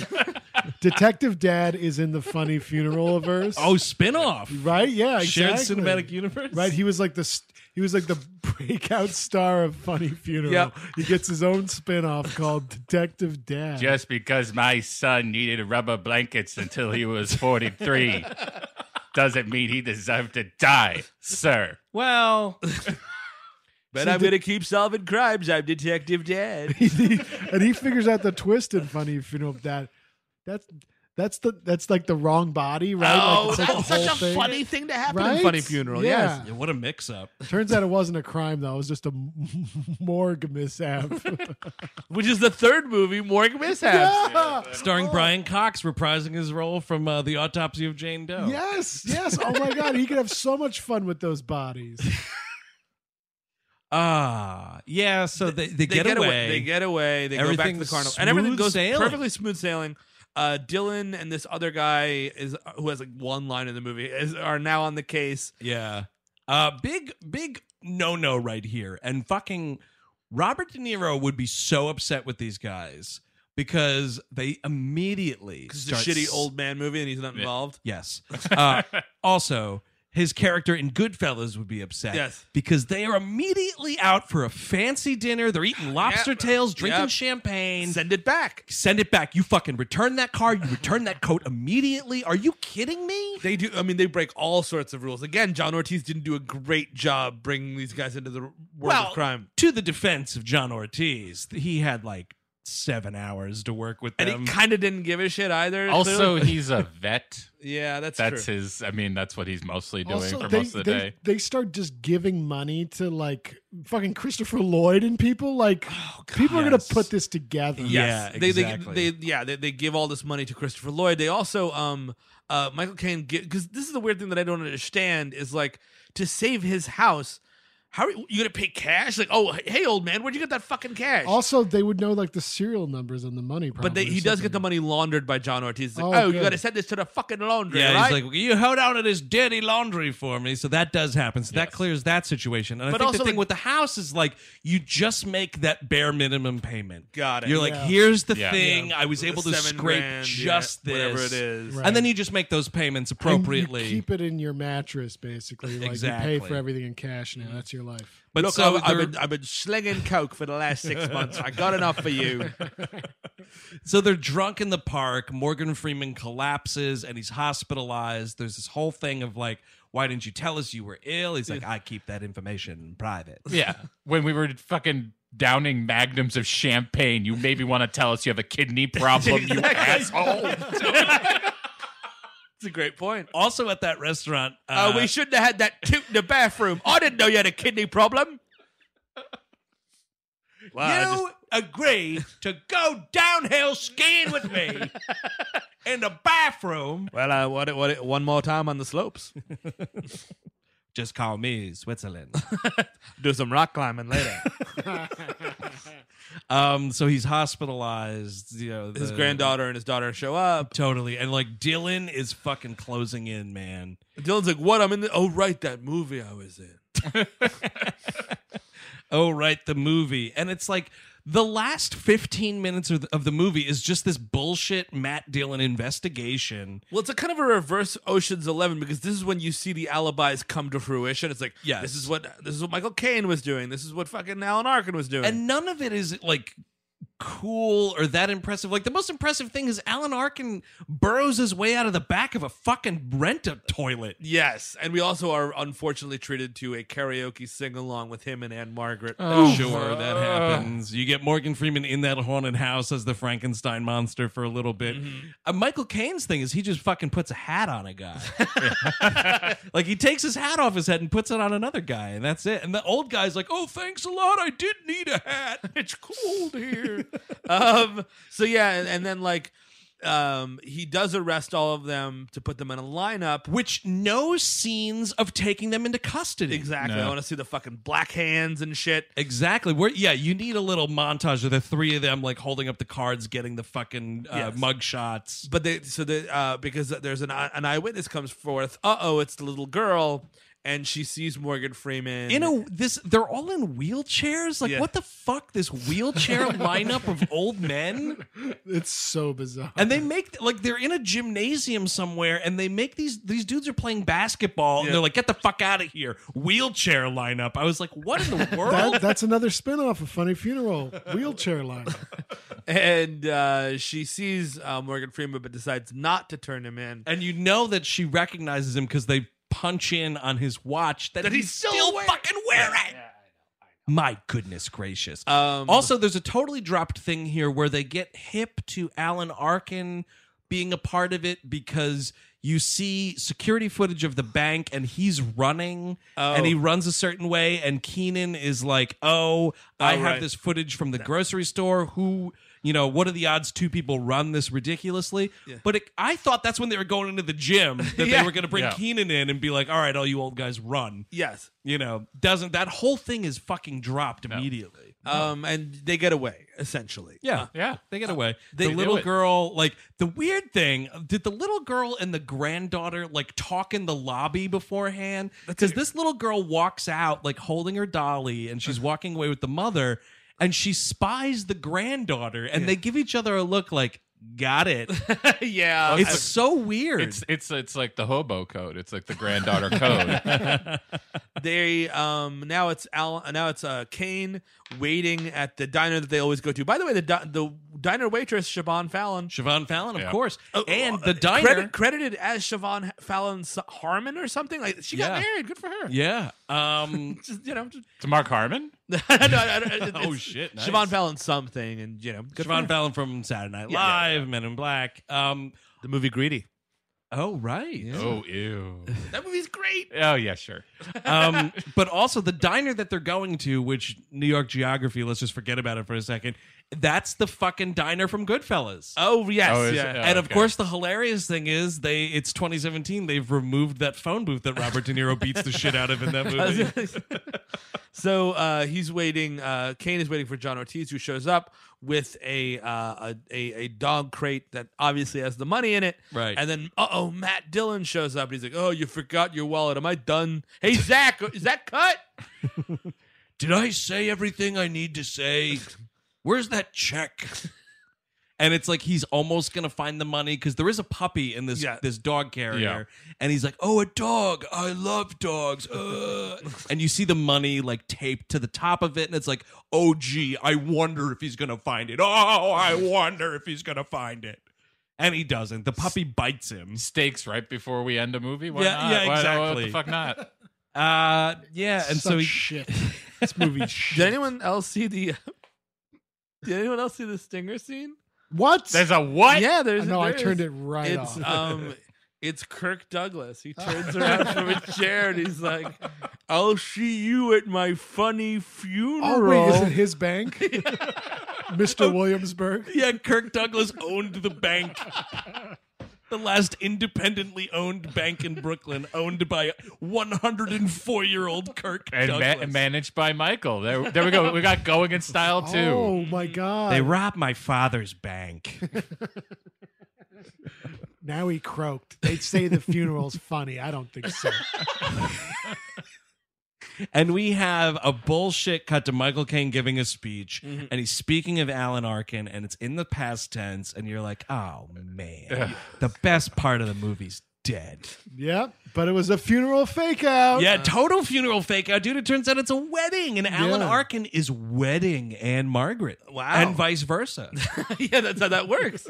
S3: Detective Dad is in the Funny Funeral verse.
S6: Oh, spinoff.
S3: right. Yeah.
S6: Shared
S3: Exactly.
S6: cinematic universe.
S3: Right, he was like the st- he was like the breakout star of Funny Funeral.
S7: Yep.
S3: He gets his own spin-off called Detective Dad.
S1: Just because my son needed rubber blankets until he was 43 doesn't mean he deserved to die, sir.
S6: Well,
S7: But
S3: See,
S7: I'm
S3: the-
S7: gonna keep solving crimes. I'm Detective Dad.
S3: and he figures out the twist in Funny Funeral Dad. That's that's the that's like the wrong body, right? like it's like the whole thing.
S7: thing to happen
S3: Right? Yeah.
S6: yeah, what a mix-up.
S3: Turns out it wasn't a crime though; it was just a morgue mishap.
S7: Which is the third movie, Morgue Mishaps.
S6: starring Brian Cox reprising his role from uh, The Autopsy of Jane Doe.
S3: Yes, yes. Oh my God, he could have so much fun with those bodies.
S6: Ah, yeah. So they, they,
S7: They
S6: get, away.
S7: They get away. They go back to the
S6: Everything's
S7: carnival, and everything
S6: smooth
S7: goes
S6: sailing.
S7: perfectly smooth sailing. uh, Dylan and this other guy is who has like one line in the movie is, are now on the case.
S6: Yeah. Uh big big no no right here. And fucking Robert De Niro would be so upset with these guys because they immediately
S7: It's a
S6: start
S7: shitty
S6: s-
S7: old man movie, and he's not involved.
S6: Yes. Uh, also, his character in Goodfellas would be upset.
S7: Yes.
S6: Because they are immediately out for a fancy dinner. They're eating lobster tails, drinking
S7: Yep.
S6: champagne.
S7: Send it back.
S6: Send it back. You fucking return that car. You return that coat immediately. Are you kidding me?
S7: They do. I mean, they break all sorts of rules. Again, John Ortiz didn't do a great job bringing these guys into the world of crime.
S6: To the defense of John Ortiz, he had like seven hours to work with
S7: And
S6: them.
S7: he kind of didn't give a shit either.
S1: Also,
S7: clearly.
S1: he's a vet.
S7: yeah, that's
S1: That's
S7: true.
S1: his. I mean, that's what he's mostly doing
S3: Also,
S1: for
S3: they,
S1: most of the
S3: they,
S1: day.
S3: they start just giving money to like fucking Christopher Lloyd and people. Like people are gonna
S6: yes.
S3: put this together.
S7: Oh, Yes.
S6: Yeah,
S7: they, they-
S6: exactly.
S7: They, yeah, they, they give all this money to Christopher Lloyd. They also, um, uh, Michael Caine, because this is the weird thing that I don't understand is like to save his house. How are you, you gonna pay cash? Like, oh, hey, old man, where'd you get that fucking cash?
S3: Also, they would know like the serial numbers on the money. Probably,
S7: but they,
S3: or
S7: he does get the
S3: something.
S7: money laundered by John Ortiz. It's like,
S3: Oh,
S7: oh, you
S3: good.
S7: got to send this to the fucking laundry.
S6: yeah,
S7: right?
S6: he's like, you hold on to this dirty laundry for me. So that does happen. So that clears that situation. And
S7: But
S6: I think
S7: also,
S6: the thing
S7: like-
S6: with the house is like, you just make that bare minimum payment.
S7: Got it.
S6: You're like,
S3: Yeah.
S6: here's the
S1: Yeah.
S6: thing. I was
S7: The
S6: able to
S7: seven
S6: scrape
S7: grand, yeah,
S6: just
S7: whatever
S6: this.
S7: it is.
S3: Right.
S6: And then you just make those payments
S3: And you
S6: appropriately.
S3: keep it in your mattress, basically. Like you pay for
S6: Exactly.
S3: everything in cash now. That's your life.
S6: but
S7: Look,
S6: so
S7: I've, I've
S6: they're-
S7: been, I've been slinging coke for the last six months. I got enough for you.
S6: So they're drunk in the park. Morgan Freeman collapses and he's hospitalized. There's this whole thing of like, why didn't you tell us you were ill? He's like, I keep that information private.
S1: Yeah, when we were fucking downing magnums of champagne, you maybe want to tell us you have a kidney problem, you asshole.
S7: It's a great point.
S6: Also at that restaurant,
S7: Uh,
S6: uh,
S7: we shouldn't have had that toot in the bathroom. I didn't know you had a kidney problem. Wow, I
S6: you agree to go downhill skiing with me in the bathroom.
S7: well, uh, what, what, one more time on the slopes.
S6: Just call me Switzerland.
S7: Do some rock climbing later.
S6: um, so he's hospitalized. You know,
S7: his
S6: the-
S7: granddaughter and his daughter show up.
S6: Totally, and like Dylan is fucking closing in, man.
S7: Dylan's like, "What? I'm in the oh right, that movie I was in."
S6: oh right the movie and it's like the last 15 minutes of the, of the movie is just this bullshit matt dillon investigation
S7: Well, it's a kind of a reverse Ocean's Eleven because this is when you see the alibis come to fruition. It's like,
S6: Yes.
S7: this is what this is what Michael Caine was doing. This is what fucking Alan Arkin was doing.
S6: and none of it is like cool or that impressive like the most impressive thing is alan arkin burrows his way out of the back of a fucking rent a toilet
S7: Yes, and we also are unfortunately treated to a karaoke sing along with him and Anne Margaret.
S6: Oh. sure that happens you get morgan freeman in that haunted house as the frankenstein monster for a little bit
S7: Mm-hmm.
S6: uh, michael caine's thing is he just fucking puts a hat on a guy like he takes his hat off his head and puts it on another guy and that's it and the old guy's like oh thanks a lot i did need a hat
S7: it's cold here. um, so yeah, and, and then like um, he does arrest all of them to put them in a lineup.
S6: which no scenes of taking them into custody
S7: Exactly. I want to see the fucking black hands and shit.
S6: Exactly. Where yeah, you need a little montage of the three of them like holding up the cards, getting the fucking uh,
S7: Yes.
S6: mug shots.
S7: But they so the uh, because there's an eye- an eyewitness comes forth. Uh oh, it's the little girl, and she sees Morgan Freeman
S6: in a this they're all in wheelchairs like
S7: Yeah.
S6: what the fuck this wheelchair lineup of old men
S3: It's so bizarre.
S6: and they make like they're in a gymnasium somewhere and they make these these dudes are playing basketball
S7: Yeah.
S6: and they're like get the fuck out of here wheelchair lineup i was like what in the world
S3: That, that's another spinoff of Funny Funeral Wheelchair Line.
S7: and uh, she sees uh, Morgan Freeman, but decides not to turn him in.
S6: and you know that she recognizes him because they punch in on his watch that,
S7: That
S6: he's,
S7: he's
S6: still,
S7: still wearing.
S6: fucking wearing my goodness gracious
S7: Um,
S6: Also, there's a totally dropped thing here where they get hip to Alan Arkin being a part of it because you see security footage of the bank and he's running and
S7: Oh.
S6: he runs a certain way and Keenan is like, "Oh, I have
S7: right.
S6: this footage from the grocery store who you know what are the odds two people run this ridiculously but it, i thought that's when they were going into the gym that
S7: Yeah.
S6: they were going to bring
S1: Yeah.
S6: keenan in and be like all right all you old guys run
S7: Yes.
S6: you know doesn't that whole thing is fucking dropped immediately
S7: Um, and they get away essentially.
S6: Oh. yeah Uh,
S1: Yeah.
S6: they get away
S7: they
S6: the
S7: do
S6: little
S1: it.
S6: girl like the weird thing did the little girl and the granddaughter like talk in the lobby beforehand because this little girl walks out like holding her dolly and she's walking away with the mother and she spies the granddaughter and they give each other a look like got it
S7: yeah.
S6: it's so weird
S1: It's it's it's like the hobo code. It's like the granddaughter code.
S7: they um now it's Al now it's uh Kane waiting at the diner that they always go to. By the way, the di- the diner waitress Siobhan Fallon.
S6: Siobhan Fallon, of
S1: Yeah.
S6: course, and the
S7: uh,
S6: diner.
S7: credit- credited as Siobhan Fallon S- Harmon or something like she got
S6: Yeah.
S7: married. Good for her.
S6: yeah, um,
S7: Just, you know, just,
S1: to Mark Harmon.
S7: no, I don't- it's-
S1: Oh,
S7: it's
S1: shit, nice.
S7: Siobhan Fallon something, and you know, good for her.
S6: Siobhan Fallon from Saturday Night
S7: Yeah,
S6: Live, Men in Black. Um,
S7: the movie Greedy.
S6: oh right.
S1: Oh ew.
S7: That movie's great.
S1: Oh yeah, sure.
S6: um, but also the diner that they're going to, which New York geography, let's just forget about it for a second. That's the fucking diner from Goodfellas.
S7: Oh yes,
S1: Oh, is it?
S7: yeah.
S1: Oh,
S6: and of
S1: okay.
S6: course, the hilarious thing is they it's 2017. They've removed that phone booth that Robert De Niro beats the shit out of in that movie.
S7: so uh, he's waiting. Uh, Kane is waiting for John Ortiz, who shows up with a, uh, a a a dog crate that obviously has the money in it.
S6: Right.
S7: And then, uh oh, Matt Dillon shows up. and He's like, "Oh, you forgot your wallet. Am I done? Hey, Zach, is that cut?
S6: Did I say everything I need to say? Where's that check? And it's like he's almost gonna find the money because there is a puppy in this
S7: Yeah.
S6: this dog carrier, and he's like, "Oh, a dog! I love dogs!" Uh. and you see the money like taped to the top of it, and it's like, "Oh, gee, I wonder if he's gonna find it. Oh, I wonder if he's gonna find it." And he doesn't. The puppy bites him.
S1: Stakes right before we end a movie. Why
S6: Yeah,
S1: not?
S6: yeah,
S1: Why- What
S6: exactly.
S1: the fuck not?
S6: Uh, yeah, and so
S3: Such
S6: he,
S3: shit. This movie's shit.
S7: Did anyone else see the? did anyone else see the stinger scene?
S3: What?
S1: There's a what?
S7: Yeah, there's.
S3: no, I
S7: there
S3: turned
S7: is.
S3: it right
S7: it's
S3: off.
S7: um it's Kirk Douglas. He turns around from a chair and he's like, "I'll see you at my
S3: oh,
S7: funny
S3: wait, is
S7: funeral."
S3: it his bank? Mr. Williamsburg?
S6: Yeah, Kirk Douglas owned the bank. The last independently owned bank in Brooklyn, owned by 104 year old Kirk
S1: And ma-
S6: Douglas.
S1: managed by Michael. There, there we go. We got going in style too.
S3: Oh, my God.
S6: they robbed my father's bank.
S3: now he croaked. They'd say the funeral's funny. I don't think so.
S6: and we have a bullshit cut to Michael Caine giving a speech, and he's speaking of Alan Arkin, and it's in the past tense, and you're like, oh man, the best part of the movie's dead.
S3: Yep, but it was a funeral fake out.
S6: Yeah, total funeral fake out, dude. It turns out it's a wedding, and Alan
S3: Yeah.
S6: Arkin is wedding Anne Margaret.
S7: Wow.
S6: And vice versa.
S7: yeah, that's how that works.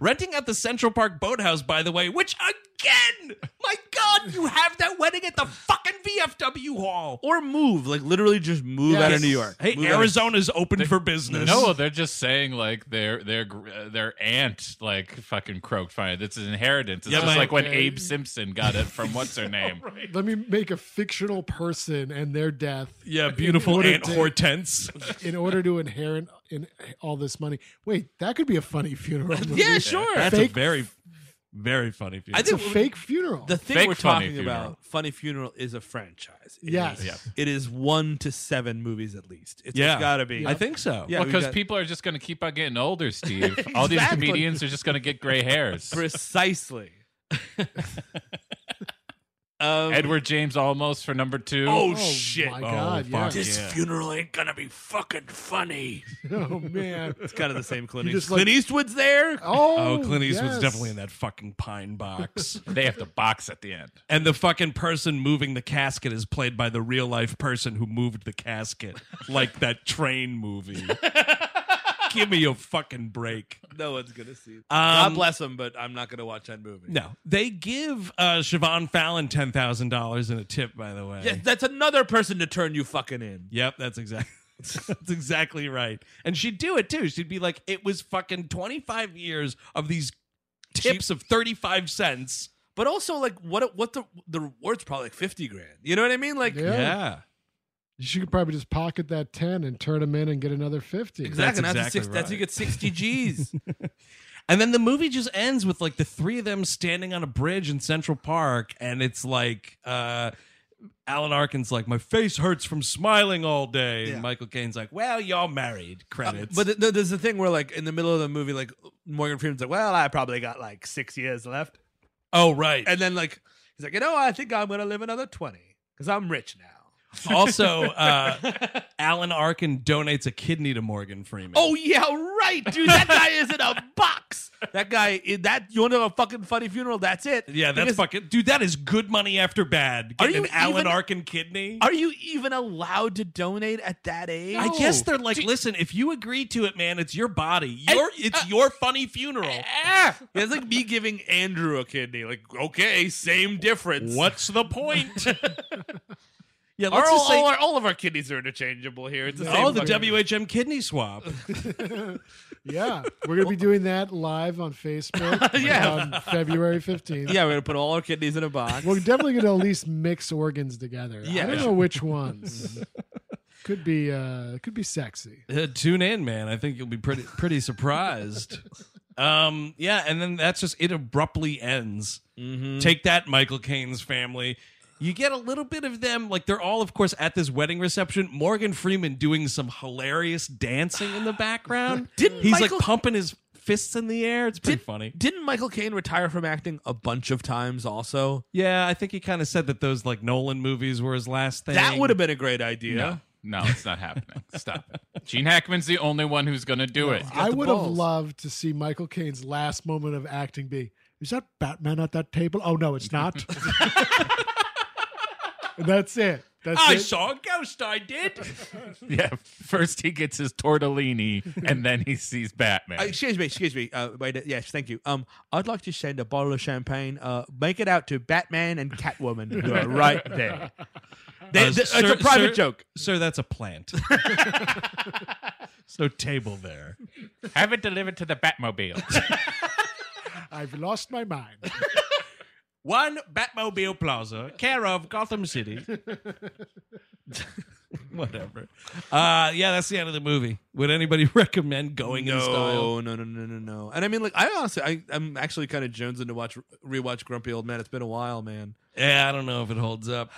S6: Renting out the Central Park boathouse, by the way, which again, my God, you have that wedding at the fucking VFW hall.
S7: Or move, like literally just move out of
S3: Yes.
S7: New York.
S6: Hey,
S7: Move out of-
S6: Arizona's open for business.
S1: No, they're just saying like their their gr- uh, their aunt like fucking croaked fine. It's an inheritance. It's
S6: Yeah,
S1: just
S6: my-
S1: like when Abe Simpson got it from what's her name.
S3: Let me make a fictional person and their death.
S6: Yeah, beautiful
S3: order
S6: Aunt
S3: to-
S6: Hortense.
S3: in order to inherit in all this money. Wait, that could be a funny funeral. Movie.
S7: yeah, sure.
S6: That's
S3: Fake-
S6: a very, very funny funeral.
S7: I
S3: it's a
S7: think
S3: fake funeral.
S7: the thing
S1: Fake
S7: we're
S1: Funny
S7: talking
S1: Funeral.
S7: about, Funny Funeral, is a franchise. It
S3: yes,
S7: is- it is one to seven movies at least. It's,
S6: Yeah.
S7: it's gotta be.
S6: I think so.
S7: Yeah, we've
S1: because
S7: got-
S1: people are just going to keep on getting older, Steve. All these
S7: Exactly.
S1: comedians are just going to get gray hairs.
S7: precisely. um,
S1: Edward James almost for number two.
S3: Oh, shit! My God, yeah.
S7: this funeral ain't gonna be fucking funny.
S3: oh man.
S7: It's kind of the same Clint
S3: You just
S7: Eastwood. Clint
S3: like-
S7: Eastwood's there.
S3: Oh,
S6: Oh, Clint Eastwood's
S3: yes.
S6: definitely in that fucking pine box.
S1: They have to box at the end.
S6: And the fucking person moving the casket is played by the real life person who moved the casket, like that train movie. Give me a fucking break.
S7: No one's gonna see. it.
S6: Um,
S7: God bless him, but I'm not gonna watch that movie.
S6: No, they give uh, Siobhan Fallon ten thousand dollars in a tip. By the way,
S7: Yeah, that's another person to turn you fucking in.
S6: yep, that's exactly that's exactly right. And she'd do it too. She'd be like, "It was fucking twenty five years of these tips of thirty five cents."
S7: But also, like, what what the the reward's probably like fifty grand. You know what I mean? Like,
S3: Yeah. She could probably just pocket that ten and turn them in and get another fifty.
S7: exactly.
S6: That's
S7: That's,
S6: exactly
S7: six, that's you
S6: right.
S7: get sixty G's.
S6: And then the movie just ends with like the three of them standing on a bridge in Central Park, and it's like uh Alan Arkin's like, My face hurts from smiling all day. And Michael Caine's like, Well, y'all married. Credits.
S7: but th- no, there's the thing where, like, in the middle of the movie, like Morgan Freeman's like, "Well, I probably got like six years left,"
S6: oh right.
S7: and then like he's like, "You know, I think I'm gonna live another twenty because I'm rich now."
S6: also, uh Alan Arkin donates a kidney to Morgan Freeman.
S7: Oh yeah, right, dude. That guy is in a box. That guy, that you want to know a fucking funny funeral? That's it.
S6: yeah, that's
S7: Because
S6: fucking dude, that is good money after bad.
S7: Are
S6: Getting an
S7: you
S6: Alan
S7: even-
S6: Arkin kidney.
S7: Are you even allowed to donate at that age?
S6: I guess they're like, listen, if you agree to it, man, it's your body. Your it's your funny funeral.
S7: Ah! Yeah, it's like me giving Andrew a kidney. Like, okay, same difference.
S2: What's the point?
S6: Yeah,
S7: Our,
S6: let's just say
S7: all, our, all of our kidneys are interchangeable here. It's the same.
S6: Oh, the
S7: fucking-
S6: WHM kidney swap.
S3: Yeah, we're gonna be doing that live on Facebook
S7: Yeah.
S3: on February fifteenth.
S7: yeah, we're gonna put all our kidneys in a box.
S3: we're definitely gonna at least mix organs together. I
S7: Yeah.
S3: don't know which ones. could be uh, could be sexy.
S6: Uh, tune in, man. I think you'll be pretty pretty surprised. um, yeah, and then that's just it abruptly ends.
S7: Mm-hmm.
S6: Take that, Michael Caine's family. You get a little bit of them, like they're all, of course, at this wedding reception. Morgan Freeman doing some hilarious dancing in the background.
S7: Didn't
S6: he's
S7: Michael-
S6: like pumping his fists in the air? It's pretty
S7: Did-
S6: funny.
S7: Didn't Michael Caine retire from acting a bunch of times? Also,
S6: Yeah, I think he kind of said that those like Nolan movies were his last thing.
S7: that would have been a great idea.
S1: No, no, it's not happening. Stop. it. Gene Hackman's the only one who's going to do it.
S3: I
S7: the
S3: would have
S7: balls.
S3: loved to see Michael Caine's last moment of acting be. Is that Batman at that table? Oh no, it's not. And that's it. That's
S6: I
S3: it.
S6: saw a ghost. I did.
S1: Yeah. First he gets his tortellini, and then he sees Batman.
S7: Uh, excuse me, excuse me. Uh, wait, uh, yes, thank you. Um, I'd like to send a bottle of champagne. Uh, make it out to Batman and Catwoman, who are right there. They-
S6: Uh,
S7: they-
S6: sir-
S7: it's a private
S6: sir-
S7: joke.
S6: Sir, that's a plant. There's no table there.
S1: Have it delivered to the Batmobile.
S3: I've lost my mind.
S6: One Batmobile Plaza, care of Gotham City. Whatever. Uh, yeah, that's the end of the movie. Would anybody recommend going in style?
S7: No, no, no, no, no, no. And I mean, like, I honestly, I, I'm actually kind of jonesing to watch rewatch Grumpy Old Man. It's been a while, man.
S6: Yeah, I don't know if it holds up.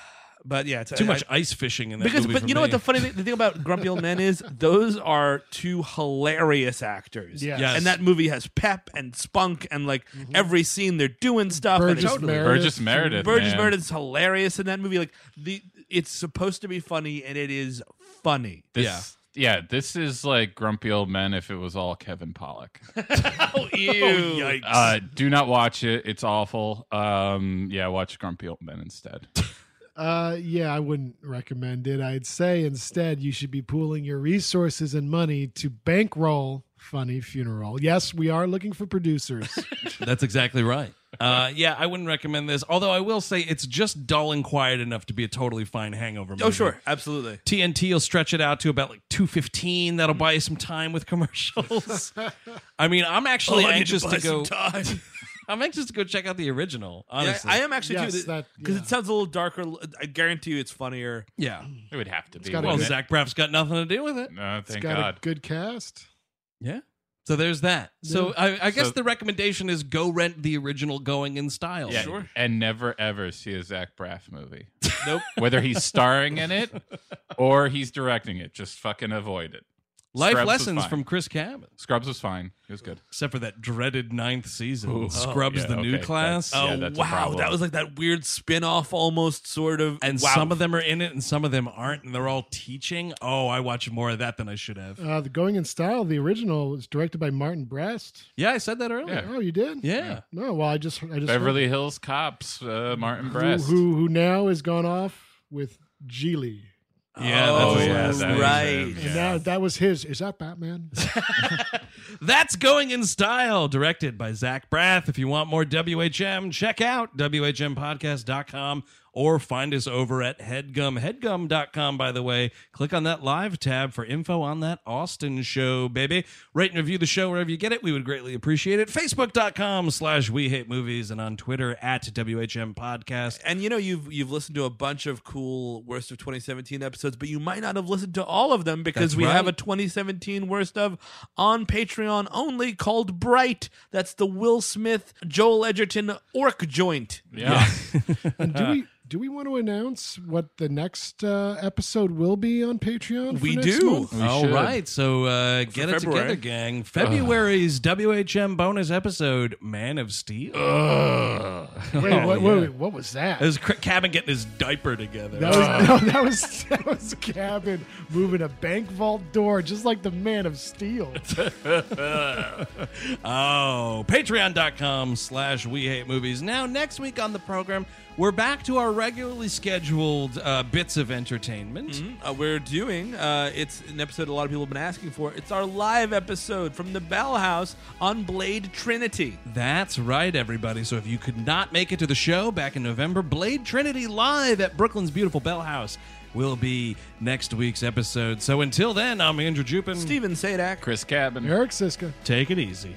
S7: But yeah, it's,
S6: Too
S7: I-
S6: much
S7: I-
S6: ice fishing in that
S7: because,
S6: movie
S7: but
S6: for
S7: you know what?
S6: me.
S7: The funny thing, the thing about Grumpy Old Men is those are two hilarious actors.
S3: Yes. Mm-hmm.
S6: Yes.
S7: And that movie has pep and spunk and like every scene they're doing stuff. and
S3: Burgess
S7: it's-
S3: Meredith.
S1: Burgess Meredith.
S7: Burgess
S1: man.
S7: Meredith's hilarious in that movie. Like the, it's supposed to be funny, and it is funny.
S1: This, yeah. This is like grumpy old men if it was all Kevin Pollock.
S7: Oh, ew! yikes.
S1: Uh, do not watch it. It's awful. Um, yeah, watch Grumpy Old Men instead.
S3: Uh, yeah, I wouldn't recommend it. I'd say instead you should be pooling your resources and money to bankroll Funny Funeral. Yes, we are looking for producers.
S6: That's exactly right. Uh, yeah, I wouldn't recommend this. Although I will say it's just dull and quiet enough to be a totally fine hangover movie.
S7: oh, sure, absolutely.
S6: TNT will stretch it out to about like 215. That'll buy you some time with commercials. I mean, I'm actually
S7: Oh, I need to
S6: anxious to,
S7: buy
S6: go.
S7: some time.
S6: I'm anxious to go check out the original,
S7: Yeah,
S6: honestly.
S7: I am actually
S3: Yes,
S7: too
S3: that-
S7: because
S3: yeah.
S7: it sounds a little darker. I guarantee you, it's funnier.
S6: yeah.
S1: It would have to be.
S3: gotta
S6: Well,
S1: wouldn't it?
S6: Zach Braff's got nothing to do with it.
S1: No,
S3: It's
S1: thank
S3: got
S1: God.
S3: a good cast.
S6: Yeah. So there's that. So I, I guess
S1: So-
S6: the recommendation is go rent the original Going in Style.
S1: Yeah, and never ever see a Zach Braff movie. Nope. Whether he's starring in it or he's directing it, just fucking avoid it.
S6: Life
S1: Scrubs was
S6: lessons
S1: fine.
S6: from Chris Cabin,
S1: Scrubs was fine. It was good.
S6: except for that dreaded ninth season,
S1: Ooh.
S6: Scrubs
S1: Oh, Yeah,
S6: the New
S1: okay,
S6: Class.
S1: that's- Yeah,
S7: oh
S1: that's a
S7: wow,
S1: problem.
S7: that was like that weird spin-off almost sort of.
S6: and
S7: wow.
S6: some of them are in it and some of them aren't and they're all teaching oh i watched more of that than i should have
S3: Uh, the Going in Style, the original, was directed by Martin Brest.
S6: yeah i said that earlier
S1: Yeah.
S3: Oh, you did?
S6: yeah,
S3: No, well, I just, I just
S1: Beverly Hills Cops, uh, Martin
S3: heard who,
S1: Brest.
S3: who who now has gone off with Geely.
S6: Yeah,
S7: Oh,
S6: that's-
S1: yeah,
S7: that's
S1: that is
S7: right.
S1: him,
S3: And
S1: yeah.
S3: that, that was his. Is that Batman?
S6: that's going in style directed by zach braff if you want more whm check out whmpodcast.com or find us over at Headgum. Headgum.com, by the way. Click on that live tab for info on that Austin show, baby. Rate and review the show wherever you get it. We would greatly appreciate it. Facebook.com slash We Hate Movies and on Twitter at WHM Podcast.
S2: And you know you've you've listened to a bunch of cool worst of 2017 episodes, but you might not have listened to all of them because
S6: That's
S2: we have a
S6: right.
S2: 2017 worst of on Patreon only called Bright. That's the Will Smith Joel Edgerton orc joint.
S9: Yeah.
S3: And do we do we want to announce what the next uh, episode will be on Patreon? for
S2: We
S3: next
S2: do.
S3: month?
S6: All right, so uh, get it
S2: February.
S6: together, gang. February's WHM bonus episode, Man of Steel.
S3: Wait, what, wait, wait, what was that?
S6: It was Cr- Cabin getting his diaper together.
S3: that was no, that was that was Cabin moving a bank vault door, just like the Man of Steel.
S6: oh, patreon.com slash we hate movies. Now, next week on the program, we're back to our regularly scheduled uh, bits of entertainment.
S3: Mm-hmm.
S2: Uh, we're doing uh, it's an episode a lot of people have been asking for. It's our live episode from the Bell House on Blade Trinity.
S9: Hmm.
S6: That's right, everybody. So if you could not make it to the show back in November, Blade Trinity live at Brooklyn's beautiful Bell House will be next week's episode. So until then, I'm Andrew Jupin.
S2: Steven Sadak.
S9: Chris Cabin.
S3: Eric Siska.
S6: take it easy.